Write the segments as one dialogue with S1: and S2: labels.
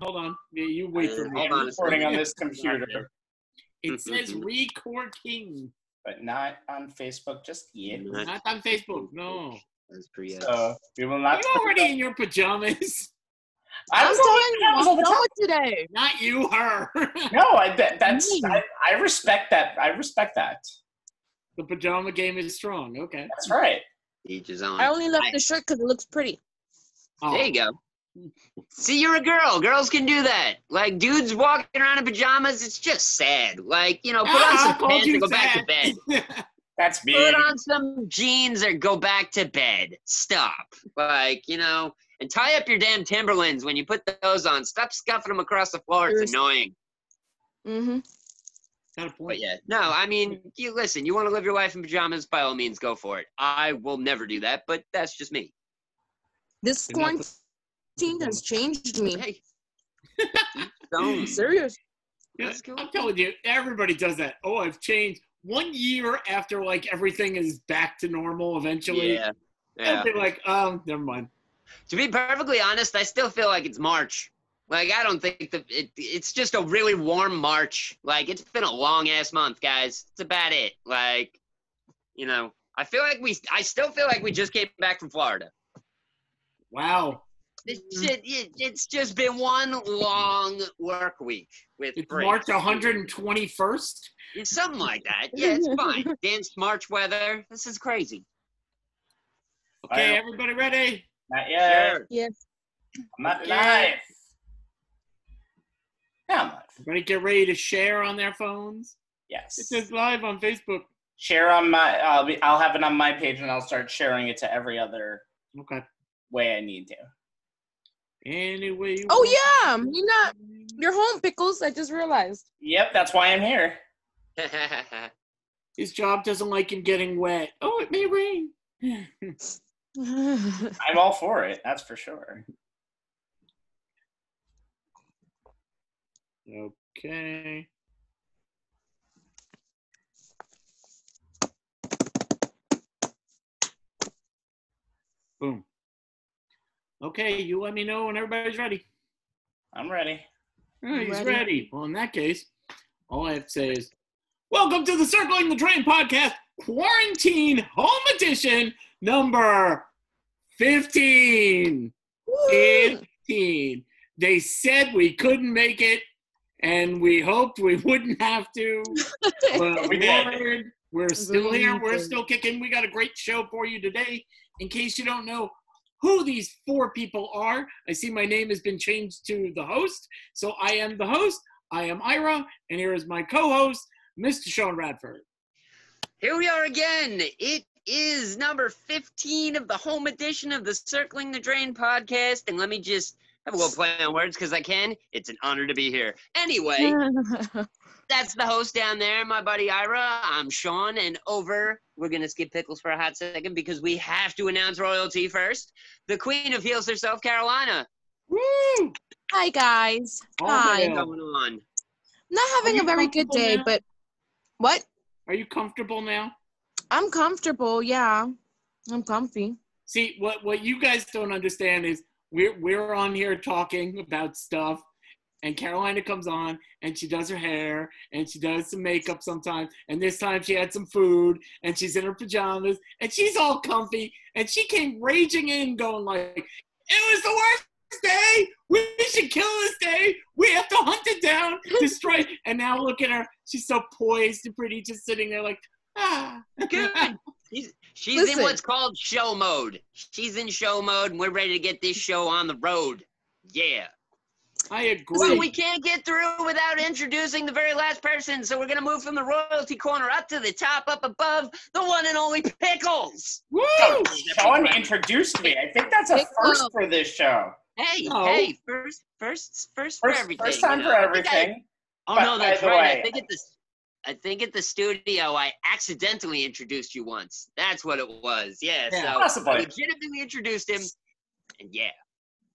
S1: hold on. Yeah, You wait for
S2: Uh,
S1: me.
S2: hold
S1: I'm
S2: on a
S1: recording on
S2: second.
S1: this computer. It says recording,
S3: but not on Facebook just yet.
S2: Not
S1: not on Facebook. No.
S2: as for yet.
S3: So we will
S1: You're
S3: not.
S1: already in your pajamas.
S3: I was
S4: I'm
S3: always-
S4: telling you, I'm done today.
S1: Not you, her.
S3: No, I bet that's.
S4: Mm.
S3: I, I respect that. I respect that.
S1: the pajama game is strong. Okay.
S3: That's right.
S2: Each his own.
S4: I only left
S2: Nice.
S4: the shirt because it looks pretty.
S1: Oh,
S2: There you go. See, you're a girl. Girls can do that. Like dudes walking around in pajamas, it's just sad. Like you know, put on
S1: Ah, I
S2: some
S1: called
S2: pants
S1: you
S2: and go back to
S1: sad.
S2: bed.
S3: That's me.
S2: Put on some jeans or go back to bed. Stop. Like you know, and tie up your damn Timberlands when you put those on. Stop scuffing them across the floor. It's
S4: Seriously.
S2: annoying.
S4: Mm-hmm.
S1: Got a point.
S2: But yeah, no, I mean, you listen. You want to live your life in pajamas? By all means, go for it. I will never do that, but that's just me.
S4: This
S1: You're not
S4: quarantine has changed me.
S2: Hey, don't.
S4: Oh, Serious.
S1: Yeah,
S2: Let's go.
S1: I'm telling you, everybody does that. Oh, I've changed. One year after like everything is back to normal eventually.
S2: Yeah,
S1: And
S2: yeah.
S1: they're like, oh, never mind.
S2: To be perfectly honest, I still feel like it's March. Like I don't think that it, it's just a really warm March. Like it's been a long ass month, guys. It's about it. Like, you know, I feel like we. I still feel like we just came back from Florida.
S1: Wow.
S2: This
S1: Mm-hmm.
S2: shit. It, it's just been one long work week with
S1: It's
S2: breaks.
S1: March 121st.
S2: Yeah, Something like that. Yeah, it's fine. Dance March weather. This is crazy.
S1: Okay,
S3: Wow.
S1: everybody ready?
S3: Not yet.
S4: Yes.
S3: I'm not
S1: Yeah.
S3: live. Now I'm live.
S1: Ready get ready to share on their phones? It
S3: Yes.
S1: says live on Facebook.
S3: Share on my. I'll be. I'll have it on my page, and I'll start sharing it to every other
S1: Okay.
S3: way I need to.
S1: Anyway. you
S4: Oh
S1: want.
S4: yeah. You're not. You're home, pickles. I just realized.
S3: Yep, that's why I'm here.
S1: His job doesn't like him getting wet. Oh, it may rain.
S4: Wait,
S3: I'm all for it. That's for sure.
S1: Okay. Boom. Okay, you let me know when everybody's ready.
S3: I'm ready.
S1: All right, he's
S4: Ready.
S1: ready. Well, in that case, all I have to say is, welcome to the Circling the Drain podcast, quarantine home edition number 15. 15. They said we couldn't make it, and we hoped we wouldn't have to. But
S3: We did.
S1: Lord, we're still here. We're
S4: Amazing.
S1: still kicking. We got a great show for you today. In case you don't know who these four people are, I see my name has been changed to the host. So I am the host. I am Ira, and here is my co-host, Mr. Sean Radford.
S2: Here we are again. It is number 15 of the home edition of the Circling the Drain podcast. And let me just have a little play on words because I can. It's an honor to be here. Anyway, that's the host down there, my buddy Ira. I'm Sean, and over. We're gonna skip pickles for a hot second because we have to announce royalty first. The Queen of Heels herself, Carolina.
S1: Woo!
S4: Hi guys.
S1: All
S4: Hi.
S1: hail.
S2: Going on.
S4: Not having
S1: you
S4: a very good
S1: comfortable
S4: day,
S1: now?
S4: but what?
S1: Are you comfortable now?
S4: I'm comfortable. Yeah. I'm comfy.
S1: See, what what you guys don't understand is we're we're on here talking about stuff, and Carolina comes on and she does her hair and she does some makeup sometimes, and this time she had some food and she's in her pajamas and she's all comfy and she came raging in going like, "It was the worst day. We should kill this day. We have to hunt it down, destroy." it." and now look at her. She's so poised and pretty, just sitting there like, ah.
S2: Good. She's, she's
S4: Listen.
S2: in what's called show mode. She's in show mode, and we're ready to get this show on the road. Yeah.
S1: I agree.
S2: But we can't get through without introducing the very last person, so we're gonna move from the royalty corner up to the top, up above, the one and only Pickles.
S1: Woo!
S3: Oh, Sean introduced me. I think that's a
S4: Big
S3: first
S4: love.
S3: for this show.
S2: Hey,
S1: No.
S2: hey, first, first, first for
S3: First,
S2: everything.
S3: first
S2: you
S3: time
S2: know.
S3: for
S2: I think I-
S3: everything.
S2: oh
S3: by-
S2: no,
S3: by
S2: that's
S3: the
S2: right.
S3: way.
S2: I think at the, I think at the studio, I accidentally introduced you once. That's what it was. Yeah.
S1: Yeah.
S2: so Oh, I
S3: Possibly.
S2: legitimately introduced him, and yeah.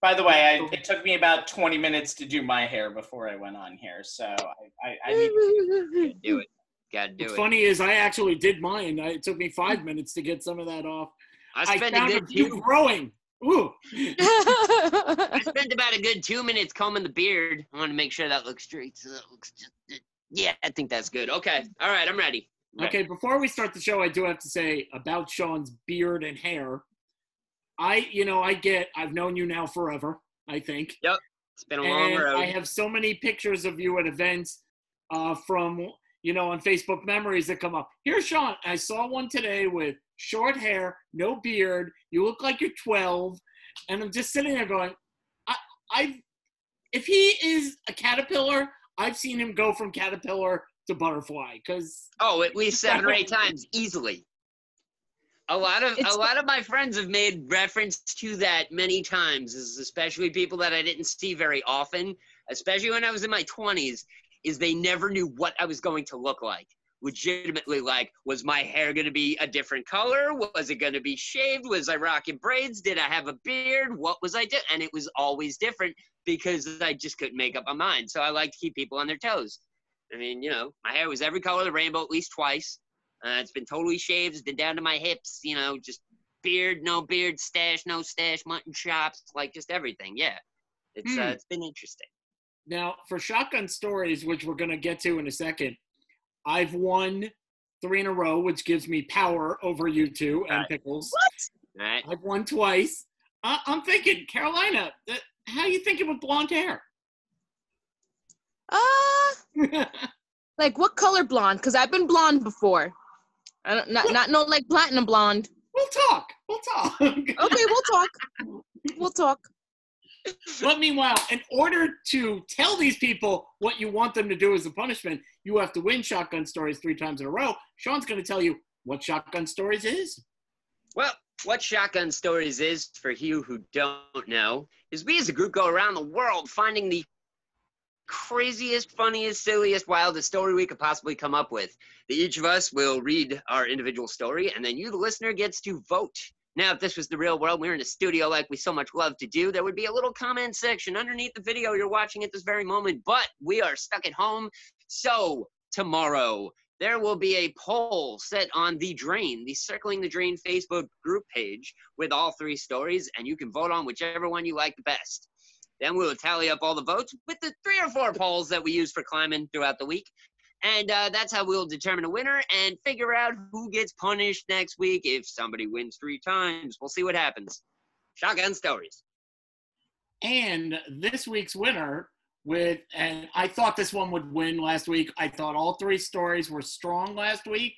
S3: By the way, I, it took me about 20 minutes to do my hair before I went on here, so I, I, I need
S2: do it. Gotta do
S1: What's
S2: it.
S1: funny is I actually did mine. I, it took me five minutes to get some of that off.
S2: I
S1: I
S2: spent a
S1: found a
S2: good
S1: few
S2: two.
S1: growing. Ooh.
S2: I spent about a good two minutes combing the beard. I want to make sure that looks straight. So that looks just, yeah, I think that's good. Okay. All right, I'm ready. Right.
S1: Okay, before we start the show, I do have to say about Sean's beard and hair. I, you know, I get, I've known you now forever, I think.
S2: It's been a long
S1: And
S2: road.
S1: I have so many pictures of you at events uh, from, you know, on Facebook memories that come up. Here's Sean. I saw one today with short hair, no beard. You look like you're 12. And I'm just sitting there going, I, I, if he is a caterpillar, I've seen him go from caterpillar to butterfly because
S2: Oh, at least seven or eight times easily. A lot of
S4: It's-
S2: a lot of my friends have made reference to that many times, is especially people that I didn't see very often, especially when I was in my twenties, is they never knew what I was going to look like. Legitimately, like, was my hair going to be a different color? Was it going to be shaved? Was I rocking braids? Did I have a beard? What was I doing? And it was always different because I just couldn't make up my mind. So I like to keep people on their toes. I mean, you know, my hair was every color of the rainbow at least twice. Uh, it's been totally shaved, it's been down to my hips, you know, just beard, no beard, stash, no stash, mutton chops, like just everything. Yeah. It's uh,
S1: Hmm.
S2: it's been interesting.
S1: Now, for shotgun stories, which we're going to get to in a second, I've won three in a row, which gives me power over you two and
S2: Right.
S1: Pickles.
S2: All right.
S1: I've won twice. I- I'm thinking, Carolina, th- how you thinking with blonde hair?
S4: uh, like what color blonde? Because I've been blonde before. I don't not not no like platinum blonde.
S1: we'll talk. We'll talk.
S4: Okay, we'll talk. We'll talk.
S1: but meanwhile, in order to tell these people what you want them to do as a punishment, you have to win shotgun stories three times in a row. Sean's going to tell you what shotgun stories is.
S2: Well, what Shotgun Stories is, for you who don't know, is we as a group go around the world finding the craziest, funniest, silliest, wildest story we could possibly come up with. That Each of us will read our individual story, and then you, the listener, gets to vote. Now, if this was the real world, we were in a studio like we so much love to do, there would be a little comment section underneath the video you're watching at this very moment, but we are stuck at home. So, tomorrow, there will be a poll set on the drain the circling the drain facebook group page with all three stories and you can vote on whichever one you like the best then we will tally up all the votes with the three or four polls that we use for climbing throughout the week and uh, that's how we'll determine a winner and figure out who gets punished next week if somebody wins three times we'll see what happens shotgun stories
S1: And this week's winner with and I thought this one would win last week. I thought all three stories were strong last week,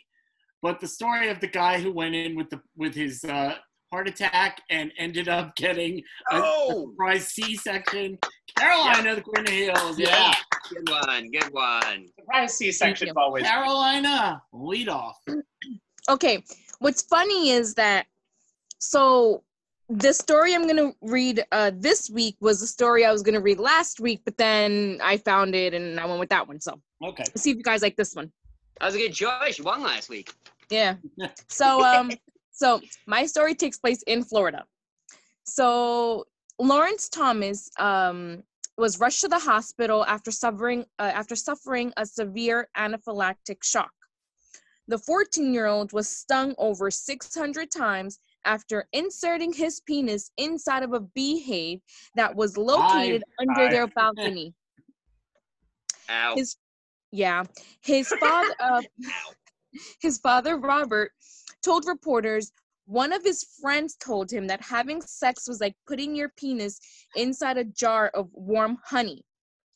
S1: but the story of the guy who went in with the with his uh, heart attack and ended up getting a, a
S2: Oh!
S1: surprise C-section. Carolina, the Queen of Hills, yeah.
S2: good one good one
S3: Surprise C section's
S4: you.
S3: always.
S1: Carolina, lead off.
S4: Okay. What's funny is that so the story I'm gonna read uh, this week was the story I was gonna read last week, but then I found it and I went with that one. So
S1: Okay.
S4: let's see if you guys like this one.
S2: that was a good choice you won last week
S4: Yeah. So um so my story takes place in Florida. So Lawrence Thomas um was rushed to the hospital after suffering uh, after suffering a severe anaphylactic shock. The 14-year-old was stung over 600 times after inserting his penis inside of a beehive that was located under their balcony.
S2: ow
S4: His- Yeah, his father, uh, his father Robert, told reporters one of his friends told him that having sex was like putting your penis inside a jar of warm honey.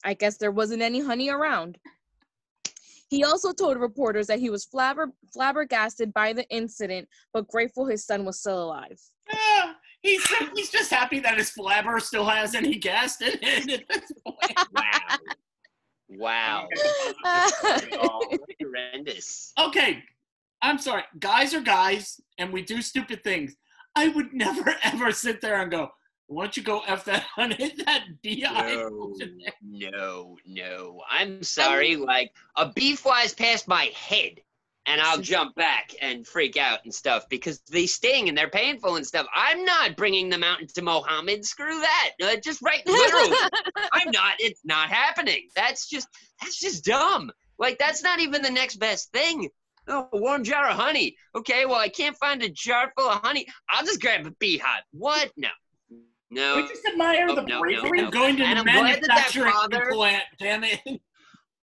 S4: I guess there wasn't any honey around. He also told reporters that he was flabber- flabbergasted by the incident, but grateful his son was still alive.
S1: Yeah, Ah, he's, he's just happy that his flabber still has any gas in it at this point.
S2: wow wow
S3: Oh,
S2: horrendous.
S1: Okay, I'm sorry. Guys are guys, and we do stupid things. I would never ever sit there and go, "Why don't you go f that on it, that bi?"
S2: No, no, no. I'm sorry. like a bee flies past my head, and I'll jump back and freak out and stuff because they sting and they're painful and stuff. I'm not bringing them out into Mohammed. Screw that. Uh, just right, literally. I'm not. It's not happening. That's just that's just dumb. Like that's not even the next best thing. Oh, a warm jar of honey. Okay, well I can't find a jar full of honey. I'll just grab a beehive. What? No.
S3: I
S2: No.
S3: just admire
S2: Oh,
S3: the
S2: no, no,
S3: bravery.
S1: I'm going to
S2: And I'm glad that that
S1: manufacturing
S2: father-
S1: plant. Damn it!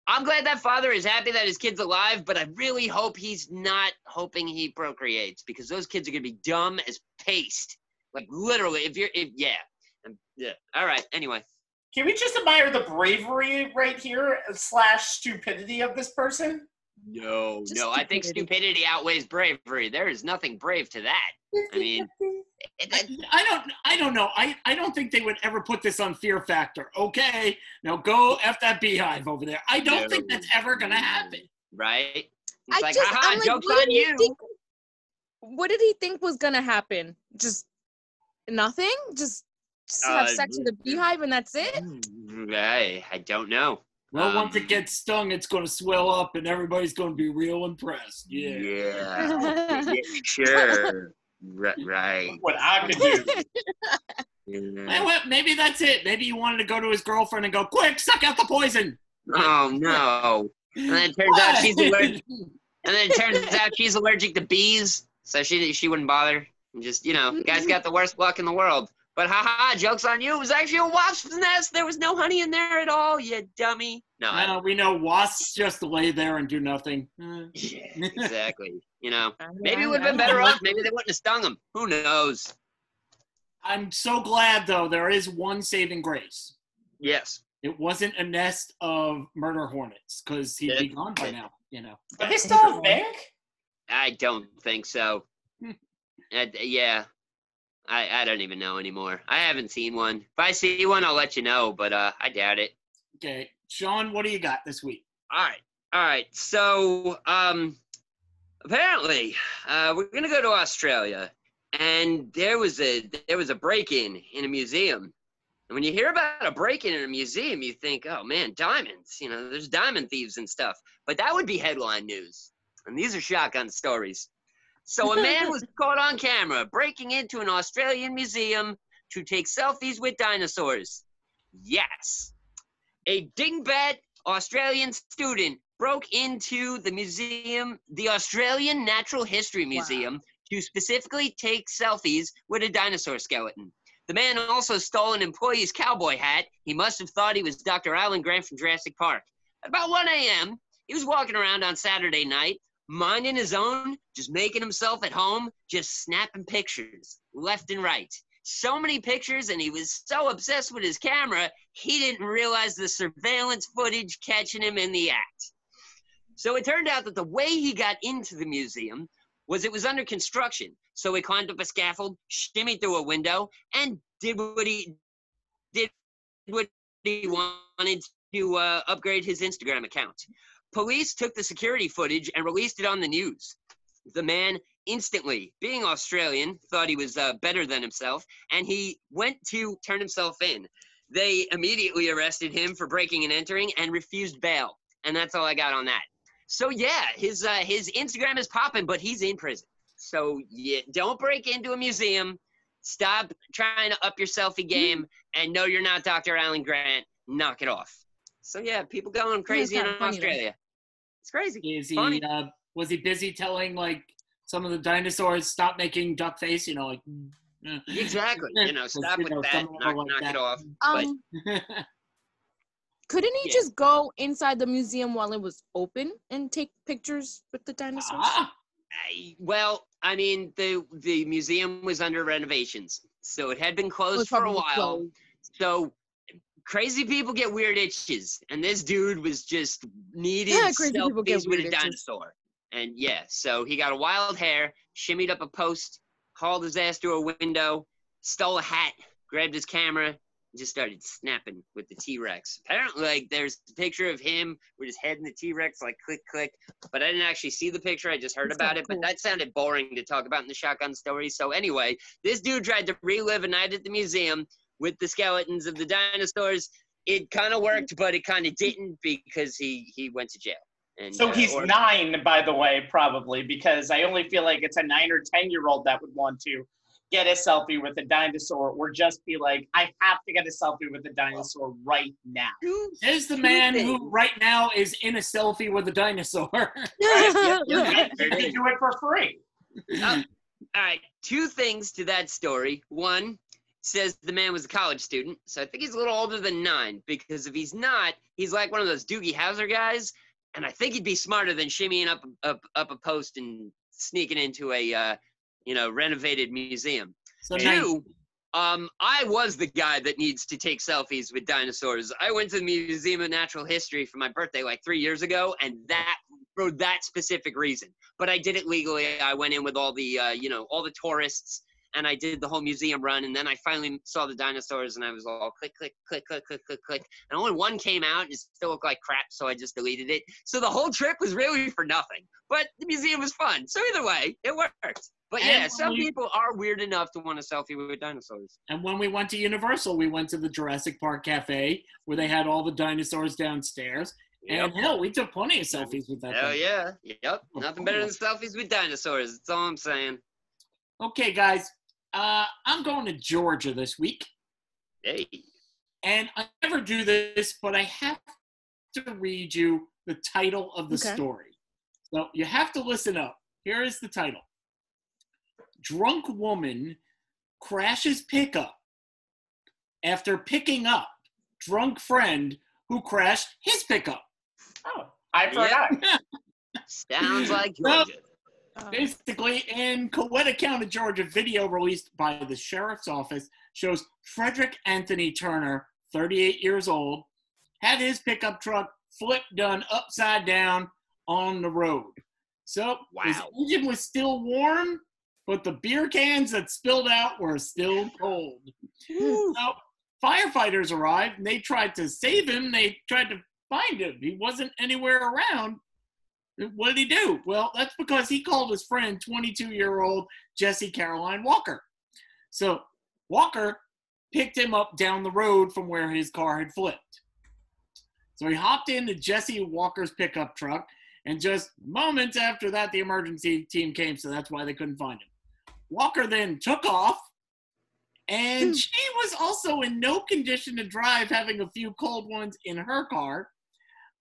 S2: I'm glad that father is happy that his kid's alive, but I really hope he's not hoping he procreates because those kids are gonna be dumb as paste. Like literally, if you're, if yeah, Um, yeah. All right. Anyway,
S3: Can we just admire the bravery right here slash stupidity of this person?
S2: no,
S4: Just
S2: no. I think
S4: stupidity.
S2: stupidity outweighs bravery. There is nothing brave to that. I mean, it-
S1: I,
S2: it-
S1: I don't. I don't know. I, I don't think they would ever put this on Fear Factor. Okay, now go f that beehive over there. I don't
S2: No.
S1: think that's ever gonna happen.
S2: right? It's
S4: I
S2: like,
S4: just,
S2: haha,
S4: I'm like,
S2: joke's
S4: what
S2: on
S4: did he
S2: you.
S4: think? What did he think was gonna happen? Just nothing? Just, just have
S2: Uh,
S4: sex with a beehive and that's it?
S2: Mm, I, I don't know.
S1: Well,
S2: Um,
S1: once it gets stung, it's gonna swell up, and everybody's gonna be real impressed. Yeah.
S2: Yeah. Yeah, sure. Ri- right.
S3: Look what I could do.
S1: Hey,
S2: Yeah.
S1: well, maybe that's it. Maybe he wanted to go to his girlfriend and go, "Quick, suck out the poison."
S2: Oh no. And then it turns out she's allergic. And then it turns out she's allergic to bees, so she she wouldn't bother. And just you know, guy's got the worst luck in the world. But haha, jokes on you. It was actually a wasp's nest. There was no honey in there at all. You dummy. No. I
S1: Uh, we know wasps just lay there and do nothing. Uh,
S2: Yeah, exactly. You know,
S4: I don't
S2: maybe it
S4: know,
S2: would
S4: I
S2: have been
S4: don't
S2: better
S4: know.
S2: off. Maybe they wouldn't have stung him. Who knows?
S1: I'm so glad though. There is one saving grace.
S2: Yes.
S1: It wasn't a nest of murder hornets because he'd be
S2: Yeah.
S1: gone by now. You know.
S3: Are they still a bank?
S2: I don't think so.
S1: Hmm.
S2: I, yeah, I I don't even know anymore. I haven't seen one. If I see one, I'll let you know. But uh, I doubt it.
S1: Okay, Sean, what do you got this week?
S2: All right, all right. So um, apparently, uh, we're gonna go to Australia, and there was a there was a break-in in a museum. And when you hear about a break-in in a museum, you think, oh man, diamonds. You know, there's diamond thieves and stuff. But that would be headline news, and these are shotgun stories. So a man was caught on camera breaking into an Australian museum to take selfies with dinosaurs. Yes. A dingbat Australian student broke into the museum, the Australian Natural History Museum, to specifically take selfies with a dinosaur skeleton. The man also stole an employee's cowboy hat. He must have thought he was Dr. Alan Grant from Jurassic Park. At about 1 a.m., he was walking around on Saturday night, minding his own, just making himself at home, just snapping pictures left and right. So many pictures, and he was so obsessed with his camera, he didn't realize the surveillance footage catching him in the act. So it turned out that the way he got into the museum was it was under construction. So he climbed up a scaffold, shimmied through a window, and did what he did what he wanted to uh, upgrade his Instagram account. Police took the security footage and released it on the news. The man instantly, being Australian, thought he was uh, better than himself, and he went to turn himself in they immediately arrested him for breaking and entering and refused bail. And that's all I got on that. So yeah, his uh, his Instagram is popping, but he's in prison. So yeah, don't break into a museum. Stop trying to up your selfie game, and no, you're not Dr. Alan Grant. Knock it off. So yeah, people going crazy in
S4: kinda funny, though.
S2: Australia. It's crazy.
S1: Is he
S2: Funny.
S1: uh, was he busy telling like some of the dinosaurs stop making duck face? You know, like uh,
S2: Exactly. You know,
S1: Was,
S2: stop
S1: you
S2: with
S1: know,
S2: that.
S1: something
S2: Knock,
S1: like
S2: knock
S1: that.
S2: it off. But-
S4: Um, couldn't he
S2: Yeah.
S4: just go inside the museum while it was open and take pictures with the dinosaurs?
S1: Ah,
S2: I- well, I mean, the the museum was under renovations, so it had been
S4: It was
S2: closed for a
S4: probably
S2: while.
S4: closed.
S2: So crazy people get weird itches, and this dude was just needed
S4: Yeah, crazy people get
S2: selfies with a
S4: weird itches.
S2: dinosaur. And yeah, so he got a wild hair, shimmied up a post, hauled his ass through a window, stole a hat, grabbed his camera, and just started snapping with the T Rex. Apparently, like there's a picture of him with his head in the T Rex, like click click. But I didn't actually see the picture; I just heard
S4: That's
S2: about
S4: kinda
S2: it. But
S4: cool.
S2: that sounded boring to talk about in the shotgun story. So anyway, this dude tried to relive a night at the museum with the skeletons of the dinosaurs. It kind of worked, but it kind of didn't because he he went to jail. And
S3: So
S2: uh,
S3: he's
S2: or-
S3: nine, by the way, probably, because I only feel like it's a nine or 10 year old that would want to get a selfie with a dinosaur or just be like, I have to get a selfie with a dinosaur right now.
S1: there's the man who right now is in a selfie with a dinosaur.
S3: You
S2: There it
S3: can
S2: is.
S3: do it for free.
S1: Oh,
S2: All right, two things to that story. One, says the man was a college student, so I think he's a little older than nine. Because if he's not, he's like one of those Doogie Howser guys, and I think he'd be smarter than shimmying up up up a post and sneaking into a uh, you know renovated museum.
S1: So nice.
S2: Two, um, I was the guy that needs to take selfies with dinosaurs. I went to the Museum of Natural History for my birthday like three years ago, and that for that specific reason. But I did it legally. I went in with all the uh, you know all the tourists, and I did the whole museum run, and then I finally saw the dinosaurs, and I was all click click click click click click click, and only one came out, and it still looked like crap, so I just deleted it. So the whole trip was really for nothing. But the museum was fun. So either way, it worked. But yeah,
S1: And
S2: some
S1: we-
S2: people are weird enough to want a selfie with dinosaurs.
S1: And when we went to Universal, we went to the Jurassic Park Cafe where they had all the dinosaurs downstairs. And hell, we took plenty of selfies with that.
S2: Hell
S1: thing.
S2: yeah. Yep. Nothing better than selfies with dinosaurs. That's all I'm saying.
S1: Okay, guys, uh, I'm going to Georgia this week.
S2: Hey.
S1: And I never do this, but I have to read you the title of the
S4: Okay.
S1: story. So you have to listen up. Here is the title Drunk Woman Crashes Pickup After Picking Up Drunk Friend Who Crashed His Pickup.
S3: Oh, I
S2: Yeah.
S3: forgot.
S2: Sounds like
S1: Well-
S2: Georgia.
S4: Uh,
S1: Basically, in Coweta County, Georgia, video released by the sheriff's office shows Frederick Anthony Turner, 38 years old, had his pickup truck flip done upside down on the road. So his
S2: Wow.
S1: engine was still warm, but the beer cans that spilled out were still cold. So firefighters arrived and they tried to save him. They tried to find him. He wasn't anywhere around. What did he do? Well, that's because he called his friend, 22 year old Jesse Caroline Walker. So Walker picked him up down the road from where his car had flipped. So he hopped into Jesse Walker's pickup truck, and just moments after that, the emergency team came, so that's why they couldn't find him. Walker then took off, and she was also in no condition to drive, having a few cold ones in her car.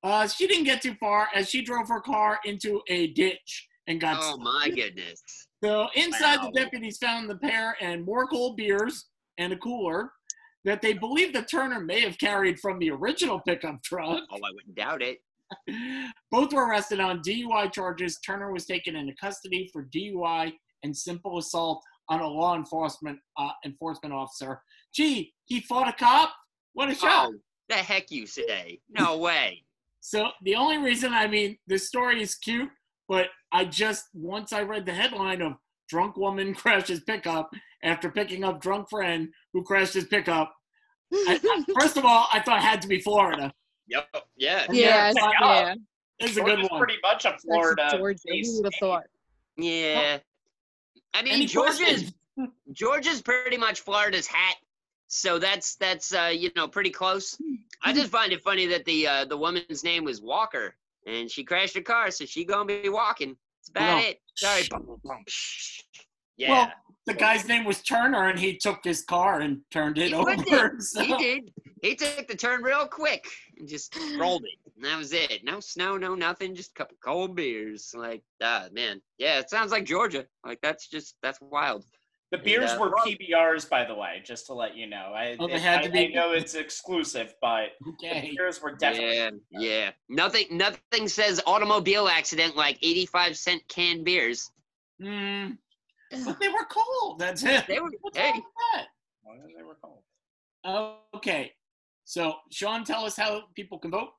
S1: Uh, she didn't get too far as she drove her car into a ditch and got
S2: Oh my goodness.
S1: so inside
S3: Wow.
S1: the deputies found the pair and more cold beers and a cooler that they believe the Turner may have carried from the original pickup truck.
S2: Oh, I wouldn't doubt it.
S1: Both were arrested on DUI charges. Turner was taken into custody for DUI and simple assault on a law enforcement uh, enforcement officer. Gee, he fought a cop. What a shock!
S2: Oh, the heck you say? No way.
S1: So the only reason I mean this story is cute, but I just once I read the headline of drunk woman crashes pickup after picking up drunk friend who crashed his pickup. I, I- first of all, I thought it had to be Florida.
S2: Yep. Yeah.
S4: yes,
S1: Yeah.
S4: yeah.
S1: This is a good
S3: Georgia's
S1: one.
S3: pretty much a Florida.
S4: That's Georgia. Who
S3: based
S4: would have
S3: state.
S4: thought?
S2: Yeah. I mean,
S1: Any
S2: Georgia's
S1: questions?
S2: Georgia's pretty much Florida's hat, so that's that's uh, you know pretty close. I just find it funny that the uh, the woman's name was Walker, and she crashed her car, so she gonna be walking. That's about
S1: Well,
S2: it. Sorry.
S1: shh.
S2: Bum, bum, bum, shh. Yeah.
S1: Well, the guy's name was Turner, and he took his car and turned it
S2: He flipped it.
S1: over. So,
S2: He did. He took the turn real quick and just rolled it. And that was it. No snow, no nothing. Just a couple cold beers. Like, ah, man. Yeah, it sounds like Georgia. Like, that's just, that's wild.
S3: The beers
S2: Yeah.
S3: were PBRs, by the way, just to let you know. I,
S1: Oh, they
S3: it-
S1: had
S3: I,
S1: to be-
S3: I know it's exclusive, but the
S1: okay.
S3: beers were definitely.
S2: yeah, yeah. Nothing, nothing says automobile accident like 85 cent canned beers.
S1: Mm, but they were cold. That's it.
S2: They were,
S1: What's
S2: hey,
S1: wrong with that?
S3: They were cold.
S1: Okay. So, Sean, tell us how people can vote.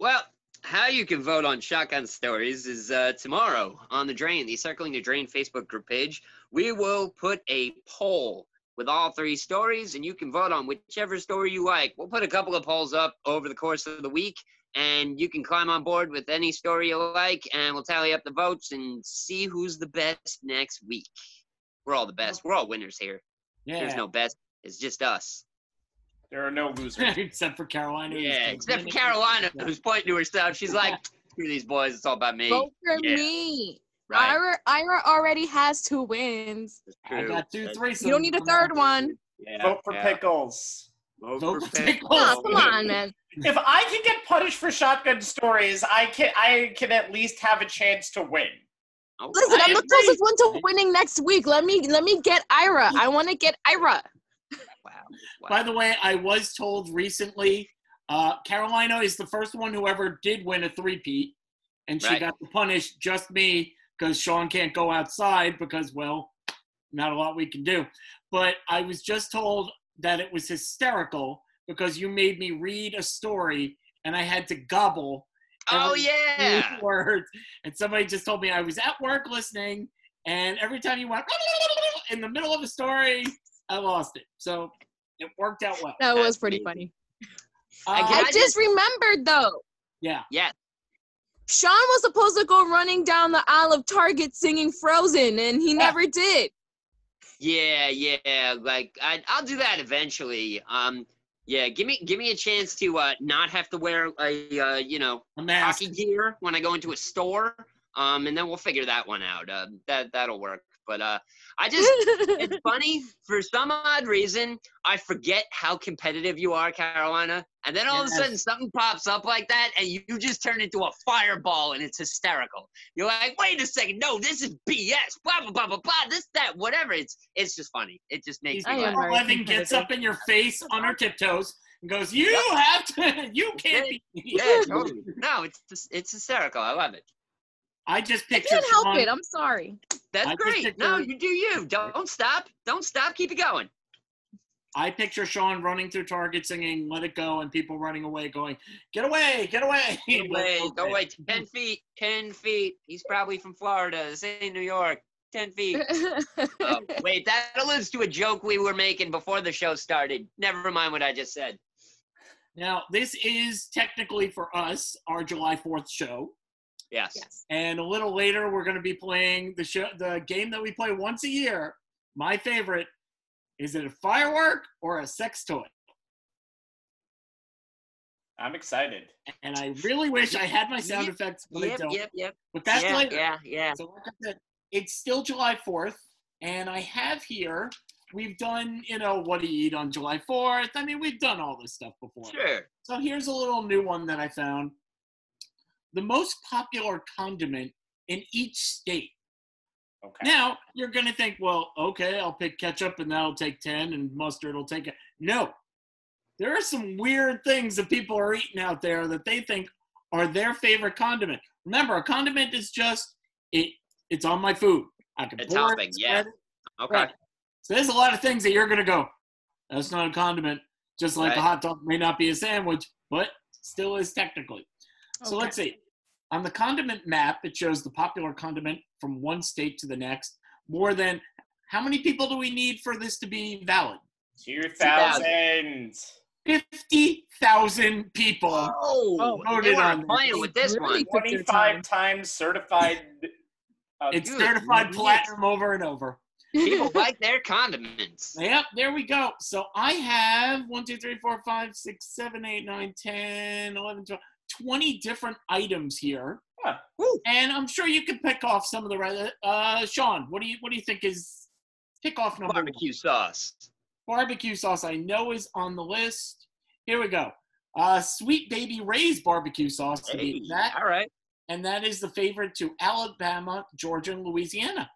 S2: Well, how you can vote on Shotgun Stories is uh, tomorrow on the Drain, the Circling the Drain Facebook group page. We will put a poll with all three stories, and you can vote on whichever story you like. We'll put a couple of polls up over the course of the week, and you can climb on board with any story you like, and we'll tally up the votes and see who's the best next week. We're all the best. We're all winners here.
S1: Yeah.
S2: There's no best. It's just us.
S3: There are no losers.
S1: except for Carolina. who's
S2: Yeah,
S1: taking
S2: except for
S1: it.
S2: Carolina, who's pointing to herself. She's like, screw these boys. It's all about me.
S4: Vote for
S2: Yeah.
S4: me.
S2: Right.
S4: Ira, Ira already has two wins.
S1: I got two
S2: That's-
S1: threesomes.
S4: You don't need a third one.
S2: Yeah,
S3: Vote for
S2: yeah.
S3: pickles.
S1: Vote for
S2: pick-
S1: pickles.
S4: Nah, come on, Oh, man.
S3: If I can get punished for shotgun stories, I can I can at least have a chance to win.
S2: Oh,
S4: Listen,
S2: I
S4: I'm the
S2: agree.
S4: closest one to winning next week. Let me let me get Ira. I want to get Ira.
S1: By the way, I was told recently uh, Carolina is the first one who ever did win a three-peat, and she
S2: Right.
S1: got to punish just me because Sean can't go outside because, well, not a lot we can do. But I was just told that it was hysterical because you made me read a story and I had to gobble
S2: Oh
S1: every
S2: yeah.
S1: few words. And somebody just told me I was at work listening, and every time you went in the middle of a story, I lost it. So it worked out well.
S4: That was pretty
S2: Amazing.
S4: funny.
S2: I
S4: I
S2: Yeah,
S1: Uh,
S4: just remembered though.
S1: yeah.
S4: Sean was supposed to go running down the aisle of Target singing Frozen, and he never did.
S2: Yeah, yeah. Like I, I'll do that eventually. Um, yeah. Give me, give me a chance to uh, not have to wear a, uh, you know,
S1: A mask.
S2: hockey gear when I go into a store. Um, and then we'll figure that one out. Uh, that that'll work. But uh, I just it's funny for some odd reason I forget how competitive you are, Carolina, and then all of a
S1: Yes.
S2: sudden something pops up like that, and you just turn into a fireball, and it's hysterical. You're like, wait a second, no, this is BS. Blah blah blah blah blah. This that whatever. It's it's just funny. It just
S1: He's
S2: makes me
S4: I am
S2: laugh.
S4: very
S1: Eleven gets
S4: competitive.
S1: up in your face on her tiptoes and goes, "You have to. You can't be."
S2: Yeah, totally. No, it's just, it's hysterical. I love it.
S1: I just
S4: I
S1: picture
S4: can't help
S1: Sean-
S4: it. I'm sorry.
S2: That's
S1: I just
S2: great.
S1: picked
S2: No,
S1: her-
S2: you do you. Don't stop. Don't stop. Keep it going.
S1: I picture Sean running through Target singing "Let It Go" and people running away, going, "Get away! Get away!
S2: Go away, go away. Ten feet. Ten feet. He's probably from Florida. This ain't New York. Ten feet. Oh, wait, that alludes to a joke we were making before the show started. Never mind what I just said.
S1: Now, this is technically for us our July 4th show.
S2: Yes.
S4: yes.
S1: And a little later, we're going to be playing the show, the game that we play once a year. My favorite is it a firework or a sex toy?
S3: I'm excited.
S1: And I really wish I had my sound
S2: Yep,
S1: effects, but I
S2: Yep,
S1: don't.
S2: yep, yep.
S1: But that's
S2: yeah,
S1: later.
S2: yeah, yeah.
S1: So like I said, it's still July 4th, and I have here. We've done, you know, what do you eat on July 4th? I mean, we've done all this stuff before.
S2: Sure.
S1: So here's a little new one that I found. The most popular condiment in each state.
S3: Okay.
S1: Now you're going to think, well, okay, I'll pick ketchup and that'll take 10 and mustard will take it. No, there are some weird things that people are eating out there that they think are their favorite condiment. Remember, a condiment is just, it. it's on my food. I can
S2: A
S1: pour
S2: topping,
S1: it,
S2: yeah.
S1: spread it.
S2: Okay.
S1: Right. So there's a lot of things that you're going to go, that's not a condiment. Just like a
S2: Right.
S1: hot dog may not be a sandwich, but still is technically. So
S4: Okay.
S1: let's see. On the condiment map, it shows the popular condiment from one state to the next. More than how many people do we need for this to be valid?
S3: 2000.
S1: 50,000 people.
S2: Oh,
S1: Oh,
S2: they
S1: they
S2: weren't
S1: don't.
S2: playing with this
S4: Really?
S2: one.
S4: took their
S3: 25
S4: time.
S3: times certified. uh,
S1: It's
S2: Good
S1: certified
S2: lord.
S1: platinum over and over.
S2: People like their condiments.
S1: Yep, there we go. So I have 1, 2, 3, 4, 5, 6, 7, 8, 9, 10, 11, 12, 20 different items here.
S3: Huh.
S2: Woo.
S1: And I'm sure you can pick off some of the right. Uh, Sean, what do you what do you think is pick off number one?
S2: Barbecue sauce.
S1: barbecue sauce I know is on the list. Here we go. Uh, Sweet Baby Ray's barbecue sauce to
S2: Hey,
S1: be that,
S2: all right.
S1: and that is the favorite to Alabama, Georgia, and Louisiana.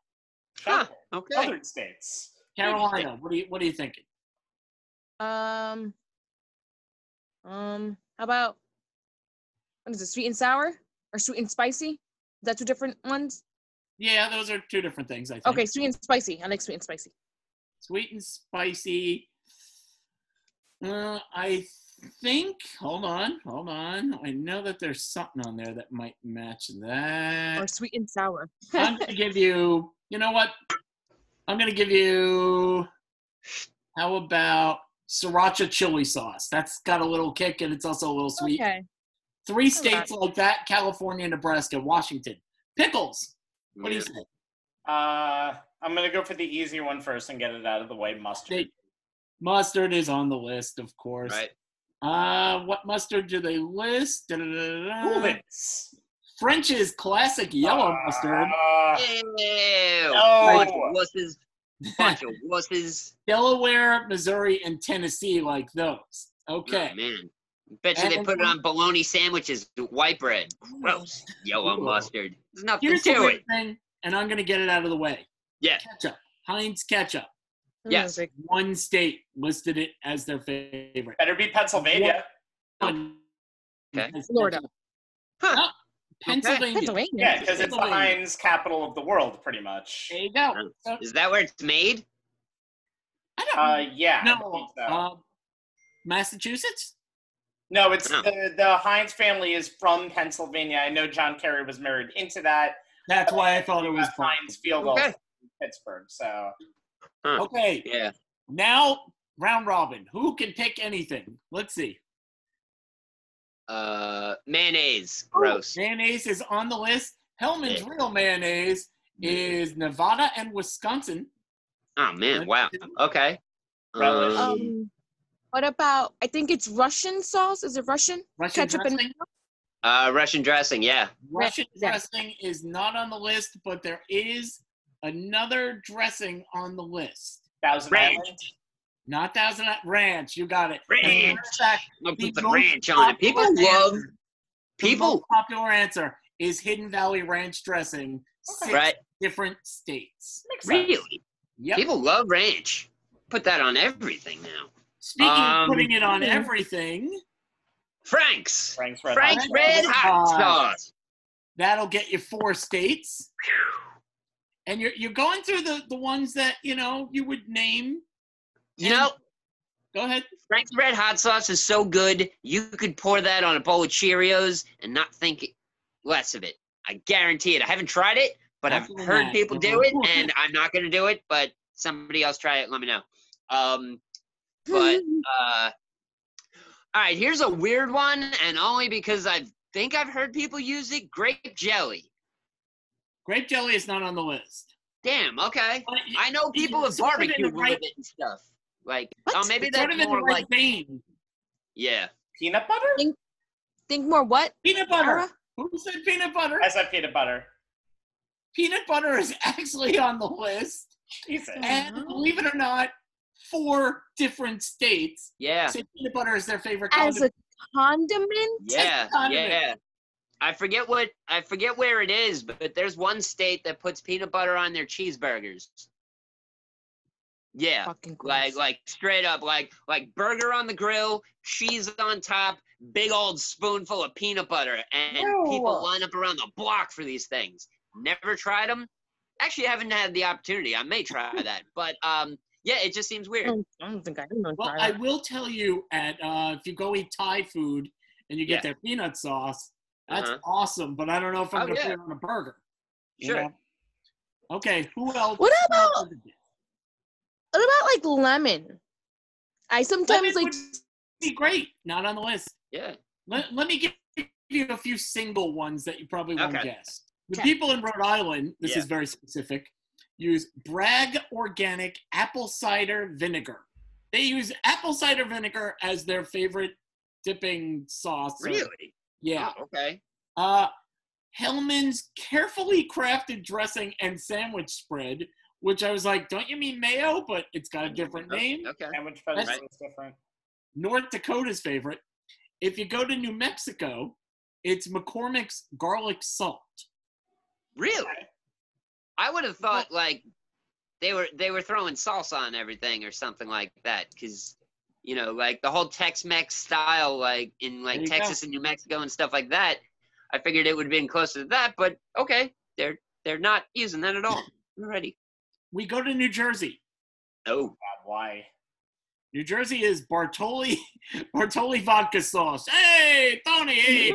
S2: Huh,
S3: Southern
S2: okay.
S3: states.
S1: Carolina, what do you what are you thinking?
S4: Um. Um. How about what is it? Sweet and sour or sweet and spicy? Is that two different ones?
S1: Yeah, those are two different things. I think.
S4: Okay, sweet and spicy. I like sweet and spicy.
S1: Sweet and spicy. Uh, I think. Hold on, hold on. I know that there's something on there that might match that.
S2: Uh,
S4: Or sweet and sour.
S1: I'm gonna give you. You know what? I'm gonna give you. How about sriracha chili sauce? That's got a little kick and it's also a little sweet.
S4: Okay.
S1: Three states like that: California, Nebraska, Washington. Pickles. What do you
S2: Yeah.
S1: say?
S3: Uh, I'm going to go for the easy one first and get it out of the way mustard.
S1: They- mustard is on the list, of course.
S2: Right.
S1: Uh, what mustard do they list? Da-da-da-da-da.
S3: Coolants.
S1: French's classic yellow mustard.
S3: Uh,
S2: Ew. Bunch of
S3: no.
S2: wusses. Bunch of wusses.
S1: Delaware, Missouri, and Tennessee like those. Okay.
S2: Oh, man. Bet you they
S1: And-
S2: put it on bologna sandwiches with white bread. Gross. Yellow
S1: Ooh.
S2: mustard. There's nothing
S1: Here's the
S2: to
S1: weird
S2: it.
S1: thing, and I'm gonna get it out of the way.
S2: Yeah.
S1: Ketchup. Heinz ketchup.
S2: Yes.
S1: One state listed it as their favorite.
S3: Better be Pennsylvania.
S1: One
S2: Okay.
S1: has-
S4: Florida.
S2: Huh.
S1: Oh, Pennsylvania.
S4: Pennsylvania.
S3: Yeah, because it's the
S1: Pennsylvania.
S3: Heinz capital of the world, pretty much.
S1: There you go. So,
S2: Is that where it's made?
S1: I don't
S3: Uh, yeah. I
S1: know.
S3: think so.
S1: Um, Massachusetts?
S3: No, it's
S2: No.
S3: the the Heinz family is from Pennsylvania. I know John Kerry was married into that.
S1: That's why I thought it was
S3: But Heinz Field also
S2: Okay.
S3: in Pittsburgh. So
S1: fun. Okay.
S2: Yeah.
S1: Now, round robin. Who can pick anything? Let's see.
S2: Uh, mayonnaise.
S1: Oh,
S2: Gross.
S1: Mayonnaise is on the list. Hellman's
S2: Yeah.
S1: Real Mayonnaise is Nevada and Wisconsin.
S2: Oh man! Wow. Okay.
S3: Relish.
S2: Um,
S4: Um, what about? I think it's Russian sauce. Is it Russian?
S1: Russian
S4: Ketchup and
S1: dressing.
S2: uh, Russian dressing. Yeah.
S1: Russian
S4: Yeah.
S1: dressing is not on the list, but there is another dressing on the list.
S3: Thousand
S2: Ranch.
S3: Island.
S1: Not Thousand Island Ranch. You got it. As a matter
S2: Ranch.
S1: of fact,
S2: I'm gonna
S1: the
S2: put the
S1: most
S2: ranch on it. People
S1: popular
S2: love.
S1: answer- the
S2: People.
S1: most popular answer is Hidden Valley Ranch dressing. Six
S2: Right.
S1: different states.
S3: Makes sense.
S2: Really.
S1: Yep.
S2: People love ranch. Put that on everything now.
S1: Speaking
S2: Um,
S1: of putting it on
S3: Hmm.
S4: Mhm.
S1: everything,
S2: Frank's.
S3: Frank's Red
S2: Frank's
S3: Hot
S2: red
S1: Sauce.
S2: hot
S1: Hot.
S2: sauce.
S1: that'll get you four states. And you're you're going through the, the ones that you know you would name.
S2: You know,
S1: Go ahead.
S2: Frank's red hot sauce is so good. You could pour that on a bowl of Cheerios and not think less of it. I guarantee it. I haven't tried it, but I've
S1: Absolutely
S2: heard
S1: not.
S2: people do
S1: Mhm.
S2: it, and I'm not gonna do it. But somebody else try it. Let me know. Um, but uh, all right, here's a weird one, and only because I think I've heard people use it. Grape jelly.
S1: Grape jelly is not on the list.
S2: Damn. Okay.
S1: But you-
S2: I know people have
S1: Sort of in the
S2: barbecued
S1: right-
S2: with it and stuff. Like,
S4: What?
S2: oh, maybe
S1: it's sort
S2: that's
S1: of in the
S2: more
S1: right
S2: like,
S1: vein.
S2: yeah.
S3: Peanut butter?
S4: Think more what?
S1: Peanut butter.
S4: Sarah?
S1: Who said peanut butter?
S3: I said peanut butter.
S1: Peanut butter is actually on the list.
S3: Jesus.
S1: And
S4: Mhm.
S1: believe it or not, four different states
S2: Yeah.
S1: say peanut butter is their favorite
S4: As a
S1: condiment.
S4: condiment?
S2: Yeah.
S1: condiment.
S2: Yeah. I forget what I forget where it is, but there's one state that puts peanut butter on their cheeseburgers. Yeah.
S4: Fucking gross.
S2: Like like straight up like like burger on the grill, cheese on top, big old spoonful of peanut butter and people
S4: Ew.
S2: line up around the block for these things. Never tried them. Actually, I haven't had the opportunity. I may try that, but um yeah, it just seems
S4: I
S2: weird.
S4: don't, I don't think I don't know.
S1: well, I will tell you at uh, if you go eat Thai food and you get
S2: Yeah.
S1: their peanut sauce, that's
S2: Uh-huh.
S1: awesome. But I don't know if I'm
S2: Oh,
S1: gonna
S2: yeah.
S1: put it on a burger. you
S2: Sure.
S1: know? Okay, who else?
S4: What about- what about like lemon? I
S1: Lemon
S4: sometimes like
S1: would be great. Not on the list.
S2: Yeah.
S1: Let, let me give you a few single ones that you probably won't
S2: Okay.
S1: guess. The
S4: Okay.
S1: people in Rhode Island, this
S2: Yeah.
S1: is very specific, use Bragg Organic Apple Cider Vinegar. They use apple cider vinegar as their favorite dipping sauce. or-
S2: Really?
S1: Yeah.
S2: Oh, okay.
S1: Uh, Hellman's carefully crafted dressing and sandwich spread, which I was like, don't you mean mayo? But it's got a different name.
S2: Okay.
S3: Sandwich butter
S1: That's-
S3: is different.
S1: North Dakota's favorite. If you go to New Mexico, it's McCormick's garlic salt.
S2: Really? I would have thought like they were they were throwing salsa on everything or something like that because you know like the whole Tex-Mex style like in
S1: There
S2: like
S1: you go.
S2: Texas and New Mexico and stuff like that. I figured it would have been closer to that, but okay, they're they're not using that at all already.
S1: We go to New Jersey.
S2: Oh,
S3: God, why?
S1: New Jersey is Bartoli Bartoli vodka sauce. Hey, Tony. Hey.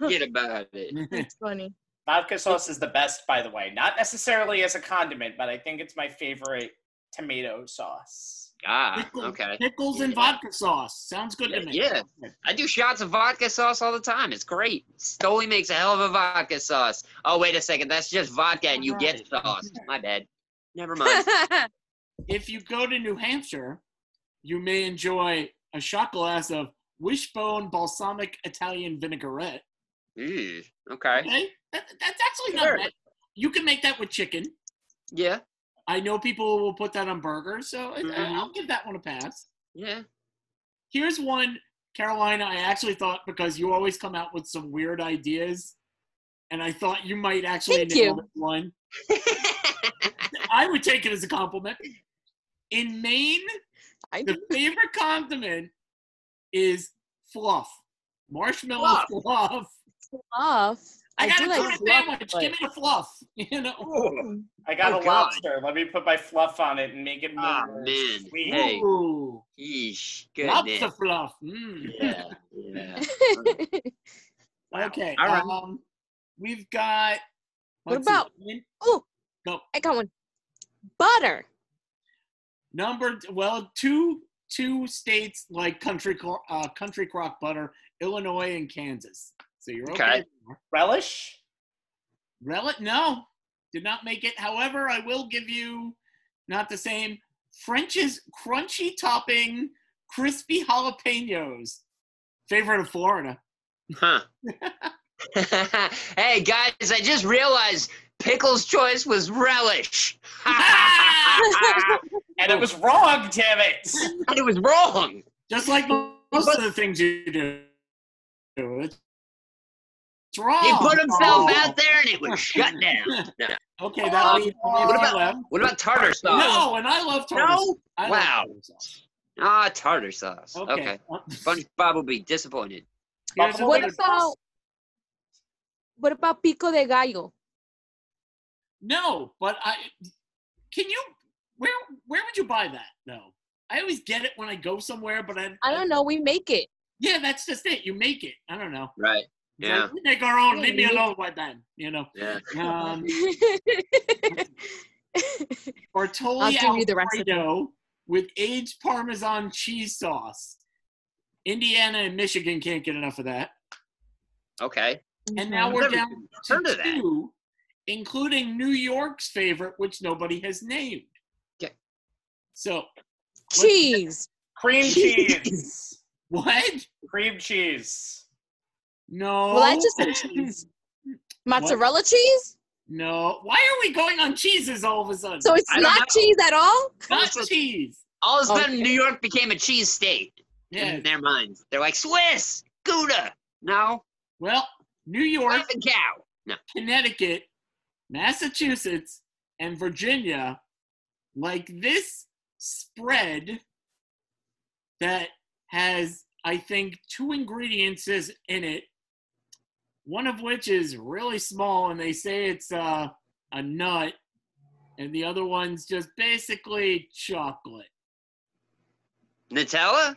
S2: forget about it.
S4: That's funny.
S3: Vodka sauce is the best, by the way. Not necessarily as a condiment, but I think it's my favorite tomato sauce.
S2: Ah,
S1: Pickles,
S2: okay.
S1: pickles and
S2: Yeah.
S1: vodka sauce. Sounds good to me.
S2: Yeah, I do shots of vodka sauce all the time. It's great. Stoli makes a hell of a vodka sauce. Oh, wait a second. That's just vodka and you get sauce. My bad. Never mind.
S1: If you go to New Hampshire, you may enjoy a shot glass of wishbone balsamic Italian vinaigrette.
S2: Ew, okay.
S1: Okay, that, that's actually not
S2: Sure.
S1: bad. You can make that with chicken.
S2: Yeah.
S1: I know people will put that on burgers, so I- I,
S2: Mhm.
S1: I'll give that one a pass.
S2: Yeah.
S1: Here's one, Carolina. I actually thought because you always come out with some weird ideas, and I thought you might actually
S4: Thank
S1: nail
S4: you.
S1: this one. I would take it as a compliment. In Maine,
S4: I
S1: the favorite condiment is fluff. Marshmallow
S2: Fluff.
S1: fluff.
S4: love.
S1: I,
S4: I
S1: got
S4: do
S1: a
S4: like
S1: tuna
S4: fluff,
S1: sandwich.
S4: but-
S1: Give me the fluff. You know.
S3: I got
S2: Oh,
S3: a
S2: God.
S3: lobster. Let me put my fluff on it and make it more
S2: Ah, man.
S3: sweet.
S2: Hey.
S1: Ooh,
S2: Yeesh.
S1: lots
S2: Goodness.
S1: of fluff. Mm.
S2: Yeah. Yeah. Wow.
S1: Okay.
S2: All right.
S1: Um, we've got.
S4: What
S1: let's see,
S4: about-
S1: min-
S4: oh,
S1: No.
S4: I got one. Butter.
S1: number? Well, two two states like country cro- uh, country crock butter, Illinois and Kansas. So you're okay.
S2: Okay.
S3: Relish?
S1: Relic? No, did not make it. However, I will give you not the same. French's crunchy topping, crispy jalapenos. Favorite of Florida.
S2: Huh. hey guys, I just realized Pickle's choice was relish.
S3: Ah, And it was wrong, damn it.
S2: and it was wrong.
S1: Just like mo- most of the things you do. It's it's wrong.
S2: He put himself
S1: Oh.
S2: out there and it was shut down. Oh,
S1: Okay, that leaves one
S2: What about-
S1: left.
S2: What about tartar sauce?
S1: No, and I love tartar sauce.
S2: No.
S1: I love
S2: Wow.
S1: tartar sauce.
S2: Ah, tartar sauce.
S1: Okay. Uh,
S2: Okay. SpongeBob will be disappointed.
S1: Here's
S3: So
S4: what
S1: another-
S4: about what about pico de gallo?
S1: No, but I can you where where would you buy that though? I always get it when I go somewhere, but I,
S4: I don't know. We make it.
S1: yeah, that's just it. You make it. I don't know.
S2: Right.
S1: It's like,
S2: Yeah.
S1: we make our own.
S4: Yeah,
S1: Leave
S4: you
S1: me
S4: make-
S1: alone with that. You know.
S2: Yeah.
S1: Um,
S4: I'll
S1: Bartoli
S4: give you the recipe.
S1: Alfredo with aged Parmesan cheese sauce. Indiana and Michigan can't get enough of that.
S2: Okay.
S1: And now
S4: Mhm.
S1: we're
S2: Never
S1: down
S2: heard
S1: to
S2: of that.
S1: two, including New York's favorite, which nobody has named.
S2: Okay.
S1: So
S4: cheese.
S3: Cream cheese.
S1: what?
S3: Cream cheese.
S1: No.
S4: Well, I just
S1: Oh.
S4: said cheese. Mozzarella cheese?
S1: No. Why are we going on cheeses all of a sudden?
S4: So it's
S2: I don't
S4: not
S2: know.
S4: cheese at all?
S1: not
S2: it's a-
S1: cheese.
S2: All of a sudden,
S4: Okay.
S2: New York became a cheese state
S1: Yeah.
S2: in their minds. They're like, Swiss, Gouda. No,
S1: Well, New York,
S2: beef and cow. No.
S1: Connecticut, Massachusetts, and Virginia, like this spread that has, I think, two ingredients is- in it, one of which is really small, and they say it's uh, a nut, and the other one's just basically chocolate.
S2: Nutella?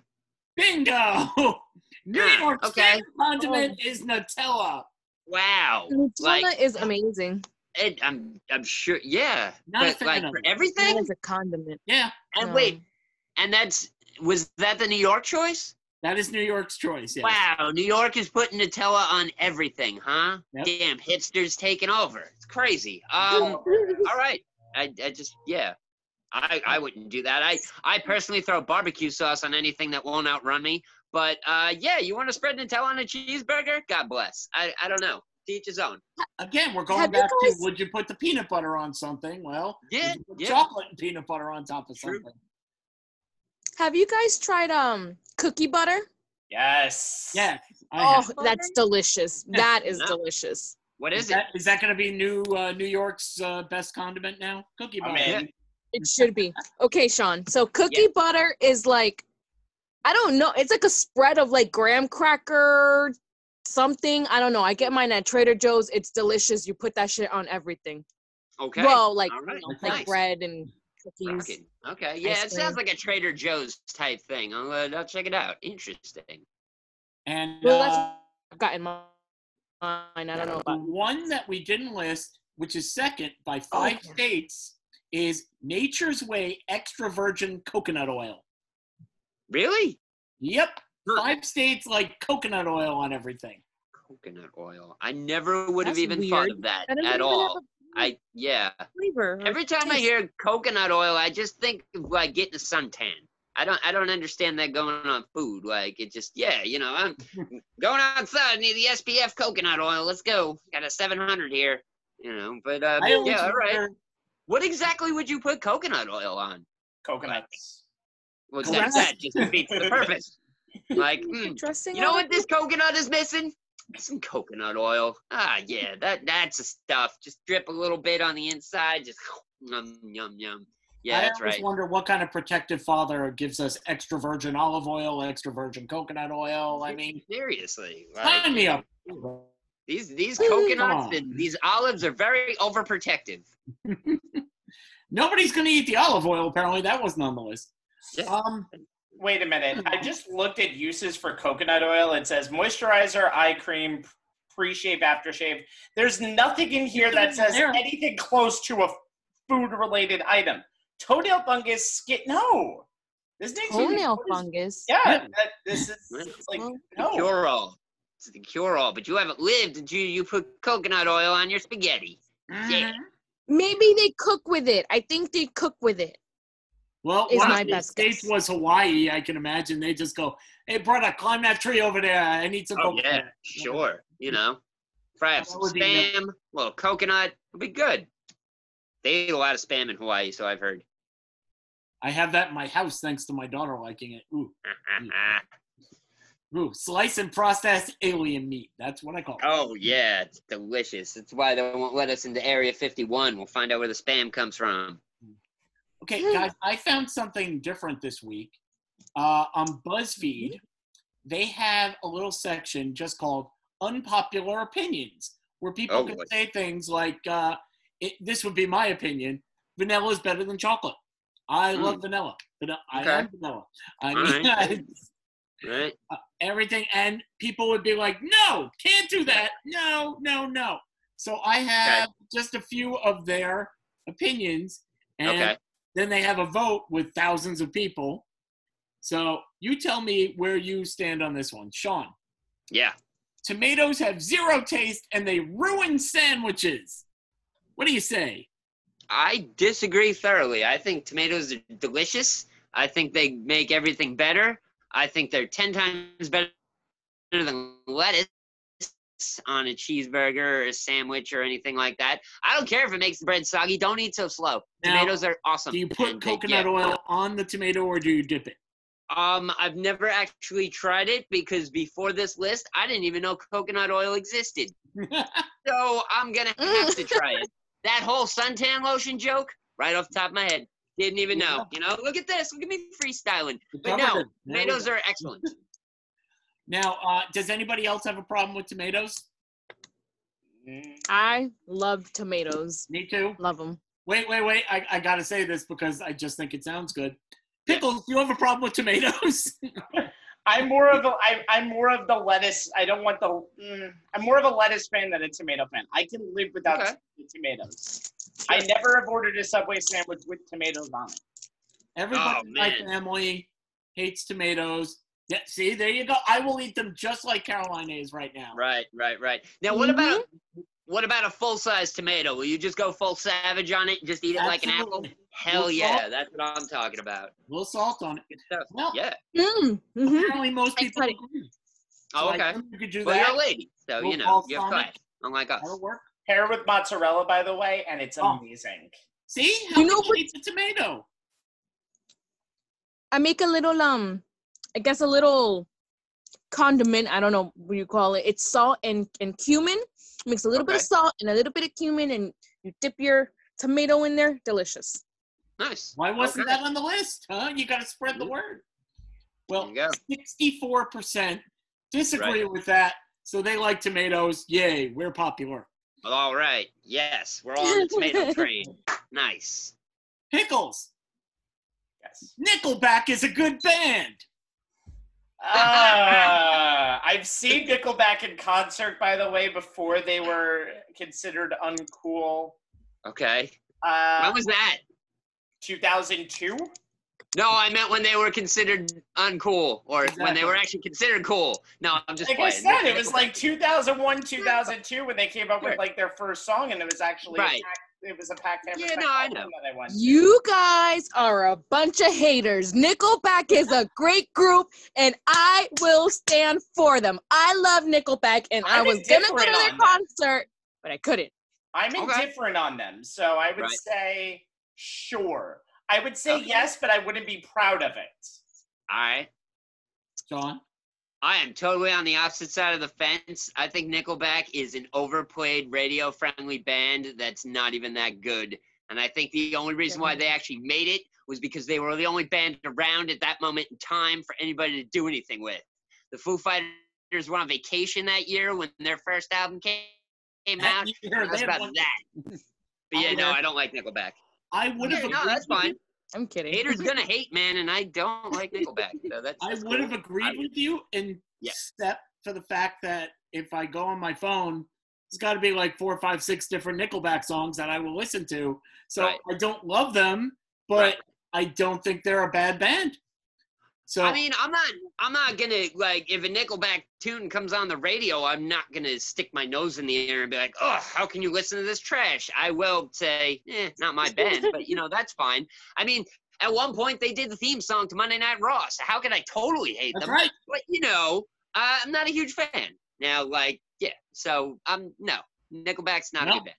S1: Bingo! New
S2: Ah,
S1: York's
S2: okay.
S1: favorite condiment is Nutella.
S2: Wow.
S4: Nutella
S2: Like,
S4: is amazing.
S2: it, I'm, I'm sure. Yeah.
S1: Not a
S2: but
S1: fan
S2: like
S1: of
S2: for
S1: it.
S4: That
S2: everything.
S4: is a condiment. Um,
S1: Yeah,
S2: And
S4: No.
S2: wait, and that's was that the New York choice?
S1: that is New York's choice. Yes.
S2: Wow, New York is putting Nutella on everything, huh?
S1: Yep.
S2: Damn, hipsters taking over. It's crazy. Um, all right. I, I just yeah. I, I wouldn't do that. I, I personally throw barbecue sauce on anything that won't outrun me. But uh, yeah, you want to spread Nutella on a cheeseburger? God bless. I, I don't know. To each his own.
S1: Again, we're going
S4: Have you
S1: back to
S4: guys-
S1: would you put the peanut butter on something? Well, would
S2: Yeah,
S1: you put
S2: yeah.
S1: chocolate and peanut butter on top of
S2: True.
S1: something.
S4: Have you guys tried um cookie butter?
S3: Yes.
S1: Yes. I
S4: Oh,
S1: have.
S4: that's delicious.
S1: Yeah.
S4: That is
S2: No.
S4: delicious.
S2: What
S1: Is
S2: is it?
S1: that, is that going to be new uh, New York's uh, best condiment now? Cookie
S2: Oh,
S3: I'm
S1: butter.
S3: in.
S4: It should be. Okay, Sean. So cookie butter is like I don't know, it's like a spread of like graham cracker something. I don't know. I get mine at Trader Joe's. It's delicious. You put that shit on everything.
S2: Okay.
S4: Well, like
S2: All right.
S4: like
S2: Nice.
S4: bread and cookies.
S2: Rockin'. Okay. Yeah,
S4: Ice
S2: it sounds
S4: cream.
S2: like a Trader Joe's type thing. I'll, uh, I'll check it out. Interesting.
S1: And
S4: Well,
S1: uh,
S4: that's- I've gotten mine. I don't know
S1: the
S4: about
S1: one that we didn't list, which is second by five
S4: Okay.
S1: states, is Nature's Way extra virgin coconut oil.
S2: Really?
S1: Yep.
S2: Huh.
S1: Five states like coconut oil on everything.
S2: Coconut oil. I never would have
S4: That's
S2: even thought
S4: weird.
S2: of that
S4: I don't
S2: at
S4: even
S2: all.
S4: have a
S2: I yeah.
S4: flavor. or
S2: Every time I
S4: taste.
S2: hear coconut oil, I just think of like getting a suntan. I don't I don't understand that going on food. Like it just yeah, you know, I'm going outside, need the SPF coconut oil. Let's go. Got a seven hundred here. You know, but uh,
S1: I always
S2: yeah, all right.
S1: wonder-
S2: What exactly would you put coconut oil on?
S3: Coconuts.
S2: Well,
S1: Correct.
S2: except that just defeats the purpose. Like, mm,
S4: dressing.
S2: you know
S4: on
S2: what
S4: it?
S2: this coconut is missing? Some coconut oil. Ah, yeah, that that's the stuff. Just drip a little bit on the inside. Just yum, yum, yum. Yeah,
S1: I
S2: that's
S1: always
S2: right.
S1: wonder what kind of protective father gives us extra virgin olive oil, extra virgin coconut oil. I mean,
S2: Seriously,
S1: sign
S2: like,
S1: me up.
S2: these these
S1: Come
S2: coconuts
S1: on.
S2: and these olives are very overprotective.
S1: Nobody's going to eat the olive oil. Apparently, that wasn't on the list.
S2: Yeah.
S1: Um,
S3: Wait a minute. I just looked at uses for coconut oil. It says moisturizer, eye cream, pre-shave, aftershave. There's nothing in here that says
S1: There.
S3: anything close to a food-related item. Toenail fungus, skin. No, this needs to be-
S4: Toenail
S3: what is-
S4: fungus.
S3: Yeah, that, this is it's like
S4: Well,
S1: Oh.
S2: The
S3: no.
S2: cure all. It's the cure all, but you haven't lived until you put coconut oil on your spaghetti. Yeah.
S1: mm-hmm.
S4: Maybe they cook with it. I think they cook with it.
S1: well,
S4: Is
S1: one
S4: my
S1: of the
S4: best
S1: states
S4: guess.
S1: was Hawaii. I can imagine they just go, "Hey, brother, climb that tree over there. I need some
S2: Oh
S1: coconut."
S2: yeah, sure. You know, fry up
S1: That
S2: some
S1: would be
S2: spam, a little coconut. It'll be good. They eat a lot of spam in Hawaii, so I've heard.
S1: I have that in my house thanks to my daughter liking it. Ooh, Mm. ooh, slice and process alien meat. That's what I call it.
S2: oh yeah, it's delicious. That's why they won't let us into Area 51. We'll find out where the spam comes from.
S1: Okay,
S4: Hmm.
S1: guys, I found something different this week. Uh, on BuzzFeed,
S2: Hmm.
S1: they have a little section just called Unpopular Opinions, where people
S2: Oh,
S1: can
S2: boy.
S1: say things like, uh, it, This would be my opinion vanilla is better than chocolate. I
S2: Hmm.
S1: love vanilla. Vanilla.
S2: Okay.
S1: I love vanilla. I
S2: All
S1: mean,
S2: right. Right?
S1: everything and people would be like no can't do that no no no so i have just a few of their opinions and
S2: Okay.
S1: then they have a vote with thousands of people so you tell me where you stand on this one sean
S2: Yeah.
S1: tomatoes have zero taste and they ruin sandwiches what do you say
S2: I disagree thoroughly. I think tomatoes are delicious. I think they make everything better. I think they're 10 times better than lettuce on a cheeseburger or a sandwich or anything like that. I don't care if it makes the bread soggy. Don't eat so slow.
S1: Now,
S2: tomatoes are awesome.
S1: do you put
S2: and they-
S1: coconut
S2: yeah.
S1: oil on the tomato or do you dip it
S2: Um, I've never actually tried it because before this list, I didn't even know coconut oil existed. So I'm gonna have to try it. That whole suntan lotion joke, right off the top of my head, didn't even know. You know, look at this. Look at me freestyling. But no, Tomatoes are excellent.
S1: now uh, does anybody else have a problem with tomatoes
S4: I love tomatoes.
S1: me too
S4: Love them.
S1: Wait, wait, wait. I, I gotta say this because I just think it sounds good. Pickles, you have a problem with tomatoes?
S3: I'm more of a I, I'm more of the lettuce. I don't want the. Mm, I'm more of a lettuce fan than a tomato fan. I can live without
S2: Okay.
S3: the tomatoes. I never have ordered a Subway sandwich with tomatoes on it.
S1: Everybody
S2: Oh,
S1: in my
S2: man.
S1: family hates tomatoes. Yeah, see, there you go. I will eat them just like Caroline is right now.
S2: Right, right, right. Now,
S1: Mm-hmm.
S2: what about what about a full size tomato? Will you just go full savage on it? and Just eat it like an apple?
S1: Absolutely.
S2: Hell
S1: Well,
S2: yeah, that's what I'm talking about.
S1: A little salt on it.
S2: Good stuff.
S1: Well,
S2: Yeah.
S4: Mm, mhm.
S1: apparently most
S4: I
S1: people
S4: cut it.
S1: agree.
S2: Oh,
S1: Like,
S2: okay.
S1: you could do
S2: Well,
S1: that.
S2: you're a lady, so
S1: We'll
S2: you know
S1: call
S2: you have
S1: Sonic.
S2: class. Unlike us.
S1: That'll work.
S3: Pair with mozzarella, by the way, and it's
S1: Oh.
S3: amazing.
S1: See, how
S4: know
S1: you
S4: what-
S1: eat a tomato?
S4: I make a little um, I guess a little condiment. I don't know what you call it. It's salt and and cumin. Mix a little bit of
S2: Okay.
S4: salt and a little bit of cumin, and you dip your tomato in there. Delicious.
S2: Nice.
S1: Why wasn't
S2: Okay.
S1: that on the list? Huh? You gotta spread the word. Well,
S2: There you go.
S1: sixty-four percent disagree with that. So they like tomatoes. Yay, we're popular.
S2: Well, all right. Yes, we're all on the tomato train. Nice.
S1: Pickles.
S3: Yes.
S1: Nickelback is a good band.
S3: Ah, I've seen Nickelback in concert, by the way, before they were considered uncool.
S2: Okay.
S3: Uh,
S2: When was that?
S3: 2002.
S2: No, I meant when they were considered uncool, or when
S1: Exactly.
S2: they were actually considered cool. No, I'm just
S3: Like I
S2: playing.
S3: said, it was like 2001, 2002 when they came up
S2: Sure.
S3: with like their first song, and it was actually a
S2: Right.
S3: packed- it was a packed hammer.
S2: Yeah,
S3: Smack
S2: no, I
S3: album That I went to.
S4: You guys are a bunch of haters. Nickelback is a great group, and I will stand for them. I love Nickelback, and I,
S3: I'm
S4: was gonna go to
S3: indifferent
S4: their
S3: on that.
S4: concert, but I couldn't.
S3: I'm
S2: Okay.
S3: indifferent on them, so I would
S2: Right.
S3: say sure. I would say
S2: Okay.
S3: yes, but I wouldn't be proud of it.
S2: All right.
S1: John.
S2: I am totally on the opposite side of the fence. I think Nickelback is an overplayed, radio friendly band that's not even that good. And I think the only reason why they actually made it was because they were the only band around at that moment in time for anybody to do anything with. The Foo Fighters were on vacation that year when their first album came, came out.
S1: year,
S2: That's
S1: they
S2: about
S1: won-
S2: that. But yeah, no, I don't like Nickelback.
S1: I would have
S2: Yeah, no, that's
S1: agreed with you.
S2: fine.
S4: I'm kidding.
S2: Haters gonna hate, man, and I don't like Nickelback. So that's,
S1: I
S2: that's
S1: would have
S2: cool.
S1: agreed with you, and
S2: Yeah.
S1: except for the fact that if I go on my phone, it's got to be like four, five, six different Nickelback songs that I will listen to. So
S2: Right.
S1: I don't love them, but
S2: Right.
S1: I don't think they're a bad band. So
S2: I mean, I'm not, I'm not gonna like if a Nickelback tune comes on the radio, I'm not gonna stick my nose in the air and be like, oh, how can you listen to this trash? I will say, eh, not my band, but you know that's fine. I mean, at one point they did the theme song to Monday Night Raw, so how could I totally hate
S1: that's
S2: them?
S1: right.
S2: But you know, uh, I'm not a huge fan now. Like, yeah, so um, no, Nickelback's not a
S1: No.
S2: good band.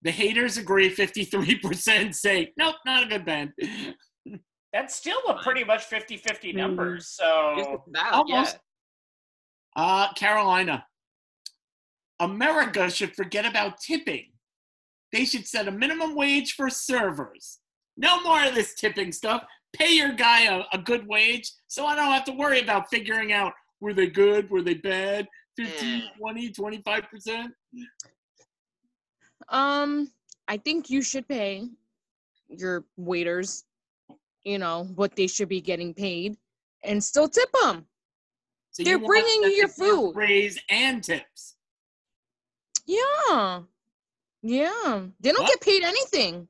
S1: The haters agree. Fifty-three percent say nope, not a good band.
S3: That's still a pretty much 50 50 number. So
S2: Mm-hmm. Just about,
S1: Oh. Almost.
S2: yeah.
S1: Uh, Carolina, America should forget about tipping. They should set a minimum wage for servers. No more of this tipping stuff. Pay your guy a, a good wage so I don't have to worry about figuring out were they good, were they bad, 15,
S2: Yeah.
S3: Mm.
S1: 20, 25%.
S4: Um, I think you should pay your waiters, you know, what they should be getting paid and still tip them.
S1: So
S4: They're
S1: want
S4: bringing
S1: them
S4: you your
S1: to give
S4: food.
S1: Raise and tips.
S4: Yeah. Yeah. They don't
S1: What?
S4: get paid anything.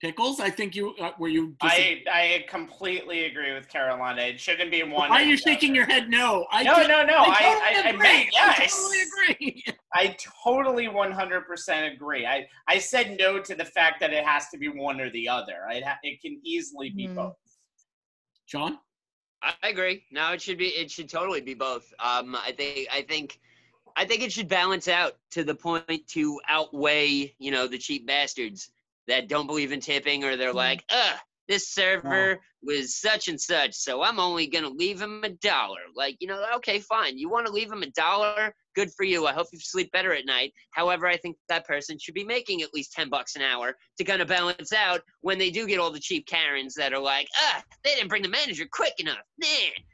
S1: Pickles, I think you, uh, were you?
S3: I I completely agree with Carolina. It shouldn't be
S1: why
S3: one. or
S1: are you
S3: the
S1: shaking
S3: other.
S1: your head no? I
S3: No,
S1: don't-
S3: no, no. I, I, I,
S1: totally
S3: meant
S1: agree. I
S3: yes.
S1: totally agree.
S3: I totally 100% agree. I, I said no to the fact that it has to be one or the other. It, ha- it can easily be
S4: Mhm.
S3: both.
S1: John?
S2: I agree. No, it should be. It should totally be both. Um, I think. I think. I think it should balance out to the point to outweigh, you know, the cheap bastards that don't believe in tipping or they're
S4: Mhm.
S2: like, ugh, this server was such and such, so I'm only gonna leave him a dollar. Like, you know, okay, fine. You want to leave him a dollar? Good for you. I hope you sleep better at night. However, I think that person should be making at least ten bucks an hour to kind of balance out when they do get all the cheap Karens that are like, ah, they didn't bring the manager quick enough. Nah.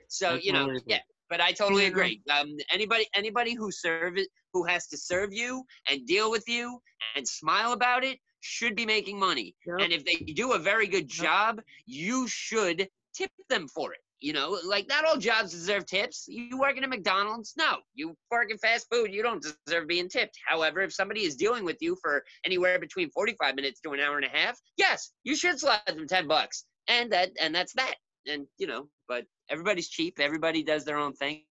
S2: So
S1: That's
S2: you know,
S1: hilarious.
S2: yeah. But I totally
S4: Yeah.
S2: agree. Um, anybody, anybody who serve who has to serve you and deal with you and smile about it should be making money.
S4: Yep.
S2: And if they do a very good job, you should tip them for it. You know, like not all jobs deserve tips. You working at McDonald's? No. You work in fast food, you don't deserve being tipped. However, if somebody is dealing with you for anywhere between 45 minutes to an hour and a half, yes, you should slide them 10 bucks. And that and that's that. And you know, but everybody's cheap, everybody does their own thing.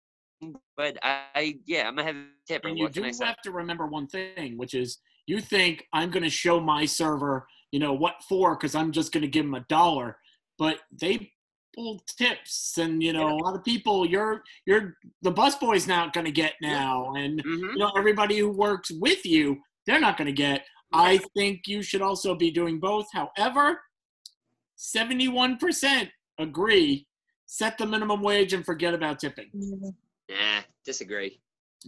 S2: But I, I yeah, I'm a heavy tipper.
S1: And you
S2: what
S1: do
S2: can I say?
S1: have to remember one thing, which is you think I'm going to show my server, you know, what for, because I'm just going to give them a dollar. But they pull tips, and you know, a lot of people. You're you're the busboy's not going to get now, and
S2: Mhm.
S1: you know, everybody who works with you, they're not going to get. I think you should also be doing both. However, 71% agree. Set the minimum wage and forget about tipping.
S2: Nah, disagree.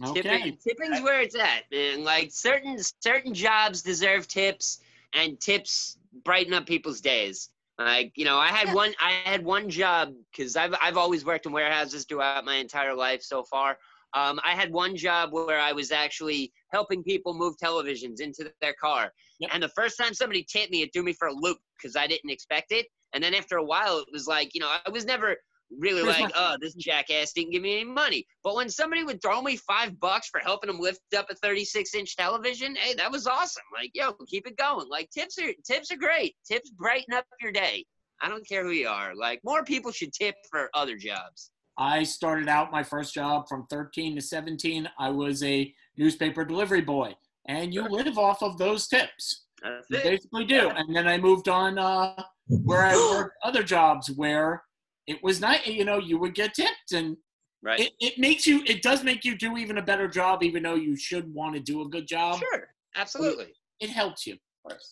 S1: Okay.
S2: Tipping, tipping's where it's at, man. Like certain certain jobs deserve tips, and tips brighten up people's days. Like you know, I had
S4: Yeah.
S2: one I had one job because I've I've always worked in warehouses throughout my entire life so far. Um, I had one job where I was actually helping people move televisions into their car,
S1: Yep.
S2: and the first time somebody tipped me, it threw me for a loop because I didn't expect it. And then after a while, it was like you know, I was never really
S1: There's
S2: like, oh, this jackass didn't give me any money. But when somebody would throw me five bucks for helping them lift up a 36 inch television, hey, that was awesome. Like, yo, keep it going. Like, tips are tips are great. Tips brighten up your day. I don't care who you are. Like, more people should tip for other jobs.
S1: I started out my first job from 13 to 17. I was a newspaper delivery boy, and you live off of those tips.
S2: That's
S1: You
S2: it.
S1: basically do. And then I moved on uh, where I worked other jobs where it was nice. You know, you would get tipped, and
S2: Right.
S1: it, it makes you. It does make you do even a better job, even though you should want to do a good job.
S2: sure. Absolutely.
S1: It helps you.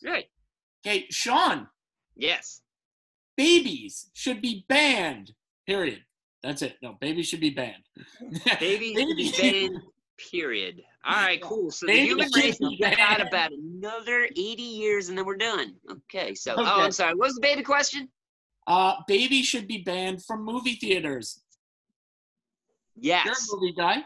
S2: Right.
S1: Okay, Sean,
S2: Yes.
S1: babies should be banned. Period. That's it. No, babies should be banned.
S2: Babies should be
S1: Babies-
S2: banned. Period. All right, cool. So the
S1: Maybe
S2: human
S1: it
S2: race
S1: should be
S2: has got
S1: banned.
S2: about another 80 years, and then we're done. Okay. So, oh,
S1: Okay.
S2: I'm sorry. What was the baby question?
S1: Uh, baby should be banned from movie theaters. You're
S2: Yes,
S1: a movie guy.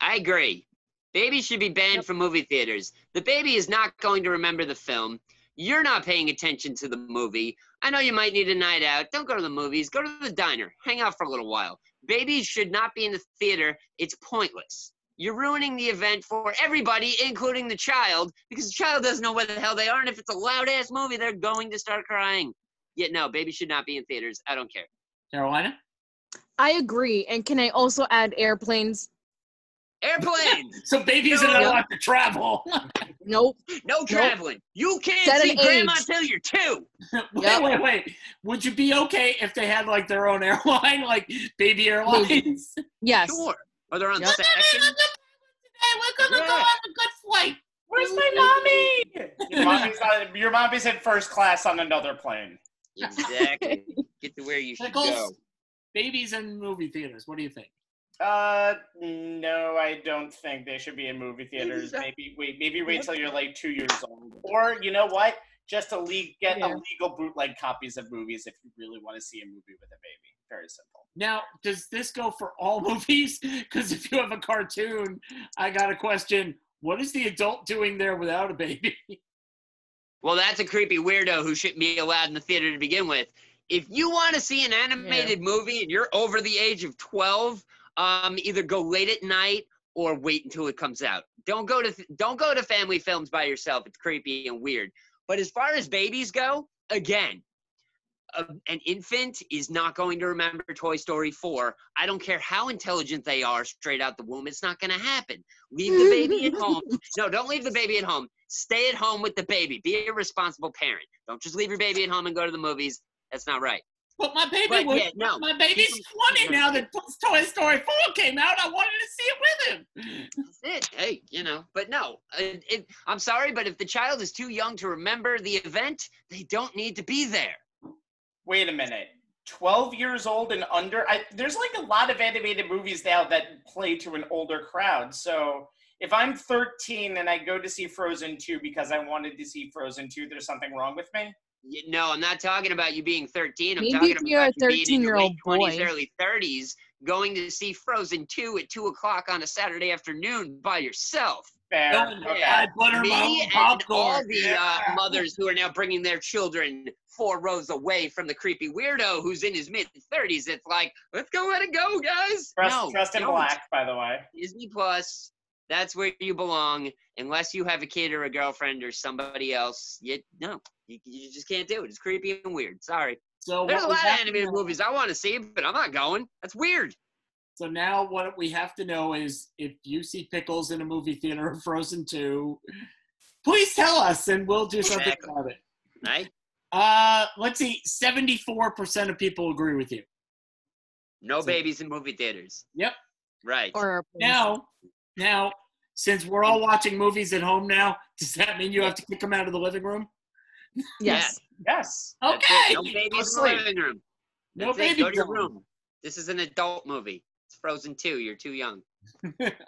S2: I agree. Babies should be banned
S4: Yep.
S2: from movie theaters. The baby is not going to remember the film. You're not paying attention to the movie. I know you might need a night out. Don't go to the movies. Go to the diner. Hang out for a little while. Babies should not be in the theater. It's pointless. You're ruining the event for everybody, including the child, because the child doesn't know where the hell they are. And if it's a loud ass movie, they're going to start crying. Yet, no, babies should not be in theaters. I don't care.
S1: Carolina?
S4: I agree. And can I also add airplanes?
S2: Airplanes!
S1: So babies are not
S2: No.
S1: allowed to travel.
S4: Nope.
S2: No traveling. You can't
S4: Set an
S2: see grandma
S4: age.
S2: till you're two.
S1: wait,
S4: Yep.
S1: wait, wait. Would you be okay if they had like their own airline, like baby airlines?
S4: Yes.
S2: Sure. Or they're on
S4: Yep.
S2: section.
S1: We're
S2: gonna go
S1: on
S2: Yeah.
S1: a good flight. Where's my
S3: Your mommy's, on, your mommy's in first class on another plane.
S2: Exactly. Get to where you should go.
S1: Pickles, babies in movie theaters. What do you think?
S3: Uh, no, I don't think they should be in movie theaters.
S2: so.
S3: Maybe wait, maybe wait till you're like two years old, or you know what? Just a league, get
S4: Yeah.
S3: illegal bootleg copies of movies if you really want to see a movie with a baby. Very simple.
S1: Now, does this go for all movies? Because if you have a cartoon, I got a question. What is the adult doing there without a baby?
S2: Well, that's a creepy weirdo who shouldn't be allowed in the theater to begin with. If you want to see an animated movie and you're over the age of 12, um, either go late at night or wait until it comes out. Don't go to th- don't go to family films by yourself. It's creepy and weird. But as far as babies go, again, a, an infant is not going to remember Toy Story 4. I don't care how intelligent they are straight out the womb. It's not going to happen. Leave the baby at home. No, don't leave the baby at home. Stay at home with the baby. Be a responsible parent. Don't just leave your baby at home and go to the movies. That's not right.
S1: But my baby
S2: But
S1: was
S2: yeah, no.
S1: my baby's
S2: People-
S1: 20 now that Toy Story 4 came out. I wanted to see it with him.
S2: That's it. Hey, you know, but no. It, it, I'm sorry, but if the child is too young to remember the event, they don't need to be there.
S3: Wait a minute. 12 years old and under. I, there's like a lot of animated movies now that play to an older crowd. So if I'm 13 and I go to see Frozen 2 because I wanted to see Frozen 2, there's something wrong with me?
S2: You, no, I'm not talking about you being 13. I'm
S4: Maybe
S2: talking
S4: if
S2: about
S4: you're a
S2: you being in your late
S4: 13-year-old
S2: 20s,
S4: boy.
S2: early 30s, going to see Frozen 2 at 2 o'clock on a Saturday afternoon by yourself.
S3: Fair.
S1: Going,
S3: okay.
S1: I butter my
S2: me
S1: own
S2: and all
S1: popcorn.
S2: the uh, mothers who are now bringing their children four rows away from the creepy weirdo who's in his mid 30s. It's like, let's go, let it go, guys.
S3: Dressed,
S2: no,
S3: dressed in
S2: don't.
S3: black, by the way.
S2: Disney Plus. That's where you belong, unless you have a kid or a girlfriend or somebody else. You no, you, you just can't do it. It's creepy and weird. Sorry.
S1: So
S2: There's
S1: what
S2: a
S1: we
S2: lot
S1: have
S2: of
S1: to
S2: animated
S1: know-
S2: movies I want to see, but I'm not going. That's weird.
S1: So now what we have to know is if you see pickles in a movie theater of Frozen 2, please tell us and we'll do something
S2: Exactly.
S1: about it.
S2: Right?
S1: Uh, let's see, 74% of people agree with you.
S2: No
S1: So-
S2: babies in movie theaters.
S1: Yep.
S2: Right.
S4: Or airplanes.
S1: Now, now, since we're all watching movies at home now, does that mean you have to kick them out of the living room?
S4: yes.
S2: That's
S3: Yes.
S2: it.
S1: Okay.
S2: No babies in
S3: Asleep.
S2: the living room.
S1: Oh, No
S2: That's it.
S1: baby
S2: Go to your
S1: zone.
S2: room. This is an adult movie. It's Frozen 2. You're too young.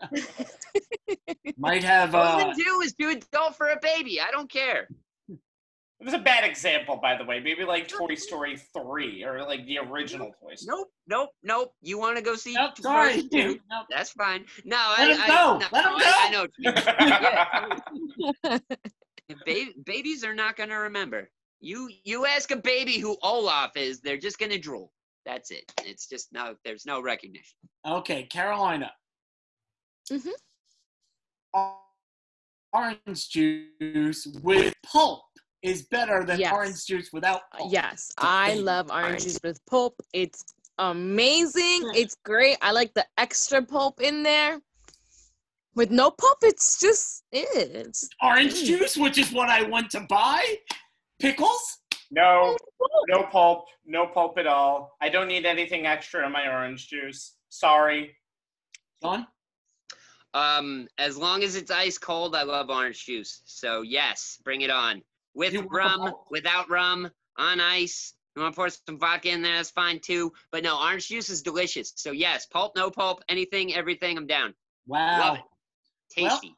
S1: Might have
S2: Frozen
S1: uh,
S2: 2 is too adult for a baby. I don't care.
S3: It was a bad example, by the way. Maybe like Toy Story 3 or like the original Toy Story.
S2: Nope, nope, nope. You want to go see
S1: Nope, oh, sorry.
S2: Frozen 2?
S1: Nope.
S2: That's fine. No,
S1: Let
S2: I,
S1: him
S2: I,
S1: go.
S2: no,
S1: Let him
S2: I-
S1: go.
S2: I know. what you mean. Yeah. Ba- babies are not going to remember. You you ask a baby who Olaf is, they're just going to drool. That's it. It's just no. There's no recognition.
S1: Okay, Carolina.
S4: Mhm.
S1: Orange juice with pulp is better than
S4: Yes. Uh,
S1: orange juice without pulp.
S4: Yes. I
S1: baby.
S4: love orange
S2: Orange.
S4: juice with pulp. It's amazing. It's great. I like the extra pulp in there. With no pulp, it's just it's
S1: Orange
S4: Mm.
S1: juice, which is what I want to buy. Pickles?
S3: No, no pulp, no pulp at all. I don't need anything extra in my orange juice. Sorry.
S1: John?
S2: Um, as long as it's ice cold, I love orange juice. So yes, bring it on. With
S1: You want the
S2: rum,
S1: whole-
S2: without rum, on ice. You want to pour some vodka in there? That's fine too. But no, orange juice is delicious. So yes, pulp, no pulp, anything, everything. I'm down.
S1: Wow.
S2: Love it. Tasty.